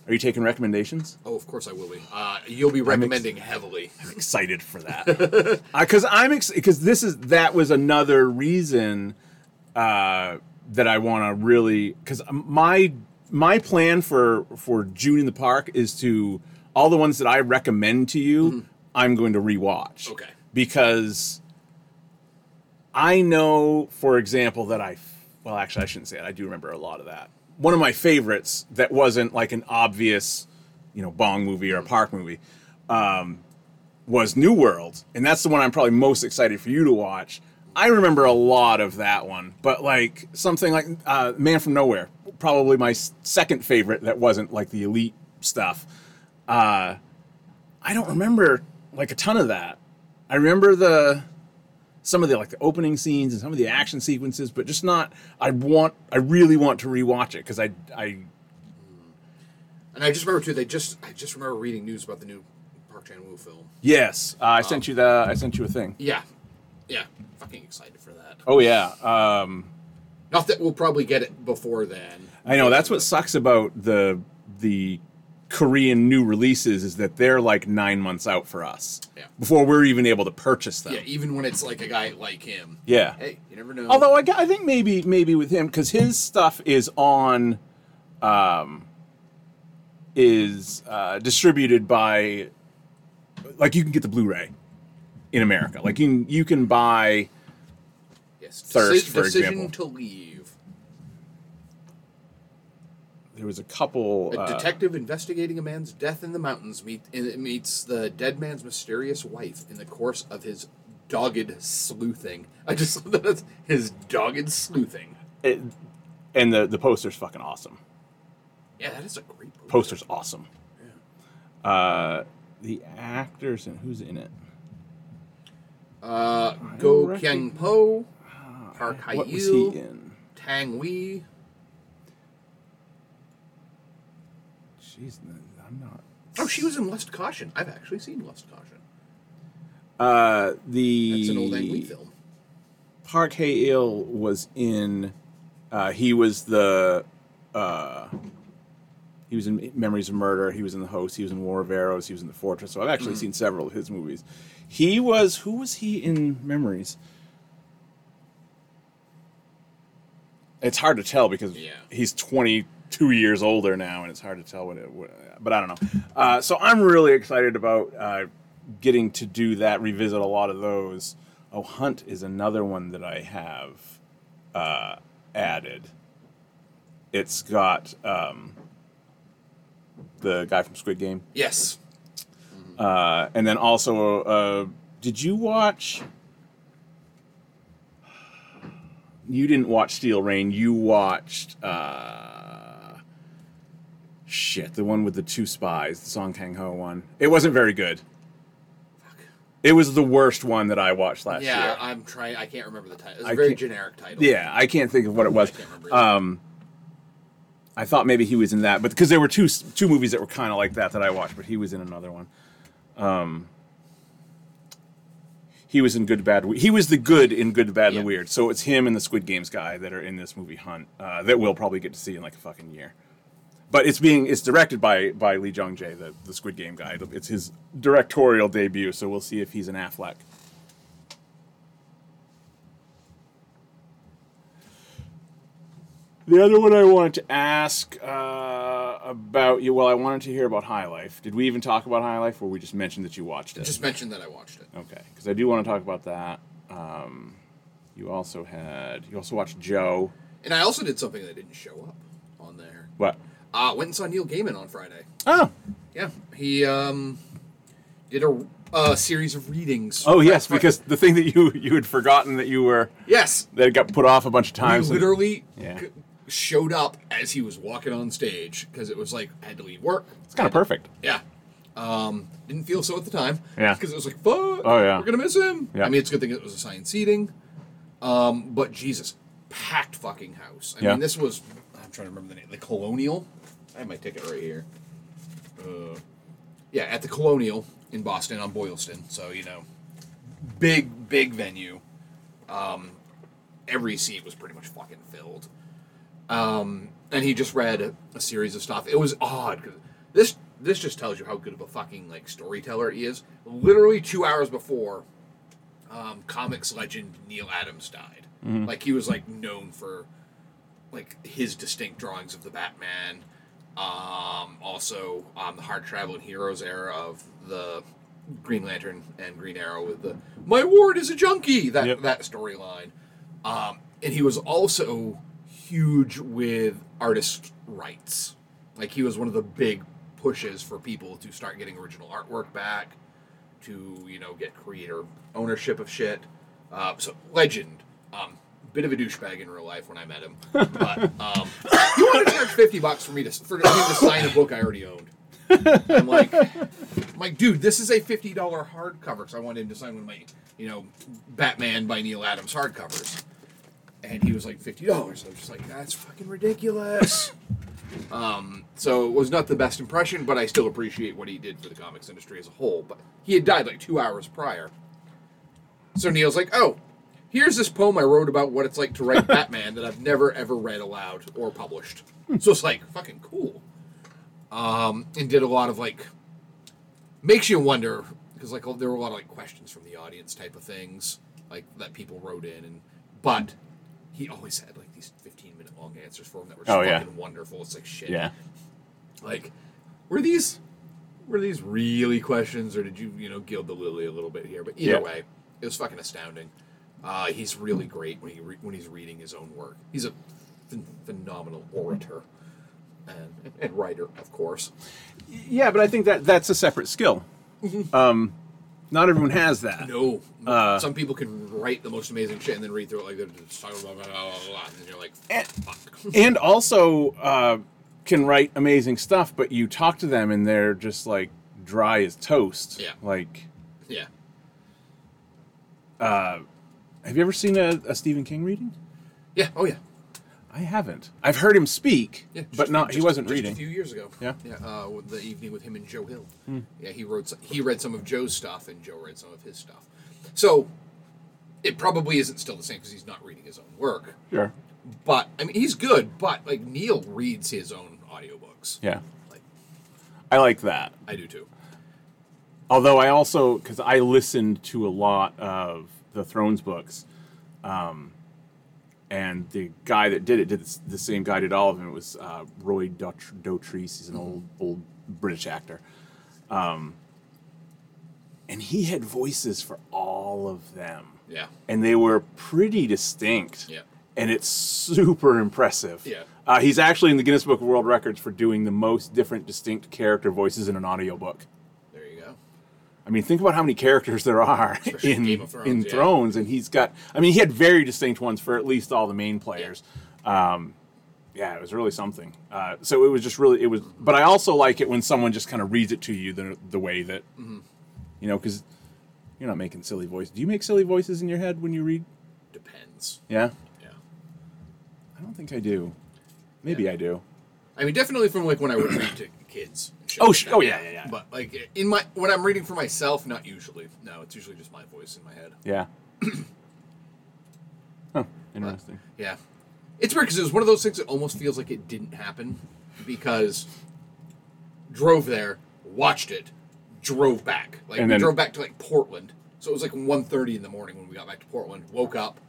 Speaker 4: Are you taking recommendations?
Speaker 6: Oh, of course I will be. Uh, you'll be
Speaker 4: makes-
Speaker 6: recommending heavily.
Speaker 4: excited for that because Uh, I'm because this is that was another reason uh, that I want to really because my my plan for for June in the Park is to all the ones that I recommend to you I'm going to rewatch
Speaker 6: Okay.
Speaker 4: because I know for example that I well actually I shouldn't say it I do remember a lot of that one of my favorites that wasn't like an obvious you know bong movie or a park movie um, was New World, and that's the one I'm probably most excited for you to watch. I remember a lot of that one, but like something like uh, Man from Nowhere, probably my s- second favorite that wasn't like the elite stuff. Uh, I don't remember like a ton of that. I remember the some of the like the opening scenes and some of the action sequences, but just not. I want, I really want to rewatch it because I, I
Speaker 6: And I just remember too. They just I just remember reading news about the new Park Chan Woo film.
Speaker 4: yes, uh, I sent you the, I sent you a thing.
Speaker 6: Yeah, yeah. Fucking excited for that.
Speaker 4: Oh yeah, um,
Speaker 6: Not that we'll probably get it before then.
Speaker 4: I know that's what sucks about the the Korean new releases is that they're like nine months out for us
Speaker 6: Yeah.
Speaker 4: before we're even able to purchase them.
Speaker 6: Yeah, even when it's like a guy like him.
Speaker 4: Yeah.
Speaker 6: Hey, you never know.
Speaker 4: Although I, got- I think maybe maybe with him because his stuff is on, um, is uh, distributed by, like you can get the Blu-ray in America. Like you can, you can buy.
Speaker 6: yes, deci-
Speaker 4: Thirst, for
Speaker 6: decision
Speaker 4: example.
Speaker 6: to leave.
Speaker 4: There was a couple.
Speaker 6: A
Speaker 4: uh,
Speaker 6: detective investigating a man's death in the mountains meet, in, meets the dead man's mysterious wife in the course of his dogged sleuthing. I just that's his dogged sleuthing.
Speaker 4: it- and the the poster's fucking awesome.
Speaker 6: Yeah, that is a great poster.
Speaker 4: poster's awesome. Uh, the actors and who's in it?
Speaker 6: Uh, Go
Speaker 4: reckon- Ah,
Speaker 6: Kyung Po, Park Hai
Speaker 4: What was he
Speaker 6: Yu,
Speaker 4: in?
Speaker 6: Tang Wei.
Speaker 4: Jeez, I'm not.
Speaker 6: Oh, she was in Lust Caution. I've actually seen Lust Caution.
Speaker 4: Uh, the
Speaker 6: That's an old Ang Lee film.
Speaker 4: Park Hae Il was in. Uh, he was the. Uh, he was in Memories of Murder. He was in The Host. He was in War of Arrows. He was in The Fortress. So I've actually seen several of his movies. He was. Who was he in Memories? It's hard to tell because
Speaker 6: Yeah.
Speaker 4: he's 22 years older now, and it's hard to tell what it. What, but I don't know. Uh, so I'm really excited about uh, getting to do that, revisit a lot of those. Oh, Hunt is another one that I have uh, added. It's got um, the guy from Squid Game,
Speaker 6: Yes.
Speaker 4: uh, and then also, uh, did you watch? You didn't watch Steel Rain. You watched uh, shit, the one with the two spies, the Song Kang Ho one. It wasn't very good. It was the worst one that I watched last
Speaker 6: Yeah,
Speaker 4: year.
Speaker 6: I'm trying. I can't remember the title. It's a
Speaker 4: I
Speaker 6: very
Speaker 4: can't-
Speaker 6: generic title.
Speaker 4: Yeah, I can't think of what it was.
Speaker 6: can't remember either.
Speaker 4: Um, I thought maybe he was in that, but because there were two two movies that were kind of like that that I watched, but he was in another one. Um, he was in Good Bad. We- He was the good in Good Bad
Speaker 6: Yeah.
Speaker 4: and the Weird. So it's him and the Squid Games guy that are in this movie Hunt uh, that we'll probably get to see in like a fucking year. But it's being it's directed by by Lee Jong Jae, the, the Squid Game guy. It's his directorial debut, so we'll see if he's an Affleck. The other one I wanted to ask uh, about you. Well, I wanted to hear about High Life. Did we even talk about High Life, or we just mentioned that you watched it?
Speaker 6: Just mentioned that I watched it.
Speaker 4: okay, because I do want to talk about that. Um, you also had you also watched Joe.
Speaker 6: And I also did something that didn't show up on there.
Speaker 4: What?
Speaker 6: Uh, went and saw Neil Gaiman on Friday.
Speaker 4: Oh,
Speaker 6: Yeah, he um, did a, a series of readings.
Speaker 4: oh yes,
Speaker 6: Fri-
Speaker 4: because the thing that you you had forgotten that you were
Speaker 6: yes,
Speaker 4: that it got put off a bunch of
Speaker 6: I
Speaker 4: times. and-
Speaker 6: literally
Speaker 4: Yeah.
Speaker 6: c- showed up as he was walking on stage because it was like I had to leave work.
Speaker 4: it's kind of perfect.
Speaker 6: Yeah. Um, didn't feel so at the time.
Speaker 4: Yeah.
Speaker 6: Because it was like, fuck.
Speaker 4: Oh, yeah.
Speaker 6: We're gonna miss him.
Speaker 4: Yeah.
Speaker 6: I mean, it's a good thing it was assigned seating. Um, but Jesus, packed fucking house. I
Speaker 4: Yeah.
Speaker 6: mean, this was. I'm trying to remember the name. The Colonial. I have my ticket right here. Uh, Yeah, at the Colonial in Boston on Boylston. So you know, big big venue. Um, every seat was pretty much fucking filled. Um, and he just read a, a series of stuff. It was odd because this this just tells you how good of a fucking like storyteller he is. Literally two hours before, um, comics legend Neil Adams died. Like he was like known for like his distinct drawings of the Batman. Um, also, um, the hard traveling heroes era of the Green Lantern and Green Arrow with the "My ward is a junkie" that
Speaker 4: Yep.
Speaker 6: that storyline. Um, and he was also huge with artist rights. Like he was one of the big pushes for people to start getting original artwork back, to you know get creator ownership of shit. Uh, so legend. Um, bit of a douchebag in real life when I met him, but um, he wanted to charge fifty bucks for me to for him to sign a book I already owned. I'm like, I'm like, dude, this is a fifty dollar hardcover because I wanted him to sign one of my, you know, Batman by Neil Adams hardcovers, and he was like fifty dollars. I was just like, that's fucking ridiculous. um, so it was not the best impression, but I still appreciate what he did for the comics industry as a whole. But he had died like two hours prior, so Neil's like, oh. Here's this poem I wrote about what it's like to write Batman that I've never ever read aloud or published. So it's like fucking cool Um, and did a lot of like makes you wonder because like there were a lot of like questions from the audience type of things like that people wrote in and but he always had like these 15 minute long answers for him that were just
Speaker 4: Oh, yeah.
Speaker 6: fucking wonderful it's like shit
Speaker 4: Yeah.
Speaker 6: like were these were these really questions or did you you know gild the lily a little bit here but either
Speaker 4: Yeah.
Speaker 6: way it was fucking astounding uh, he's really great when he re- when he's reading his own work he's a ph- phenomenal orator and, and writer of course
Speaker 4: Yeah, but I think that that's a separate skill. Um, not everyone has that.
Speaker 6: No,
Speaker 4: Uh.
Speaker 6: some people can write the most amazing shit and then read through it like they're just talking blah blah blah blah, blah and then you're like,
Speaker 4: Eh.
Speaker 6: fuck.
Speaker 4: And also uh, can write amazing stuff, but you talk to them and they're just like dry as toast.
Speaker 6: Yeah.
Speaker 4: Like,
Speaker 6: yeah,
Speaker 4: have you ever seen a, a Stephen King reading?
Speaker 6: yeah, oh yeah,
Speaker 4: I haven't. I've heard him speak,
Speaker 6: yeah.
Speaker 4: but
Speaker 6: just-
Speaker 4: not he
Speaker 6: just-
Speaker 4: wasn't
Speaker 6: just
Speaker 4: reading.
Speaker 6: a few years ago.
Speaker 4: Yeah? Hmm.
Speaker 6: yeah. Uh, with the evening with him and Joe Hill. Yeah, he wrote. some- He read some of Joe's stuff and Joe read some of his stuff. So it probably isn't still the same because he's not reading his own work.
Speaker 4: Sure.
Speaker 6: But I mean, he's good. But like Neil reads his own audiobooks.
Speaker 4: Yeah.
Speaker 6: like
Speaker 4: I like that.
Speaker 6: I do too.
Speaker 4: Although I also, because I listened to a lot of the Thrones books, um, and the guy that did it did this, the same guy did all of them. It was uh, Roy Dot- Dotrice. He's an old
Speaker 6: Mm-hmm.
Speaker 4: old British actor, um, and he had voices for all of them,
Speaker 6: Yeah,
Speaker 4: and they were pretty distinct.
Speaker 6: Yeah.
Speaker 4: And it's super impressive.
Speaker 6: Yeah.
Speaker 4: Uh, he's actually in the Guinness Book of World Records for doing the most different distinct character voices in an audiobook.
Speaker 6: there you go.
Speaker 4: I mean, think about how many characters there are
Speaker 6: Especially
Speaker 4: in
Speaker 6: Game of Thrones,
Speaker 4: in
Speaker 6: yeah.
Speaker 4: Thrones, and he's got. I mean, he had very distinct ones for at least all the main players. Yeah, um, yeah it was really something. Uh, so it was just really it was. But I also like it when someone just kind of reads it to you the the way that
Speaker 6: Mm-hmm.
Speaker 4: you know because you're not making silly voices. Do you make silly voices in your head when you read?
Speaker 6: Depends.
Speaker 4: Yeah,
Speaker 6: Yeah.
Speaker 4: I don't think I do. Maybe
Speaker 6: Yeah.
Speaker 4: I do.
Speaker 6: I mean, definitely from like when I would read to kids. and shit
Speaker 4: Oh,
Speaker 6: like
Speaker 4: sh-
Speaker 6: that.
Speaker 4: oh, yeah, yeah, yeah.
Speaker 6: But like in my when I'm reading for myself, not usually. No, it's usually just my voice in my head.
Speaker 4: Yeah. huh. Interesting.
Speaker 6: Yeah, it's weird because it was one of those things that almost feels like it didn't happen because drove there, watched it, drove back. Like
Speaker 4: And
Speaker 6: we
Speaker 4: then-
Speaker 6: drove back to like Portland, so it was like 1.30 in the morning when we got back to Portland. Woke up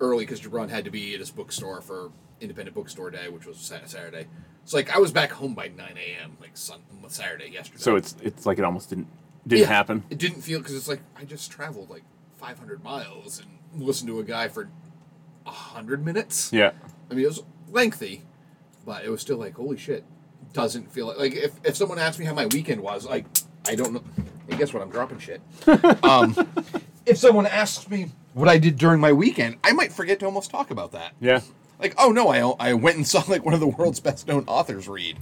Speaker 6: early because Jabron had to be at his bookstore for independent bookstore day, which was Sa- Saturday. So like I was back home by 9 a.m. like sun- Saturday yesterday.
Speaker 4: So it's it's like it almost didn't didn't
Speaker 6: Yeah.
Speaker 4: happen.
Speaker 6: It didn't feel because it's like I just traveled like 500 miles and listened to a guy for 100 minutes.
Speaker 4: Yeah.
Speaker 6: I mean, it was lengthy, but it was still like, holy shit. Doesn't feel like, like if, if someone asked me how my weekend was, like, I don't know. And guess what? I'm dropping shit. um, if someone asks me what I did during my weekend, I might forget to almost talk about that.
Speaker 4: Yeah.
Speaker 6: Like, oh no, I, I went and saw like one of the world's best known authors read.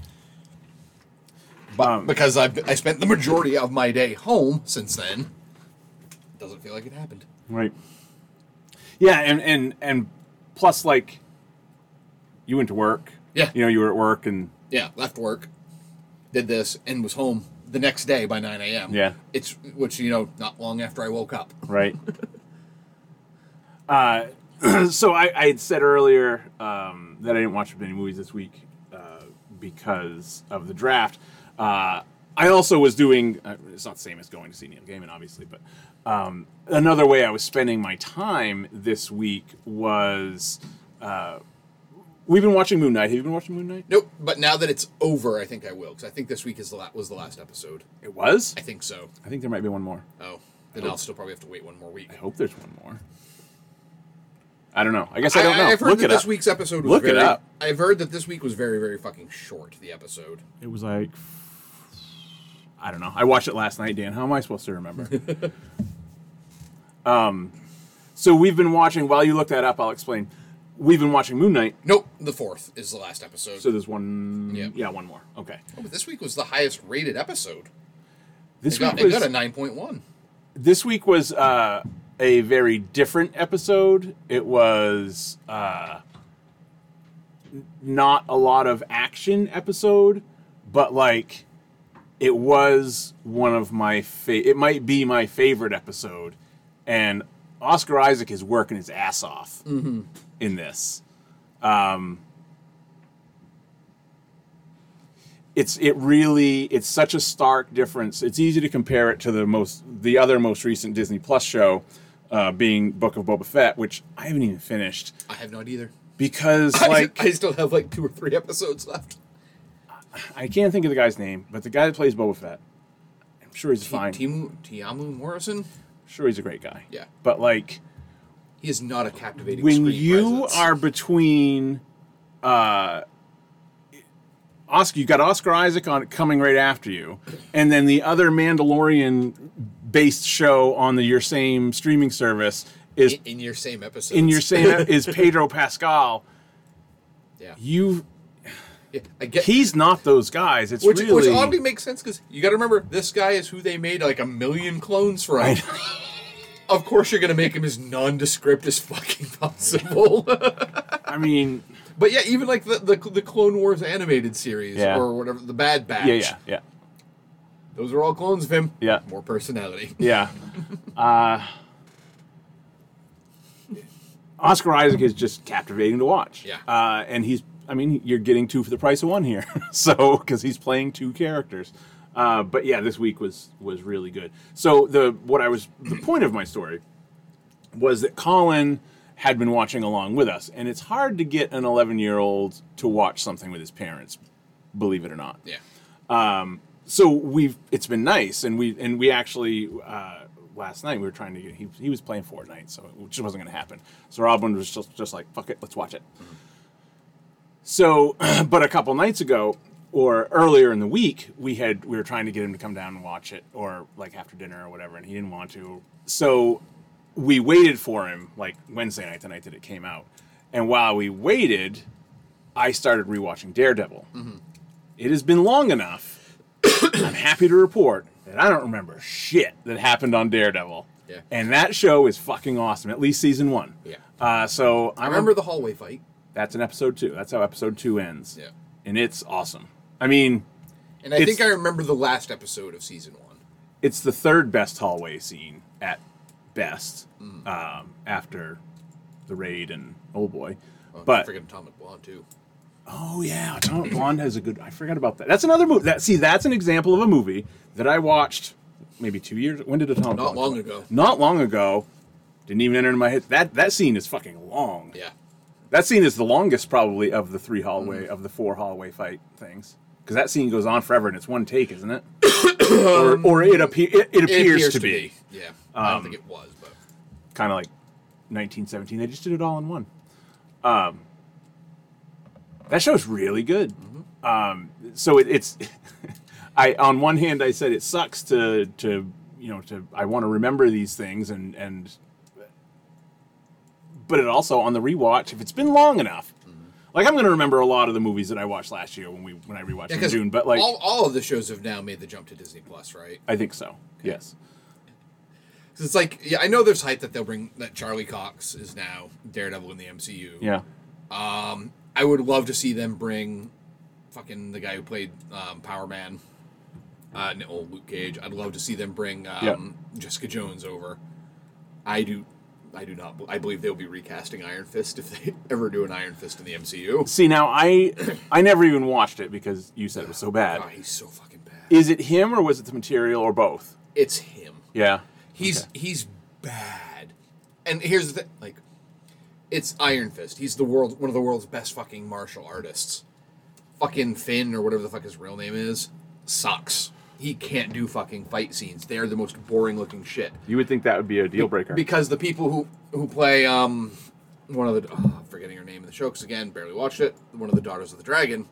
Speaker 6: But
Speaker 4: Um,
Speaker 6: because I've, I spent the majority of my day home since then, doesn't feel like it happened.
Speaker 4: Right. Yeah, and and and plus, like, you went to work.
Speaker 6: Yeah.
Speaker 4: You know, you were at work, and
Speaker 6: Yeah, left work, did this, and was home the next day by 9 a.m.
Speaker 4: Yeah.
Speaker 6: It's, which, you know, not long after I woke up.
Speaker 4: right? uh, so I, I had said earlier um, that I didn't watch many movies this week uh, because of the draft. Uh, I also was doing. Uh, it's not the same as going to see Neil Gaiman, obviously, but um, another way I was spending my time this week was. Uh, We've been watching Moon Knight. Have you been watching Moon Knight?
Speaker 6: Nope. But now that it's over, I think I will, because I think this week is the la- was the last episode.
Speaker 4: It was.
Speaker 6: I think so.
Speaker 4: I think there might be one more.
Speaker 6: Oh, then I'll still probably have to wait one more week.
Speaker 4: I hope there's one more. I don't know. I guess I don't know.
Speaker 6: have heard
Speaker 4: Look
Speaker 6: that
Speaker 4: it
Speaker 6: this
Speaker 4: up.
Speaker 6: week's episode was
Speaker 4: Look it
Speaker 6: very,
Speaker 4: up.
Speaker 6: I've heard that this week was very, very fucking short, the episode.
Speaker 4: It was like I don't know. I watched it last night, Dan. How am I supposed to remember? um, so we've been watching. While you look that up, I'll explain. We've been watching Moon Knight.
Speaker 6: Nope, the fourth is the last episode.
Speaker 4: So there's one.
Speaker 6: Yeah.
Speaker 4: Yeah, one more. Okay.
Speaker 6: Oh, but this week was the highest rated episode. They
Speaker 4: This
Speaker 6: got,
Speaker 4: week
Speaker 6: they
Speaker 4: was
Speaker 6: got a 9.1.
Speaker 4: this week was uh, a very different episode. It was uh, n- not a lot of action episode, but like it was one of my fa- it might be my favorite episode, and Oscar Isaac is working his ass off in this. it's it really it's such a stark difference. It's easy to compare it to the most the other most recent Disney Plus show, uh, being Book of Boba Fett, which I haven't even finished
Speaker 6: I have not either.
Speaker 4: because like
Speaker 6: I, still have like two or three episodes left.
Speaker 4: I can't think of the guy's name, but the guy that plays Boba Fett, I'm sure he's fine.
Speaker 6: Timu Tiamu Morrison.
Speaker 4: Sure, he's a great guy.
Speaker 6: Yeah.
Speaker 4: but like
Speaker 6: He is not a captivating.
Speaker 4: when
Speaker 6: screen
Speaker 4: you
Speaker 6: presence.
Speaker 4: are between uh Oscar you got Oscar Isaac on coming right after you and then the other Mandalorian based show on the your same streaming service is
Speaker 6: in, in your same episode,
Speaker 4: in your same is Pedro Pascal
Speaker 6: yeah,
Speaker 4: you
Speaker 6: yeah I get
Speaker 4: he's not those guys it's
Speaker 6: which,
Speaker 4: really
Speaker 6: which oddly makes sense because you got to remember this guy is who they made like a million clones from. of course, you're gonna make him as nondescript as fucking possible.
Speaker 4: I mean
Speaker 6: but yeah, even like the, the the Clone Wars animated series
Speaker 4: Yeah.
Speaker 6: or whatever, the Bad Batch.
Speaker 4: yeah yeah yeah
Speaker 6: Those are all clones of him.
Speaker 4: Yeah.
Speaker 6: More personality.
Speaker 4: Yeah. Uh, Oscar Isaac is just captivating to watch.
Speaker 6: Yeah.
Speaker 4: Uh, and he's, I mean, you're getting two for the price of one here. so, because he's playing two characters. Uh, but yeah, this week was was really good. So the what I was the point of my story was that Colin had been watching along with us, and it's hard to get an 11 year old to watch something with his parents, believe it or not
Speaker 6: Yeah.
Speaker 4: Um, so we've it's been nice and we and we actually uh, last night we were trying to get he, he was playing Fortnite so it just wasn't going to happen so Robin was just just like fuck it let's watch it so but a couple nights ago or earlier in the week we had we were trying to get him to come down and watch it or like after dinner or whatever and he didn't want to so we waited for him like Wednesday night the night that it came out and while we waited I started rewatching Daredevil
Speaker 6: Mm-hmm.
Speaker 4: it has been long enough. I'm happy to report that I don't remember shit that happened on Daredevil.
Speaker 6: Yeah.
Speaker 4: And that show is fucking awesome, at least season one.
Speaker 6: Yeah.
Speaker 4: Uh, so I
Speaker 6: I remember the hallway fight.
Speaker 4: that's an episode two. That's how episode two ends.
Speaker 6: Yeah.
Speaker 4: And it's awesome. I mean,
Speaker 6: And I
Speaker 4: It's-
Speaker 6: think I remember the last episode of season one.
Speaker 4: it's the third best hallway scene at best
Speaker 6: Mm.
Speaker 4: um, after the raid and oh boy.
Speaker 6: Oh,
Speaker 4: but
Speaker 6: freaking Atomic Blonde too.
Speaker 4: Oh yeah, Atomic Blonde has a good. I forgot about that. That's another movie. That see, that's an example of a movie that I watched maybe two years. When did Atomic?
Speaker 6: Not
Speaker 4: Blonde
Speaker 6: long
Speaker 4: come out?
Speaker 6: ago.
Speaker 4: Not long ago. Didn't even enter into my head. That that scene is fucking long.
Speaker 6: Yeah.
Speaker 4: That scene is the longest probably of the three hallway of the four hallway fight things because that scene goes on forever and it's one take, isn't it? or, or it, appe- it, it appears to, be, Um,
Speaker 6: Yeah. I don't think it was, but
Speaker 4: kind of like 1917. They just did it all in one. Um, that show's really good. Um, so it, it's, I on one hand I said it sucks to to you know to I want to remember these things and and, but it also on the rewatch if it's been long enough. Like I'm going to remember a lot of the movies that I watched last year when we when I rewatched in
Speaker 6: because
Speaker 4: June, but like
Speaker 6: all, all of the shows have now made the jump to Disney Plus, right?
Speaker 4: I think so. Yes.
Speaker 6: 'Cause it's like, yeah, I know there's hype that they'll bring that Charlie Cox is now Daredevil in the MCU.
Speaker 4: Yeah.
Speaker 6: I would love to see them bring fucking the guy who played um, Power Man uh, no, Luke Cage. I'd love to see them bring
Speaker 4: Yeah.
Speaker 6: um, Jessica Jones over. I do. I do not. I believe they'll be recasting Iron Fist if they ever do an Iron Fist in the MCU.
Speaker 4: See now, I I never even watched it because you said it was so
Speaker 6: Oh,
Speaker 4: bad.
Speaker 6: he's so fucking bad.
Speaker 4: Is it him or was it the material or both?
Speaker 6: It's him.
Speaker 4: Yeah.
Speaker 6: He's he's bad. And here's the thing, like it's Iron Fist. He's the world one of the world's best fucking martial artists. Fucking Finn or whatever the fuck his real name is sucks. He can't do fucking fight scenes. They're the most boring looking shit.
Speaker 4: You would think that would be a deal breaker.
Speaker 6: Because the people who who play um one of the oh, I'm forgetting her name in the show 'cause again barely watched it. One of the daughters of the dragon.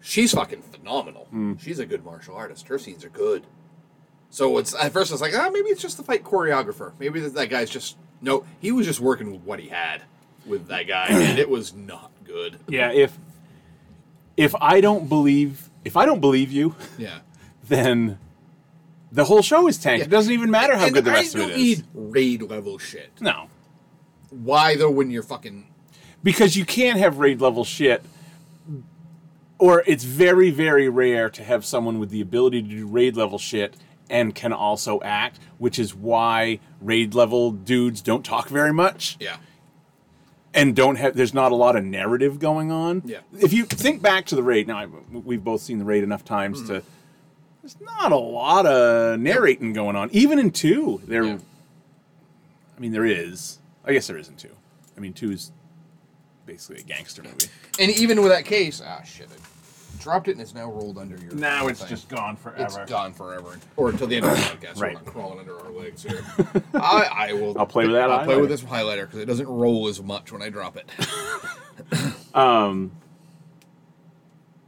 Speaker 6: She's fucking phenomenal.
Speaker 4: Hmm.
Speaker 6: She's a good martial artist. Her scenes are good. So it's at first I was like, ah, maybe it's just the fight choreographer. Maybe that, that guy's just no. He was just working with what he had with that guy, and it was not good.
Speaker 4: yeah. If if I don't believe if I don't believe you,
Speaker 6: Yeah.
Speaker 4: then the whole show is tanked.
Speaker 6: Yeah.
Speaker 4: It doesn't even matter how
Speaker 6: And
Speaker 4: good the
Speaker 6: I
Speaker 4: rest of
Speaker 6: don't
Speaker 4: it is.
Speaker 6: need raid level shit.
Speaker 4: No,
Speaker 6: Why though? When you're fucking
Speaker 4: because you can't have raid level shit. Or it's very, very rare to have someone with the ability to do raid level shit and can also act, which is why raid level dudes don't talk very much
Speaker 6: yeah.
Speaker 4: and don't have. There's not a lot of narrative going on.
Speaker 6: Yeah.
Speaker 4: If you think back to the raid, now I, we've both seen the raid enough times
Speaker 6: Mm-hmm.
Speaker 4: to. There's not a lot of narrating going on, even in two. There,
Speaker 6: Yeah.
Speaker 4: I mean, there is. I guess there isn't two. I mean, two is basically a gangster movie.
Speaker 6: And even with that case, ah shit, I dropped it and it's now rolled under your.
Speaker 4: Now it's
Speaker 6: thing.
Speaker 4: just gone forever.
Speaker 6: It's gone forever, or until the end of the podcast.
Speaker 4: Right.
Speaker 6: We're not crawling under our legs here. I, I will.
Speaker 4: I'll play with that
Speaker 6: I'll play
Speaker 4: highlighter.
Speaker 6: with this highlighter because it doesn't roll as much when I drop it.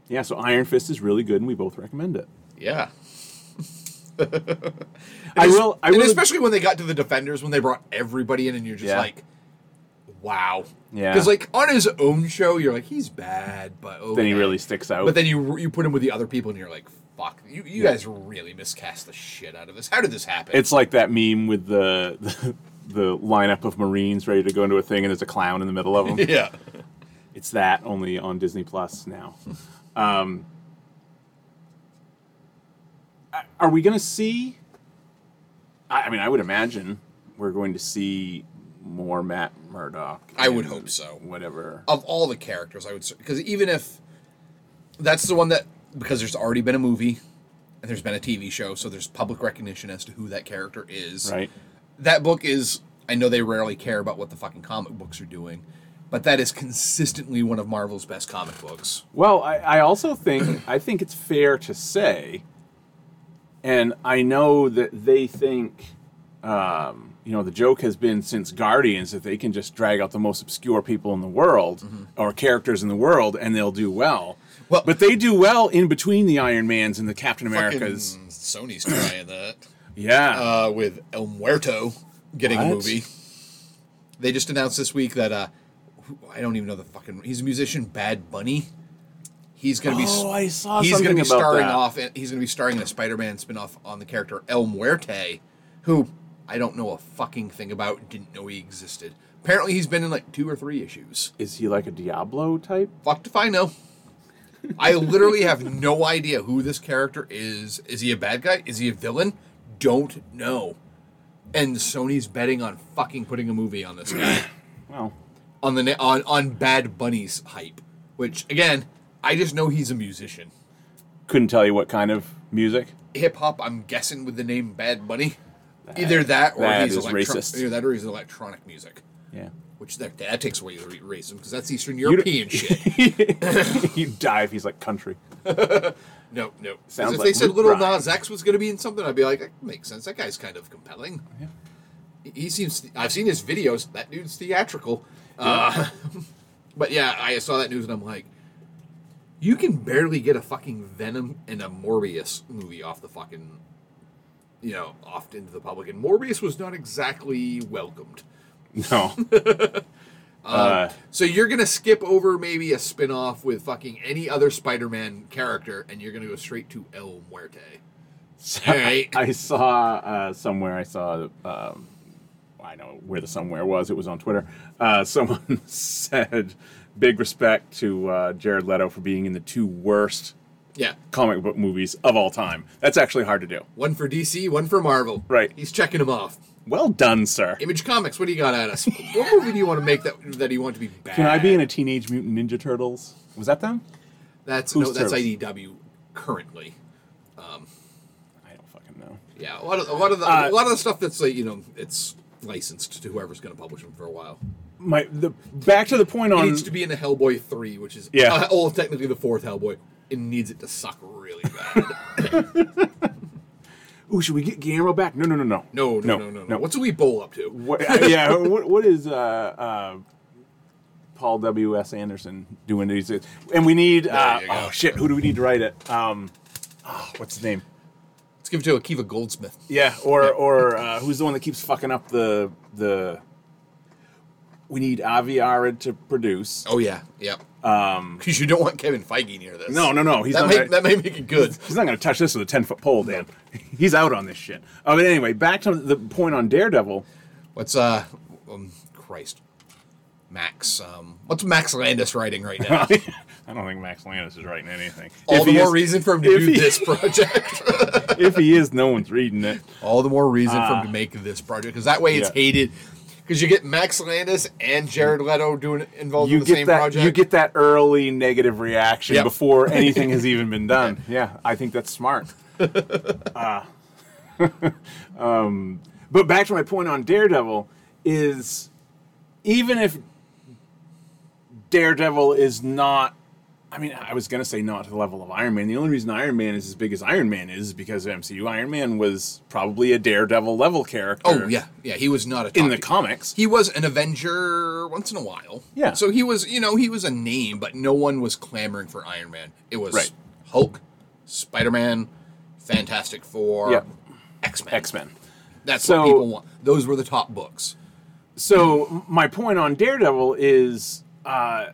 Speaker 4: Yeah, so Iron Fist is really good, and we both recommend it.
Speaker 6: yeah.
Speaker 4: I will. I
Speaker 6: and
Speaker 4: will.
Speaker 6: especially when they got to the defenders when they brought everybody in and you're just
Speaker 4: Yeah.
Speaker 6: like wow
Speaker 4: Yeah.
Speaker 6: because like on his own show you're like he's bad but okay.
Speaker 4: then he really sticks out.
Speaker 6: but then you you put him with the other people and you're like fuck you, you guys really miscast the shit out of this how did this happen
Speaker 4: it's like that meme with the, the the lineup of Marines ready to go into a thing, and there's a clown in the middle of them.
Speaker 6: yeah
Speaker 4: It's that only on Disney Plus now. Um, a- are we going to see? I, I mean, I would imagine we're going to see more Matt Murdock.
Speaker 6: I would
Speaker 4: and
Speaker 6: hope so.
Speaker 4: Whatever.
Speaker 6: of all the characters, I would because even if that's the one that because there's already been a movie and there's been a TV show, so there's public recognition as to who that character is.
Speaker 4: Right.
Speaker 6: That book is. I know they rarely care about what the fucking comic books are doing, but that is consistently one of Marvel's best comic books.
Speaker 4: Well, I, I also think I think it's fair to say, and I know that they think, um, you know, the joke has been since Guardians that they can just drag out the most obscure people in the world or characters in the world, and they'll do well.
Speaker 6: Mm-hmm. Well-
Speaker 4: but they do well in between the Iron Mans and the Captain Americas.
Speaker 6: Fucking uh, Sony's trying that
Speaker 4: Yeah,
Speaker 6: uh, with El Muerto getting a
Speaker 4: What?
Speaker 6: movie. They just announced this week that uh, who- I don't even know the fucking. He's a musician, Bad Bunny. He's gonna be.
Speaker 4: Oh, I saw
Speaker 6: He's gonna
Speaker 4: something
Speaker 6: be
Speaker 4: about
Speaker 6: starring
Speaker 4: that.
Speaker 6: off. He's gonna be starring in a Spider-Man spin-off on the character El Muerte, who I don't know a fucking thing about. Didn't know he existed. Apparently, he's been in like two or three issues.
Speaker 4: is he like a Diablo type?
Speaker 6: Fucked if I know. I literally have no idea who this character is. Is he a bad guy? Is he a villain? Don't know. And Sony's betting on fucking putting a movie on this guy
Speaker 4: Well,
Speaker 6: on the na- on on Bad Bunny's hype, which again, I just know he's a musician.
Speaker 4: couldn't tell you what kind of music.
Speaker 6: Hip hop, I'm guessing with the name Bad Bunny. Either that or
Speaker 4: that
Speaker 6: he's
Speaker 4: is
Speaker 6: electro-
Speaker 4: racist.
Speaker 6: Either that or he's electronic music,
Speaker 4: Yeah,
Speaker 6: which that, that takes away the ra- racism because that's Eastern European shit.
Speaker 4: you die if he's like country.
Speaker 6: No, no. 'Cause
Speaker 4: Sounds
Speaker 6: if
Speaker 4: like
Speaker 6: they said
Speaker 4: Luke
Speaker 6: Little
Speaker 4: Bryan.
Speaker 6: Nas X was going to be in something, I'd be like, that makes sense. That guy's kind of compelling. He- He seems. I've seen his videos. That dude's theatrical. Uh, but yeah, I saw that news and I'm like, you can barely get a fucking Venom and a Morbius movie off the fucking, you know, off into the public. And Morbius was not exactly welcomed.
Speaker 4: No. uh,
Speaker 6: So you're gonna skip over maybe a spin-off with fucking any other Spider-Man character, and you're gonna go straight to El Muerte. All right.
Speaker 4: I saw uh, somewhere. I saw. Um, I know where the somewhere was. It was on Twitter. Uh, someone said, "Big respect to uh, Jared Leto for being in the two worst
Speaker 6: Yeah.
Speaker 4: comic book movies of all time. That's actually hard to do.
Speaker 6: One for DC, one for Marvel.
Speaker 4: Right.
Speaker 6: He's checking them off.
Speaker 4: Well done, sir.
Speaker 6: Image Comics, what do you got at us? what movie do you want to make that that you want to be bad?
Speaker 4: Can I be in a Teenage Mutant Ninja Turtles? Was that them?
Speaker 6: That's
Speaker 4: Who's
Speaker 6: no, that's
Speaker 4: terrible?
Speaker 6: IDW currently.
Speaker 4: I don't fucking know.
Speaker 6: Yeah, a lot of a lot of the,
Speaker 4: Uh,
Speaker 6: a lot of the stuff that's like you know it's licensed to whoever's going to publish them for a while.
Speaker 4: My the back to the point
Speaker 6: It
Speaker 4: on
Speaker 6: needs to be in the Hellboy three, which is
Speaker 4: Um, Yeah.
Speaker 6: uh, well, technically the fourth Hellboy. It needs it to suck really bad.
Speaker 4: Ooh, should we get Guillermo back? No, no, no, no,
Speaker 6: No, no, no, no, no. What's a wee bowl up to?
Speaker 4: What, uh, yeah, what, what is uh, uh, Paul W. S. Anderson doing these days? And we need uh,
Speaker 6: There you go.
Speaker 4: oh shit, who do we need to write it? Um, oh, what's his name?
Speaker 6: Let's give it to Akiva Goldsmith.
Speaker 4: Yeah, or or uh, who's the one that keeps fucking up the the. We need Avi Arad to produce.
Speaker 6: Oh yeah, yeah. Um, because you don't want Kevin Feige near this.
Speaker 4: No, no, no. He's
Speaker 6: that
Speaker 4: not.
Speaker 6: may,
Speaker 4: gonna-
Speaker 6: that may make it good.
Speaker 4: He's not going to touch this with a 10 foot pole, Dan. He's out on this shit. Uh, but anyway, back to the point on Daredevil.
Speaker 6: What's uh, um, Christ, Max? Um, what's Max Landis writing right now?
Speaker 4: I don't think Max Landis is writing anything.
Speaker 6: All
Speaker 4: If
Speaker 6: the
Speaker 4: he
Speaker 6: more
Speaker 4: is-
Speaker 6: reason for him to
Speaker 4: if
Speaker 6: do
Speaker 4: he-
Speaker 6: this project.
Speaker 4: If he is, no one's reading it.
Speaker 6: All the more reason for him to make this project because that way it's
Speaker 4: Ah. Yeah.
Speaker 6: hated. Because you get Max Landis and Jared Leto doing involved
Speaker 4: You
Speaker 6: in the
Speaker 4: get
Speaker 6: same
Speaker 4: that.
Speaker 6: project.
Speaker 4: You get that early negative reaction
Speaker 6: Yep.
Speaker 4: before anything has even been done. Yeah, I think that's smart. uh, um, but back to my point on Daredevil is, even if Daredevil is not. I mean, I was gonna say not to the level of Iron Man. The only reason Iron Man is as big as Iron Man is because of MCU. Iron Man was probably a Daredevil level character.
Speaker 6: oh yeah, yeah. He was not a
Speaker 4: in the
Speaker 6: top-
Speaker 4: comics.
Speaker 6: He was an Avenger once in a while.
Speaker 4: Yeah.
Speaker 6: So he was, you know, he was a name, but no one was clamoring for Iron Man. It was
Speaker 4: Right.
Speaker 6: Hulk, Spider Man, Fantastic Four,
Speaker 4: Yep.
Speaker 6: X Men.
Speaker 4: X Men.
Speaker 6: That's
Speaker 4: So-
Speaker 6: what people want. Those were the top books.
Speaker 4: So m- my point on Daredevil is, uh,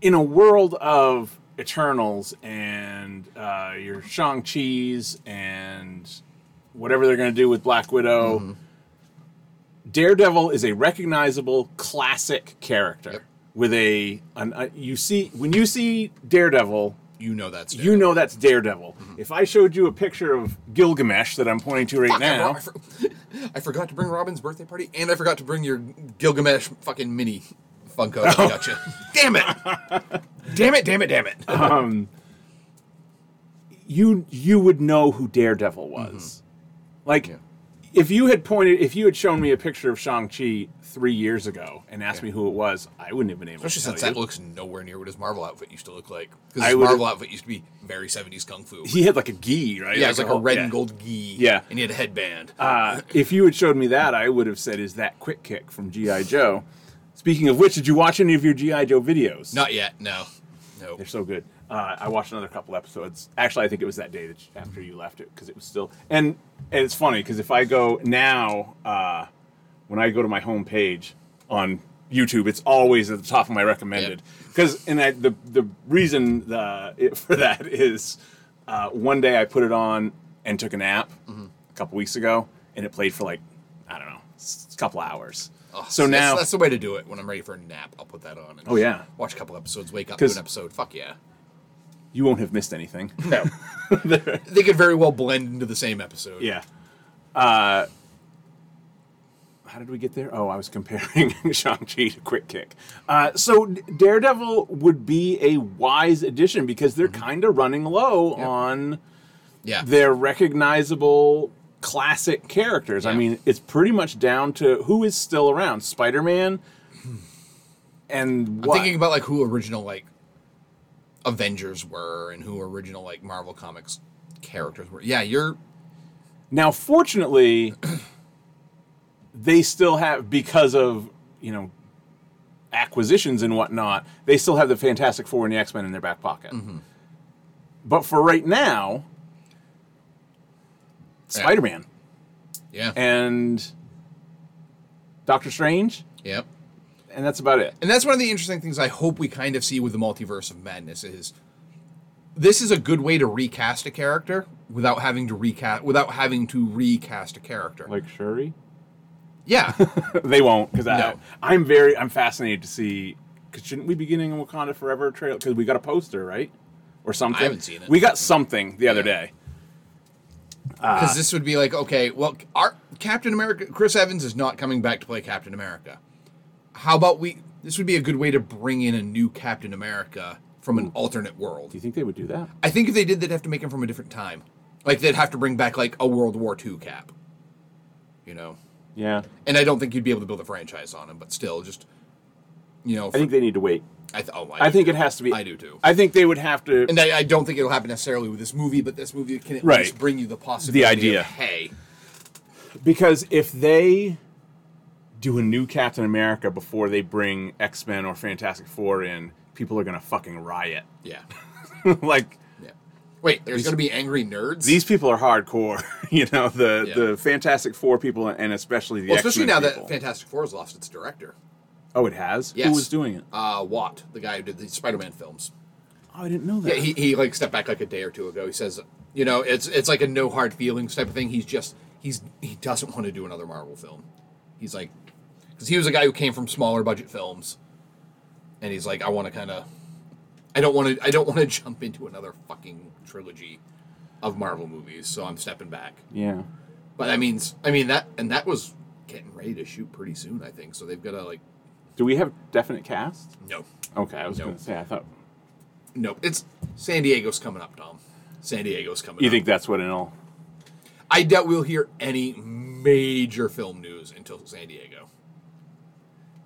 Speaker 4: in a world of Eternals and uh, your Shang Chi's and whatever they're going to do with Black Widow,
Speaker 6: Mm-hmm.
Speaker 4: Daredevil is a recognizable classic character
Speaker 6: Yep.
Speaker 4: with a an uh, you see when you see Daredevil
Speaker 6: You know that's
Speaker 4: you know that's Daredevil.
Speaker 6: Mm-hmm.
Speaker 4: If I showed you a picture of Gilgamesh that I'm pointing to right now,
Speaker 6: I, for- I forgot to bring Robin's birthday party, and I forgot to bring your Gilgamesh fucking mini Funko.
Speaker 4: Oh.
Speaker 6: I got you. Damn it! damn it! Damn it! Damn it!
Speaker 4: you you would know who Daredevil was. Like
Speaker 6: Mm-hmm. Yeah.
Speaker 4: if you had pointed if you had shown me a picture of Shang-Chi 3 years ago and asked me who it was, I wouldn't have been able
Speaker 6: Especially
Speaker 4: to tell
Speaker 6: since
Speaker 4: you.
Speaker 6: that looks nowhere near what his Marvel outfit used to look like. Because
Speaker 4: I
Speaker 6: his
Speaker 4: would've-
Speaker 6: Marvel outfit used to be very 70s kung fu.
Speaker 4: he had like a gi, right?
Speaker 6: yeah, it was like a red
Speaker 4: yeah.
Speaker 6: and gold gi.
Speaker 4: Yeah.
Speaker 6: And he had a headband.
Speaker 4: Uh, if you had showed me that, I would have said is that quick kick from GI Joe. Speaking of which, did you watch any of your GI Joe videos?
Speaker 6: Not yet, no. No.
Speaker 4: They're so good. Uh, I watched another couple episodes. Actually, I think it was that day that after
Speaker 6: Mm-hmm.
Speaker 4: you left it because it was still. And, and it's funny because if I go now, uh, when I go to my home page on YouTube, it's always at the top of my recommended. Because and I, the the reason the, it, for that is uh, one day I put it on and took a nap
Speaker 6: Mm-hmm.
Speaker 4: a couple weeks ago, and it played for like I don't know s- a couple hours.
Speaker 6: Oh,
Speaker 4: so
Speaker 6: that's-
Speaker 4: now
Speaker 6: That's the way to do it. When I'm ready for a nap, I'll put that on. And
Speaker 4: Oh, yeah.
Speaker 6: Watch a couple episodes, wake up, do
Speaker 4: 'Cause-
Speaker 6: an episode. Fuck yeah.
Speaker 4: you won't have missed anything.
Speaker 6: No. they could very well blend into the same episode.
Speaker 4: Yeah. Uh, how did we get there? Oh, I was comparing Shang-Chi to Quick Kick. Uh, so D- Daredevil would be a wise addition because they're
Speaker 6: Mm-hmm.
Speaker 4: kind of running low on
Speaker 6: Yeah.
Speaker 4: their recognizable classic characters. I
Speaker 6: Yeah.
Speaker 4: mean, it's pretty much down to who is still around Spider-Man and
Speaker 6: Hmm. I'm
Speaker 4: what?
Speaker 6: thinking about like who original like Avengers were and who original like Marvel Comics characters were. Yeah, you're
Speaker 4: Now, fortunately, they still have because of you know acquisitions and whatnot. They still have the Fantastic Four and the X Men in their back pocket. But for right now, Spider Man
Speaker 6: yeah.
Speaker 4: and Doctor Strange,
Speaker 6: Yep.
Speaker 4: and that's about it.
Speaker 6: And that's one of the interesting things I hope we kind of see with the multiverse of madness is this is a good way to recast a character without having to recast without having to recast a character.
Speaker 4: Like Shuri,
Speaker 6: yeah.
Speaker 4: they won't because
Speaker 6: No.
Speaker 4: I'm very I'm fascinated to see. Cause shouldn't we be getting a Wakanda Forever trailer? Because we got a poster, right? or something.
Speaker 6: haven't seen it.
Speaker 4: We got something the other
Speaker 6: Yeah.
Speaker 4: day.
Speaker 6: Because this would be like, okay, well, our Captain America, Chris Evans is not coming back to play Captain America. How about we? This would be a good way to bring in a new Captain America from an alternate world.
Speaker 4: Do you think they would do that?
Speaker 6: I think if they did, they'd have to make him from a different time. Like they'd have to bring back like a World War II Cap. You know,
Speaker 4: Yeah,
Speaker 6: and I don't think you'd be able to build a franchise on him, but still, just you know,
Speaker 4: I think they need to wait.
Speaker 6: I, th- oh,
Speaker 4: I think
Speaker 6: do
Speaker 4: it
Speaker 6: too.
Speaker 4: has to be.
Speaker 6: I do too.
Speaker 4: I think they would have to.
Speaker 6: and I, I don't think it'll happen necessarily with this movie, but this movie can at
Speaker 4: Right.
Speaker 6: least bring you the possibility. of,
Speaker 4: idea.
Speaker 6: hey,
Speaker 4: Because if they do a new Captain America before they bring X Men or Fantastic Four in, people are gonna fucking riot.
Speaker 6: yeah,
Speaker 4: like
Speaker 6: yeah. Wait, there's gonna be angry nerds.
Speaker 4: these people are hardcore. you know the
Speaker 6: Yeah.
Speaker 4: the Fantastic Four people and especially the
Speaker 6: well, especially
Speaker 4: X-Men
Speaker 6: now
Speaker 4: people.
Speaker 6: that Fantastic Four has lost its director.
Speaker 4: oh, it has.
Speaker 6: Yes.
Speaker 4: Who was doing it?
Speaker 6: Uh, Watt, the guy who did the Spider-Man films.
Speaker 4: Oh, I didn't know
Speaker 6: Yeah,
Speaker 4: that.
Speaker 6: he, he like stepped back like a day or two ago. He says, you know, it's it's like a no hard feelings type of thing. He's just he's he doesn't want to do another Marvel film. He's like, because he was a guy who came from smaller budget films, and he's like, I want to kind of, I don't want to, I don't want to jump into another fucking trilogy of Marvel movies. So I'm stepping back.
Speaker 4: yeah.
Speaker 6: But I mean, I mean that, and that was getting ready to shoot pretty soon. I think so. They've got to like,
Speaker 4: Do we have definite cast?
Speaker 6: no,
Speaker 4: Okay, I was
Speaker 6: No.
Speaker 4: gonna say I thought.
Speaker 6: no, it's San Diego's coming up, Tom. San Diego's coming.
Speaker 4: You
Speaker 6: up.
Speaker 4: think that's what it'll?
Speaker 6: I doubt we'll hear any major film news until San Diego.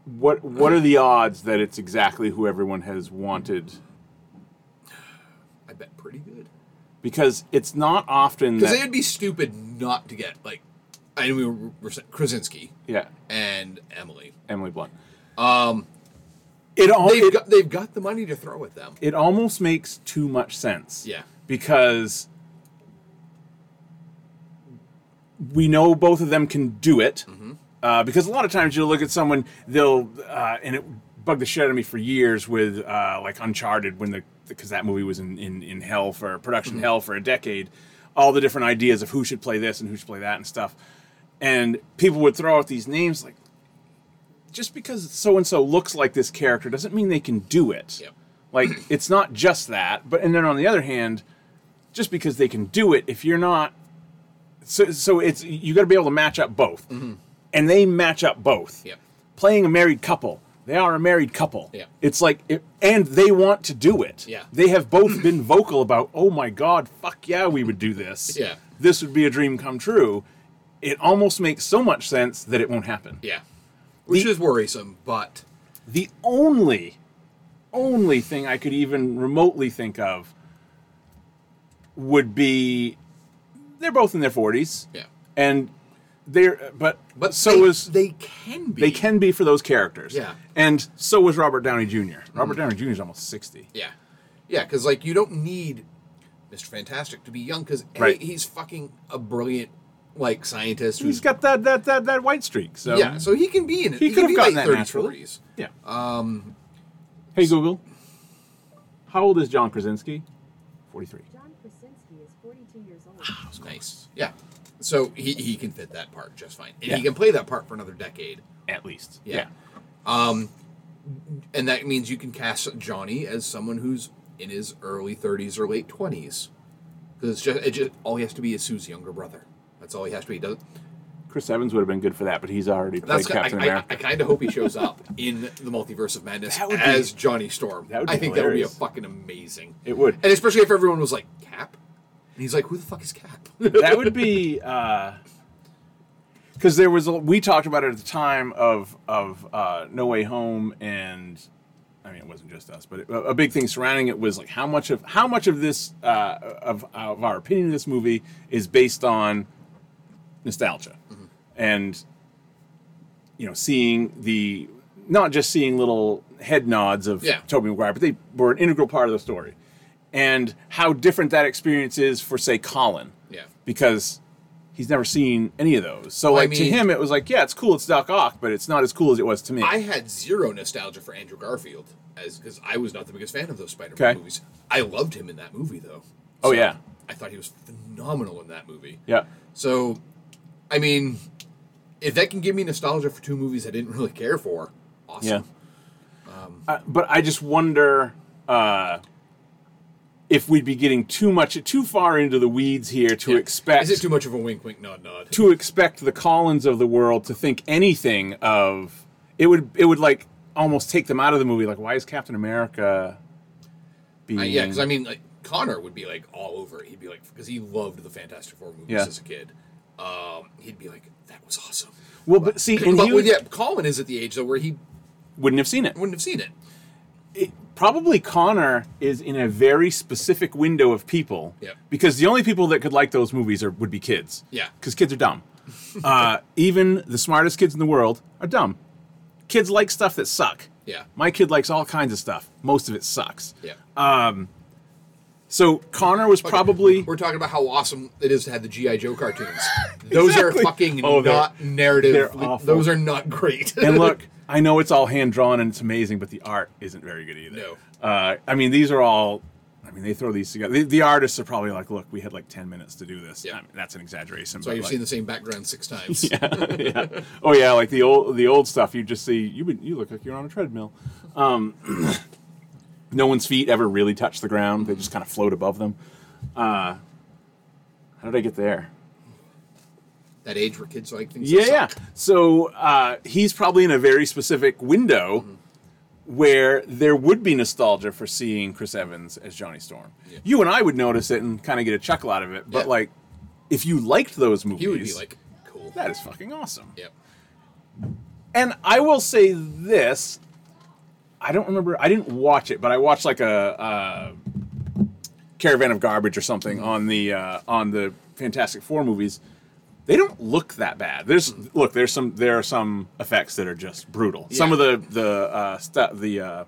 Speaker 4: What What are the odds that it's exactly who everyone has wanted?
Speaker 6: I bet pretty good.
Speaker 4: Because it's not often
Speaker 6: Because
Speaker 4: that.
Speaker 6: it would be stupid not to get like, I mean, we were, were Krasinski
Speaker 4: yeah,
Speaker 6: and Emily.
Speaker 4: Emily Blunt. Um, it all
Speaker 6: They've
Speaker 4: it,
Speaker 6: got they've got the money to throw at them.
Speaker 4: it almost makes too much sense.
Speaker 6: Yeah.
Speaker 4: because we know both of them can do it.
Speaker 6: Mm-hmm.
Speaker 4: Uh, because a lot of times you'll look at someone, they'll, uh, and it bugged the shit out of me for years with uh, like Uncharted when the, because that movie was in, in, in hell for production hell for a decade, all the different ideas of who should play this and who should play that and stuff. And people would throw out these names like, just because so and so looks like this character doesn't mean they can do it.
Speaker 6: Yep.
Speaker 4: Like it's not just that, but and then on the other hand, just because they can do it, if you're not, so so it's you got to be able to match up both, and they match up both.
Speaker 6: Mm-hmm. Yep.
Speaker 4: Playing a married couple, they are a married couple.
Speaker 6: Yeah.
Speaker 4: It's like, it, and they want to do it.
Speaker 6: Yeah.
Speaker 4: They have both been vocal about, oh my god, fuck yeah, we would do this.
Speaker 6: Yeah.
Speaker 4: This would be a dream come true. It almost makes so much sense that it won't happen.
Speaker 6: Yeah, which
Speaker 4: The-
Speaker 6: is worrisome. But
Speaker 4: The only, only thing I could even remotely think of would be they're both in their 40s.
Speaker 6: Yeah.
Speaker 4: And they're, but,
Speaker 6: but
Speaker 4: so
Speaker 6: they,
Speaker 4: was,
Speaker 6: they can be
Speaker 4: they can be for those characters.
Speaker 6: Yeah. Mm-hmm.
Speaker 4: And so was Robert Downey Jr. Robert Downey Jr. is almost 60.
Speaker 6: Yeah, yeah, because like you don't need Mr. Fantastic to be young because
Speaker 4: Right.
Speaker 6: he's fucking a brilliant like scientist.
Speaker 4: He's
Speaker 6: who's-
Speaker 4: got that, that, that, that white streak. So,
Speaker 6: yeah, so he can be in it.
Speaker 4: he, could have
Speaker 6: be
Speaker 4: gotten
Speaker 6: late
Speaker 4: that
Speaker 6: 30s,
Speaker 4: naturally.
Speaker 6: 40s.
Speaker 4: Yeah. Um, hey, Google. How old is John Krasinski? 43.
Speaker 1: John Krasinski is 42 years old.
Speaker 6: Nice. Yeah. So he, he can fit that part just fine. And
Speaker 4: Yeah.
Speaker 6: he can play that part for another decade.
Speaker 4: At least.
Speaker 6: Yeah. And that means you can cast Johnny as someone who's in his early 30s or late 20s. Because it's just, it just all he has to be is Sue's younger brother. That's all he has to be. He does
Speaker 4: Chris Evans would have been good for that, but he's already played
Speaker 6: that's
Speaker 4: Captain
Speaker 6: I, I,
Speaker 4: America.
Speaker 6: I kind of hope he shows up in the multiverse of madness
Speaker 4: That would be-
Speaker 6: as Johnny Storm.
Speaker 4: that would
Speaker 6: I
Speaker 4: be
Speaker 6: think
Speaker 4: hilarious.
Speaker 6: that would be a fucking amazing.
Speaker 4: It would.
Speaker 6: And especially if everyone was like Cap, and he's like, "Who the fuck is Cap?"
Speaker 4: that would be because there was a, we talked about it at the time of of uh, No Way Home, and I mean it wasn't just us, but it, a a big thing surrounding it was like how much of how much of this uh, of of our opinion of this movie is based on nostalgia, and you know seeing the not just seeing little head nods of
Speaker 6: Yeah.
Speaker 4: Toby Maguire, but they were an integral part of the story. And how different that experience is for, say, Colin
Speaker 6: yeah.
Speaker 4: because he's never seen any of those. So
Speaker 6: Well, I
Speaker 4: like to
Speaker 6: mean-
Speaker 4: him, it was like, yeah, it's cool, it's Doc Ock, but it's not as cool as it was to me.
Speaker 6: I had zero nostalgia for Andrew Garfield as because I was not the biggest fan of those Spider-Man
Speaker 4: Okay.
Speaker 6: movies. I loved him in that movie though.
Speaker 4: oh yeah,
Speaker 6: I thought he was phenomenal in that movie.
Speaker 4: yeah,
Speaker 6: So, I mean, if that can give me nostalgia for two movies I didn't really care for, awesome. Um,
Speaker 4: yeah. Uh, but I just wonder uh, if we'd be getting too much, too far into the weeds here to
Speaker 6: Yeah.
Speaker 4: expect
Speaker 6: Is it too much of a wink, wink, nod, nod?
Speaker 4: to expect the Collins of the world to think anything of it would it would like almost take them out of the movie. Like, why is Captain America being?
Speaker 6: I, Uh, yeah, because I mean, like Connor would be like all over it. He'd be like, because he loved the Fantastic Four movies
Speaker 4: Yeah.
Speaker 6: as a kid. Um, he'd be like, that was awesome.
Speaker 4: well, but see, and
Speaker 6: but
Speaker 4: he
Speaker 6: well,
Speaker 4: would,
Speaker 6: yeah, Colin is at the age though where he
Speaker 4: wouldn't have seen it.
Speaker 6: wouldn't have seen it.
Speaker 4: it. Probably Connor is in a very specific window of people.
Speaker 6: Yeah.
Speaker 4: Because the only people that could like those movies are would be kids.
Speaker 6: Yeah.
Speaker 4: Because kids are dumb. uh, even the smartest kids in the world are dumb. Kids like stuff that suck.
Speaker 6: Yeah.
Speaker 4: My kid likes all kinds of stuff. Most of it sucks.
Speaker 6: Yeah.
Speaker 4: So Connor was probably
Speaker 6: We're talking about how awesome it is to have the GI Joe cartoons. Those
Speaker 4: Exactly.
Speaker 6: are fucking
Speaker 4: Oh, they're-
Speaker 6: not narrative.
Speaker 4: they're awful.
Speaker 6: Those are not great.
Speaker 4: and look, I know it's all hand drawn and it's amazing, but the art isn't very good either.
Speaker 6: No.
Speaker 4: Uh, I mean, these are all. I mean, they throw these together. The, the artists are probably like, "Look, we had like ten minutes to do this."
Speaker 6: Yeah.
Speaker 4: I mean, that's an exaggeration.
Speaker 6: so
Speaker 4: but
Speaker 6: you've
Speaker 4: like,
Speaker 6: seen the same background six times.
Speaker 4: yeah. Oh yeah, like the old the old stuff. You just see you would- you look like you're on a treadmill. Um, no one's feet ever really touch the ground. They just kind of float above them. Uh, how did I get there?
Speaker 6: That age where kids like things. that
Speaker 4: Yeah, yeah.
Speaker 6: suck.
Speaker 4: So uh, he's probably in a very specific window where there would be nostalgia for seeing Chris Evans as Johnny Storm.
Speaker 6: Yeah.
Speaker 4: You and I would notice it and kind of get a chuckle out of it. But
Speaker 6: Yeah.
Speaker 4: like, if you liked those movies,
Speaker 6: He would be like, cool.
Speaker 4: "That is fucking awesome."
Speaker 6: Yeah.
Speaker 4: And I will say this: I don't remember. I didn't watch it, but I watched like a, uh Caravan of Garbage or something on the uh, on the Fantastic Four movies. They don't look that bad. There's look. There's some. There are some effects that are just brutal. Some of
Speaker 6: Yeah.
Speaker 4: the the uh, stuff. The uh,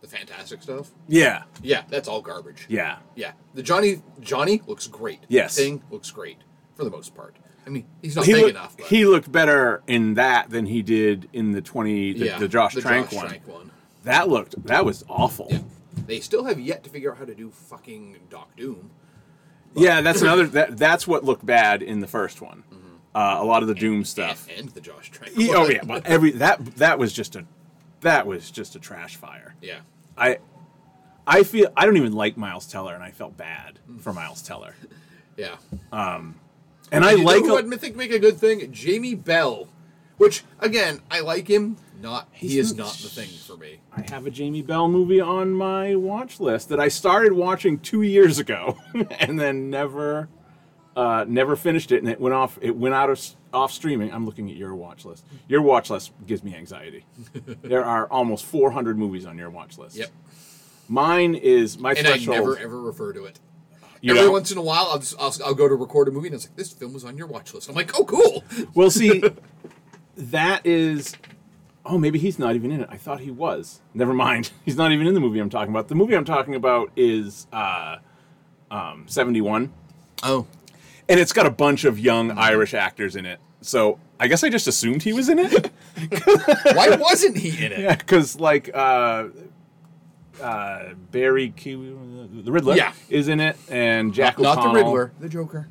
Speaker 6: The fantastic stuff.
Speaker 4: yeah,
Speaker 6: Yeah, that's all garbage.
Speaker 4: yeah.
Speaker 6: Yeah. The Johnny Johnny looks great.
Speaker 4: Yes.
Speaker 6: Thing looks great for the most part. I mean, he's not
Speaker 4: He,
Speaker 6: big
Speaker 4: look-
Speaker 6: enough. But
Speaker 4: he looked better in that than he did in the twenty the,
Speaker 6: yeah,
Speaker 4: the Josh Trank one.
Speaker 6: one.
Speaker 4: That looked that was awful.
Speaker 6: Yeah. They still have yet to figure out how to do fucking Doc Doom.
Speaker 4: Yeah, that's another. That, that's what looked bad in the first one. Uh, a lot of the Doom stuff.
Speaker 6: Mm-hmm. And, and the Josh Trank.
Speaker 4: Yeah, oh
Speaker 6: one.
Speaker 4: yeah, well, every that that was just a that was just a trash fire.
Speaker 6: yeah.
Speaker 4: I I feel I don't even like Miles Teller, and I felt bad for Miles Teller.
Speaker 6: Yeah.
Speaker 4: And I
Speaker 6: You know
Speaker 4: like
Speaker 6: who
Speaker 4: a-
Speaker 6: I think make a good thing? Jamie Bell. Which again, I like him. Not he
Speaker 4: He's
Speaker 6: is
Speaker 4: not-
Speaker 6: not the thing for me.
Speaker 4: I have a Jamie Bell movie on my watch list that I started watching two years ago, and then never uh, never finished it, and it went off it went out of s- off streaming. I'm looking at your watch list. Your watch list gives me anxiety. there are almost 400 movies on your watch list.
Speaker 6: Yep.
Speaker 4: Mine is my
Speaker 6: And
Speaker 4: threshold.
Speaker 6: I never ever refer to it.
Speaker 4: you
Speaker 6: Every
Speaker 4: know.
Speaker 6: once in a while, I'll, just, I'll I'll go to record a movie and it's like this film was on your watch list. I'm like, oh cool.
Speaker 4: Well, see, that is. Oh, maybe he's not even in it. I thought he was. Never mind. He's not even in the movie I'm talking about. The movie I'm talking about is uh, um, 71,
Speaker 6: Oh,
Speaker 4: and it's got a bunch of young Irish actors in it. So I guess I just assumed he was in it
Speaker 6: why wasn't he in it?
Speaker 4: because, like, uh, uh, Barry Key, the Riddler,
Speaker 6: Yeah.
Speaker 4: is in it, and Jack
Speaker 6: Not the
Speaker 4: O'Connell-
Speaker 6: Riddler, the Joker.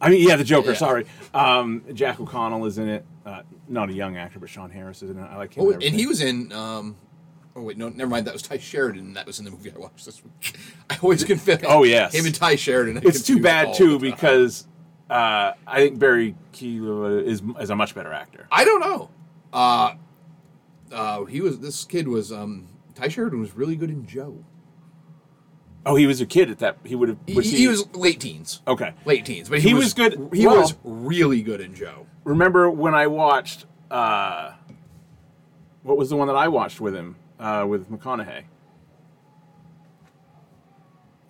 Speaker 4: I mean, yeah, the Joker.
Speaker 6: Yeah.
Speaker 4: Sorry, um, Jack O'Connell is in it. Uh, not a young actor, but Sean Harris is in it. I like him.
Speaker 6: Oh,
Speaker 4: in
Speaker 6: and
Speaker 4: everything.
Speaker 6: he was in. Um, oh wait, no, never mind. That was Ty Sheridan. That was in the movie I watched this week. I always confuse.
Speaker 4: Oh, yes.
Speaker 6: him and Ty Sheridan. I
Speaker 4: it's too
Speaker 6: confuse
Speaker 4: bad
Speaker 6: all
Speaker 4: too
Speaker 6: the time.
Speaker 4: because uh, I think Barry Keoghan is is a much better actor.
Speaker 6: I don't know. Uh, uh, he was this kid was um, Ty Sheridan was really good in Joe.
Speaker 4: Oh, he was a kid at that. He would have.
Speaker 6: He,
Speaker 4: Was he,
Speaker 6: he was late teens.
Speaker 4: okay.
Speaker 6: Late teens, but he,
Speaker 4: He was
Speaker 6: was,
Speaker 4: good-
Speaker 6: He
Speaker 4: well-
Speaker 6: was really good in Joe.
Speaker 4: Remember when I watched? Uh, what was the one that I watched with him uh, with McConaughey?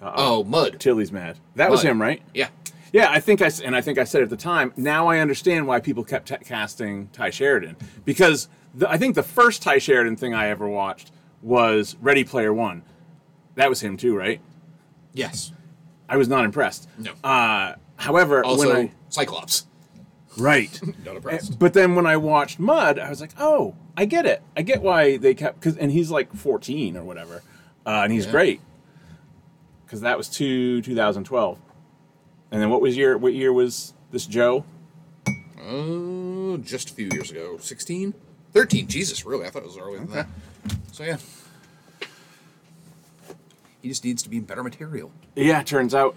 Speaker 6: oh, Mud.
Speaker 4: Tilly's mad. That was
Speaker 6: Mud.
Speaker 4: him, right?
Speaker 6: Yeah,
Speaker 4: Yeah, I think I s- and I think I said at the time. Now I understand why people kept t- casting Ty Sheridan because the, I think the first Ty Sheridan thing I ever watched was Ready Player One. That was him too, right?
Speaker 6: yes.
Speaker 4: I was not impressed.
Speaker 6: No.
Speaker 4: Uh, however,
Speaker 6: Also,
Speaker 4: when I
Speaker 6: Cyclops. Uh,
Speaker 4: right,
Speaker 6: Not impressed.
Speaker 4: but then when I watched Mud, I was like, oh, I get it. I get why they kept because and he's like 14 or whatever, uh, and he's
Speaker 6: Yeah.
Speaker 4: great because that was two 2012. And then what was your what year was this Joe?
Speaker 6: Uh, just a few years ago, 16, 13. Jesus, really? I thought it was earlier than that. So yeah, He just needs to be better material.
Speaker 4: Yeah, turns out.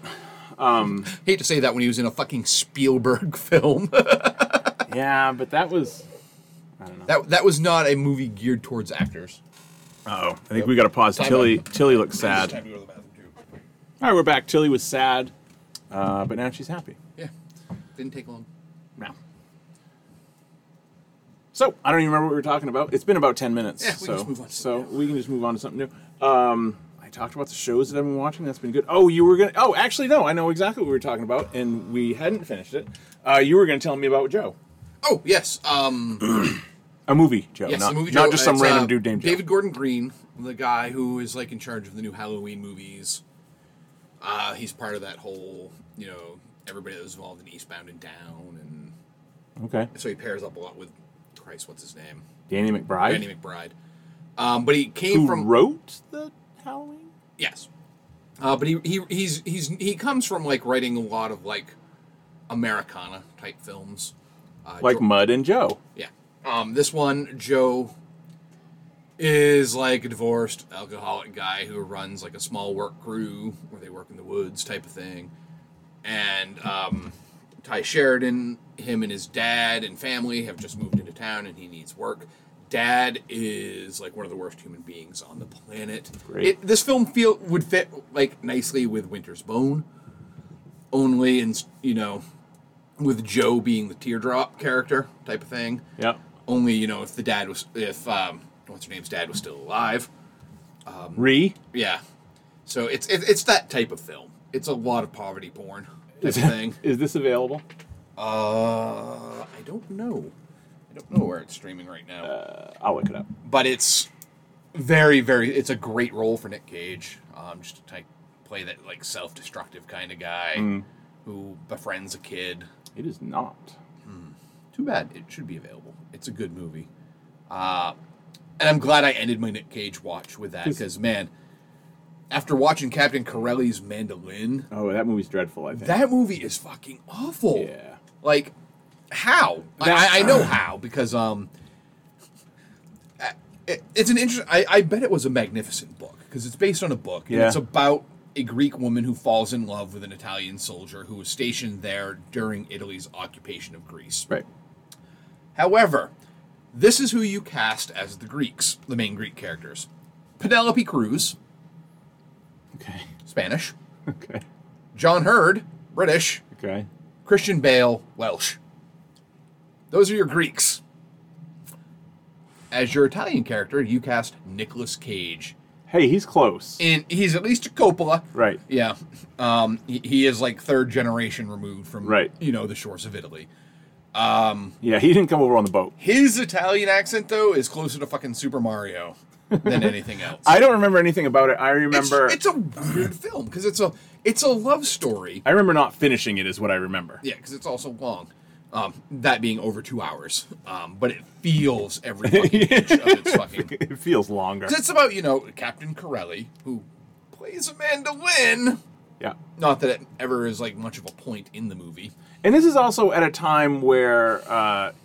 Speaker 6: Hate to say that when he was in a fucking Spielberg film.
Speaker 4: Yeah, but that was.
Speaker 6: that that was not a movie geared towards actors.
Speaker 4: Oh, I think we got to pause.
Speaker 6: Time
Speaker 4: Tilly,
Speaker 6: out.
Speaker 4: Tilly looks sad.
Speaker 6: It's time to go to the bathroom, too.
Speaker 4: All right, we're back. Tilly was sad, uh, but now she's happy.
Speaker 6: Yeah, didn't take long.
Speaker 4: Now. So I don't even remember what we were talking about. It's been about ten minutes.
Speaker 6: Yeah, we
Speaker 4: so
Speaker 6: can just move on to
Speaker 4: so
Speaker 6: something
Speaker 4: we can just move on to something new. Um, I talked about the shows that I've been watching. That's been good. Oh, you were gonna. Oh, actually, no. I know exactly what we were talking about, and we hadn't finished it. Uh, you were gonna tell me about Joe,
Speaker 6: Oh yes, um,
Speaker 4: a movie Joe,
Speaker 6: yes,
Speaker 4: not,
Speaker 6: the movie
Speaker 4: not
Speaker 6: Joe,
Speaker 4: just some
Speaker 6: it's,
Speaker 4: random
Speaker 6: uh,
Speaker 4: dude named Joe.
Speaker 6: David Gordon Green, the guy who is like in charge of the new Halloween movies. Uh, he's part of that whole, you know, everybody that was involved in Eastbound and Down, and
Speaker 4: Okay,
Speaker 6: so he pairs up a lot with Christ, what's his name,
Speaker 4: Danny McBride,
Speaker 6: Randy McBride. Um, but he came
Speaker 4: who
Speaker 6: from
Speaker 4: wrote the Halloween.
Speaker 6: Yes. Uh, but he, he he's he's he comes from like writing a lot of like Americana type films. Uh,
Speaker 4: like
Speaker 6: Jo-
Speaker 4: Mud and Joe.
Speaker 6: yeah. Um, this one Joe is like a divorced alcoholic guy who runs like a small work crew where they work in the woods type of thing, and um, Ty Sheridan, him and his dad and family have just moved into town and he needs work. Dad is like one of the worst human beings on the planet.
Speaker 4: Great.
Speaker 6: It, this film feel would fit like nicely with Winter's Bone, only in you know, with Joe being the teardrop character type of thing.
Speaker 4: Yeah.
Speaker 6: Only you know if the dad was if um, what's her name's dad was still alive. Um,
Speaker 4: Re.
Speaker 6: Yeah, so it's it, it's that type of film. It's a lot of poverty porn type of
Speaker 4: Is,
Speaker 6: thing.
Speaker 4: is this available?
Speaker 6: Uh, I don't know. I don't know where it's streaming right now.
Speaker 4: I'll look it up.
Speaker 6: but it's very, very. It's a great role for Nick Cage. Um, just to type, play that like self-destructive kind of guy who befriends a kid.
Speaker 4: It is not.
Speaker 6: Too bad it should be available. It's a good movie. Uh, and I'm glad I ended my Nick Cage watch with that because man, after watching Captain Corelli's Mandolin,
Speaker 4: Oh, that movie's dreadful. I think.
Speaker 6: that movie is fucking awful.
Speaker 4: yeah.
Speaker 6: Like, how? I I, I know how because um, I- it, it's an interest. I, I bet it was a magnificent book because it's based on a book. and
Speaker 4: Yeah.
Speaker 6: it's about a Greek woman who falls in love with an Italian soldier who was stationed there during Italy's occupation of Greece.
Speaker 4: Right.
Speaker 6: However, this is who you cast as the Greeks, the main Greek characters: Penelope Cruz,
Speaker 4: Okay.
Speaker 6: Spanish;
Speaker 4: Okay.
Speaker 6: John Hurd, British;
Speaker 4: Okay.
Speaker 6: Christian Bale, Welsh. Those are your Greeks. As your Italian character, you cast Nicolas Cage.
Speaker 4: Hey, he's close.
Speaker 6: And he's at least a Coppola.
Speaker 4: Right.
Speaker 6: Yeah. Um, he, he is like third generation removed from,
Speaker 4: Right.
Speaker 6: you know, the shores of Italy.
Speaker 4: Yeah, he didn't come over on the boat.
Speaker 6: His Italian accent, though, is closer to fucking Super Mario than anything else.
Speaker 4: I don't remember anything about it. I
Speaker 6: It's-
Speaker 4: remember.
Speaker 6: It's, a weird film because it's a, it's a love story.
Speaker 4: I remember not finishing it. Is what I remember.
Speaker 6: Yeah, because it's also long. Um, that being over two hours, um, but it feels every fucking inch of its fucking. 'Cause
Speaker 4: It feels longer.
Speaker 6: It's about you know Captain Corelli who plays a mandolin.
Speaker 4: Yeah.
Speaker 6: Not that it ever is like much of a point in the movie.
Speaker 4: And this is also at a time where,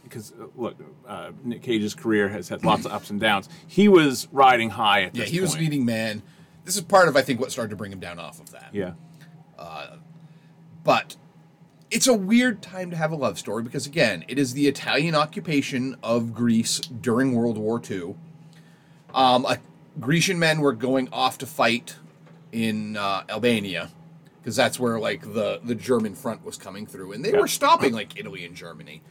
Speaker 4: because look, uh, Nick Cage's career has had lots of ups and downs. He was riding high at
Speaker 6: Yeah,
Speaker 4: this
Speaker 6: he was
Speaker 4: point.
Speaker 6: leading man. This is part of I think what started to bring him down off of that.
Speaker 4: Yeah.
Speaker 6: but it's a weird time to have a love story because again it is the italian occupation of greece during world war ii um, uh, grecian men were going off to fight in uh, albania because that's where like the, the german front was coming through and they
Speaker 4: Yeah.
Speaker 6: were stopping like italy and germany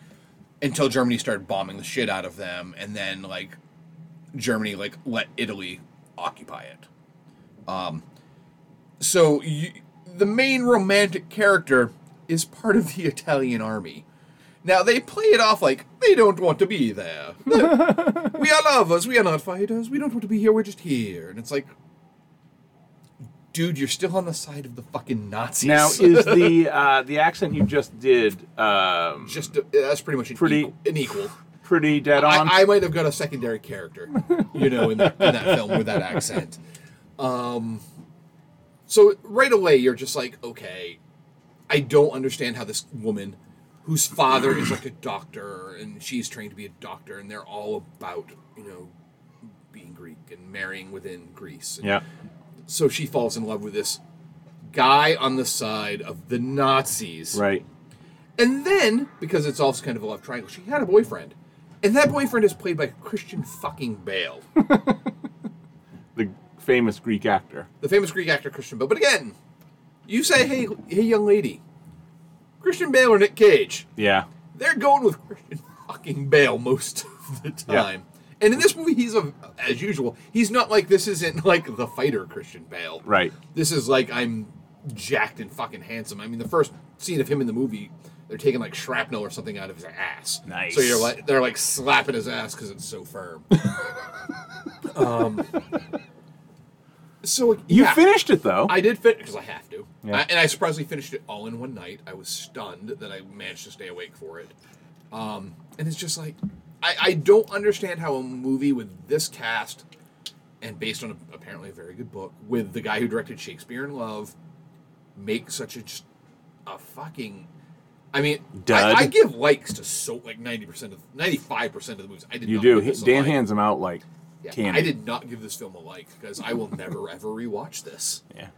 Speaker 6: until germany started bombing the shit out of them and then like germany like let italy occupy it Um, so you, the main romantic character is part of the Italian army. Now they play it off like they don't want to be there. we are lovers. We are not fighters. We don't want to be here. We're just here. And it's like, dude, you're still on the side of the fucking Nazis.
Speaker 4: Now is the uh, the accent you just did um,
Speaker 6: just uh, that's pretty much an
Speaker 4: Pretty-
Speaker 6: equal. An equal.
Speaker 4: pretty dead on?
Speaker 6: I, I might have got a secondary character, you know, in that, in that film with that accent. Um, so right away, you're just like, okay, I don't understand how this woman, whose father is like a doctor and she's trained to be a doctor, and they're all about, you know, being Greek and marrying within Greece. and
Speaker 4: yeah.
Speaker 6: so she falls in love with this guy on the side of the Nazis.
Speaker 4: Right.
Speaker 6: And then, because it's also kind of a love triangle, she had a boyfriend. And that boyfriend is played by Christian fucking Bale,
Speaker 4: The famous Greek actor.
Speaker 6: the famous Greek actor Christian Bale. But again, you say, hey, hey, young lady, Christian Bale or Nick Cage?
Speaker 4: Yeah.
Speaker 6: They're going with Christian fucking Bale most of the
Speaker 4: Yeah.
Speaker 6: time. And in this movie, he's a, as usual. He's not like this isn't like the fighter Christian Bale.
Speaker 4: Right.
Speaker 6: This is like I'm jacked and fucking handsome. I mean, the first scene of him in the movie, they're taking like shrapnel or something out of his ass.
Speaker 4: Nice.
Speaker 6: So you're like they're like slapping his ass because it's so firm. um. So
Speaker 4: You
Speaker 6: yeah.
Speaker 4: finished it though.
Speaker 6: I did finish because I have to,
Speaker 4: Yeah.
Speaker 6: I, and I surprisingly finished it all in one night. I was stunned that I managed to stay awake for it. Um, and it's just like I, I don't understand how a movie with this cast and based on a, apparently a very good book with the guy who directed Shakespeare in Love make such a just a fucking. I mean, I,
Speaker 4: Dud.
Speaker 6: I give likes to so like ninety percent of ninety five percent of the movies. I did
Speaker 4: you
Speaker 6: not
Speaker 4: do.
Speaker 6: give
Speaker 4: Hi-
Speaker 6: this a
Speaker 4: Dan
Speaker 6: like.
Speaker 4: hands him out like
Speaker 6: Yeah,
Speaker 4: candy.
Speaker 6: I did not give this film a like because I will never ever rewatch this.
Speaker 4: Yeah.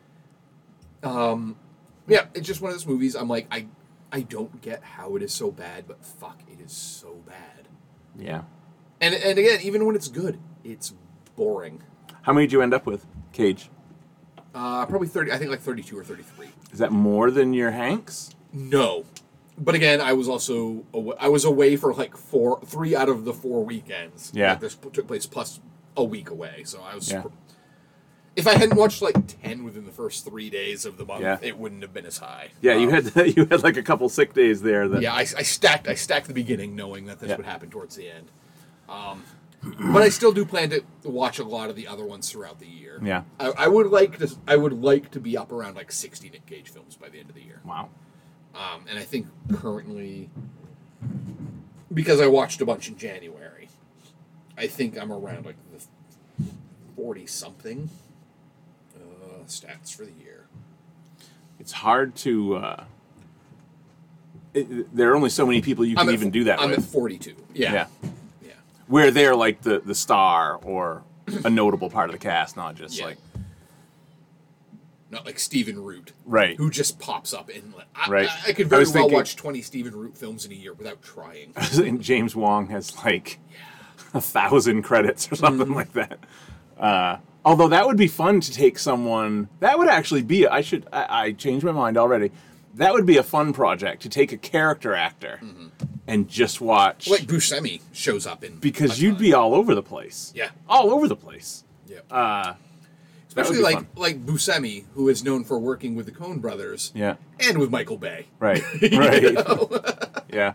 Speaker 6: Yeah, it's just one of those movies. I'm like, I, I don't get how it is so bad, but fuck, it is so bad.
Speaker 4: Yeah.
Speaker 6: And and again, even when it's good, it's boring.
Speaker 4: How many did you end up with? Cage.
Speaker 6: Uh, probably thirty. I think like thirty-two or thirty-three.
Speaker 4: Is that more than your Hanks?
Speaker 6: No, but again, I was also awa I was away for like four, three out of the four weekends.
Speaker 4: Yeah.
Speaker 6: Like, this p- took place plus a week away, so I was.
Speaker 4: Yeah.
Speaker 6: If I hadn't watched like ten within the first three days of the month,
Speaker 4: Yeah.
Speaker 6: it wouldn't have been as high.
Speaker 4: Yeah, you
Speaker 6: Um,
Speaker 4: had you had like a couple sick days there. That
Speaker 6: Yeah, I, I stacked. I stacked the beginning, knowing that this
Speaker 4: Yeah.
Speaker 6: would happen towards the end. Um, but I still do plan to watch a lot of the other ones throughout the year.
Speaker 4: Yeah.
Speaker 6: I, I would like to. I would like to be up around like sixty Nick Cage films by the end of the year.
Speaker 4: Wow.
Speaker 6: Um, and I think currently, because I watched a bunch in January, I think I'm around like the forty something uh, stats for the year.
Speaker 4: It's hard to. Uh, it, there are only so many people you can
Speaker 6: I'm at
Speaker 4: even
Speaker 6: fo-
Speaker 4: do that
Speaker 6: I'm at
Speaker 4: with.
Speaker 6: forty-two.
Speaker 4: yeah.
Speaker 6: Yeah. Yeah.
Speaker 4: Where they're like the the star or a notable part of the cast, not just
Speaker 6: Yeah.
Speaker 4: like
Speaker 6: not like Steven Root,
Speaker 4: Right.
Speaker 6: Who just pops up in. I,
Speaker 4: Right.
Speaker 6: I, I could
Speaker 4: I
Speaker 6: very
Speaker 4: was
Speaker 6: well
Speaker 4: thinking-
Speaker 6: watch twenty Steven Root films in a year without trying.
Speaker 4: and James Wong has like a thousand credits or something
Speaker 6: Mm-hmm.
Speaker 4: like that. Uh, although that would be fun to take someone. That would actually be. I should. I, I changed my mind already. That would be a fun project to take a character actor
Speaker 6: Mm-hmm.
Speaker 4: and just watch
Speaker 6: like Buscemi shows up in
Speaker 4: because
Speaker 6: a
Speaker 4: you'd
Speaker 6: ton.
Speaker 4: be all over the place.
Speaker 6: Yeah.
Speaker 4: all over the place.
Speaker 6: yeah.
Speaker 4: Uh,
Speaker 6: especially
Speaker 4: be
Speaker 6: like
Speaker 4: fun.
Speaker 6: like Buscemi, who is known for working with the Coen Brothers,
Speaker 4: yeah.
Speaker 6: and with Michael Bay.
Speaker 4: Right. Right. yeah.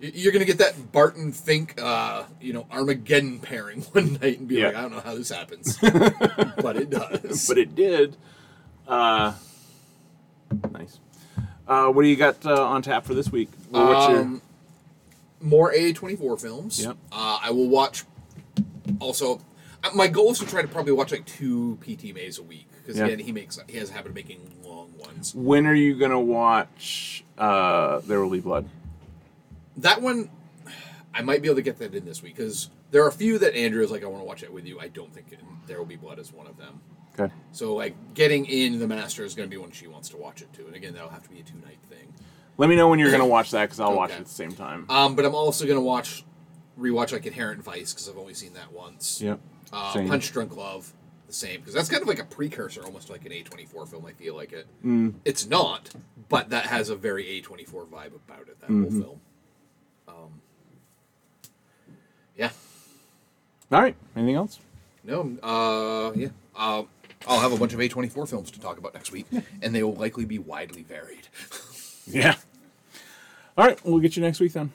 Speaker 6: Y- You're gonna get that Barton Fink, uh, you know, Armageddon pairing one night and be
Speaker 4: Yeah.
Speaker 6: like, I don't know how this happens, but it does.
Speaker 4: But it did. Uh, nice. Uh, what do you got uh, on tap for this week? Or what's your-
Speaker 6: Um, more A24 films.
Speaker 4: Yep.
Speaker 6: Uh, I will watch. Also, uh, my goal is to try to probably watch like two PT Mays a week because
Speaker 4: Yeah.
Speaker 6: again, he makes he has a habit of making long ones.
Speaker 4: When are you gonna watch uh, There Will Be Blood?
Speaker 6: That one, I might be able to get that in this week because there are a few that Andrew is like, I want to watch it with you. I don't think There Will Be Blood is one of them.
Speaker 4: Okay.
Speaker 6: So like getting in the master is going to be when she wants to watch it too, and again, that'll have to be a two night thing.
Speaker 4: Let me know when you're gonna watch that because I'll watch it
Speaker 6: Okay.
Speaker 4: at the same time.
Speaker 6: Um, but I'm also going to watch rewatch like Inherent Vice because I've only seen that once.
Speaker 4: yep.
Speaker 6: Uh,
Speaker 4: Same.
Speaker 6: Punch Drunk Love, the same, because that's kind of like a precursor, almost to like an A24 film. I feel like it. It's not, but that has a very A24 vibe about it. That whole film. Um, yeah.
Speaker 4: All right. Anything else?
Speaker 6: No. Uh, yeah. Uh, I'll have a bunch of A24 films to talk about next week, and they will likely be widely varied.
Speaker 4: Yeah. All right. We'll get you next week then.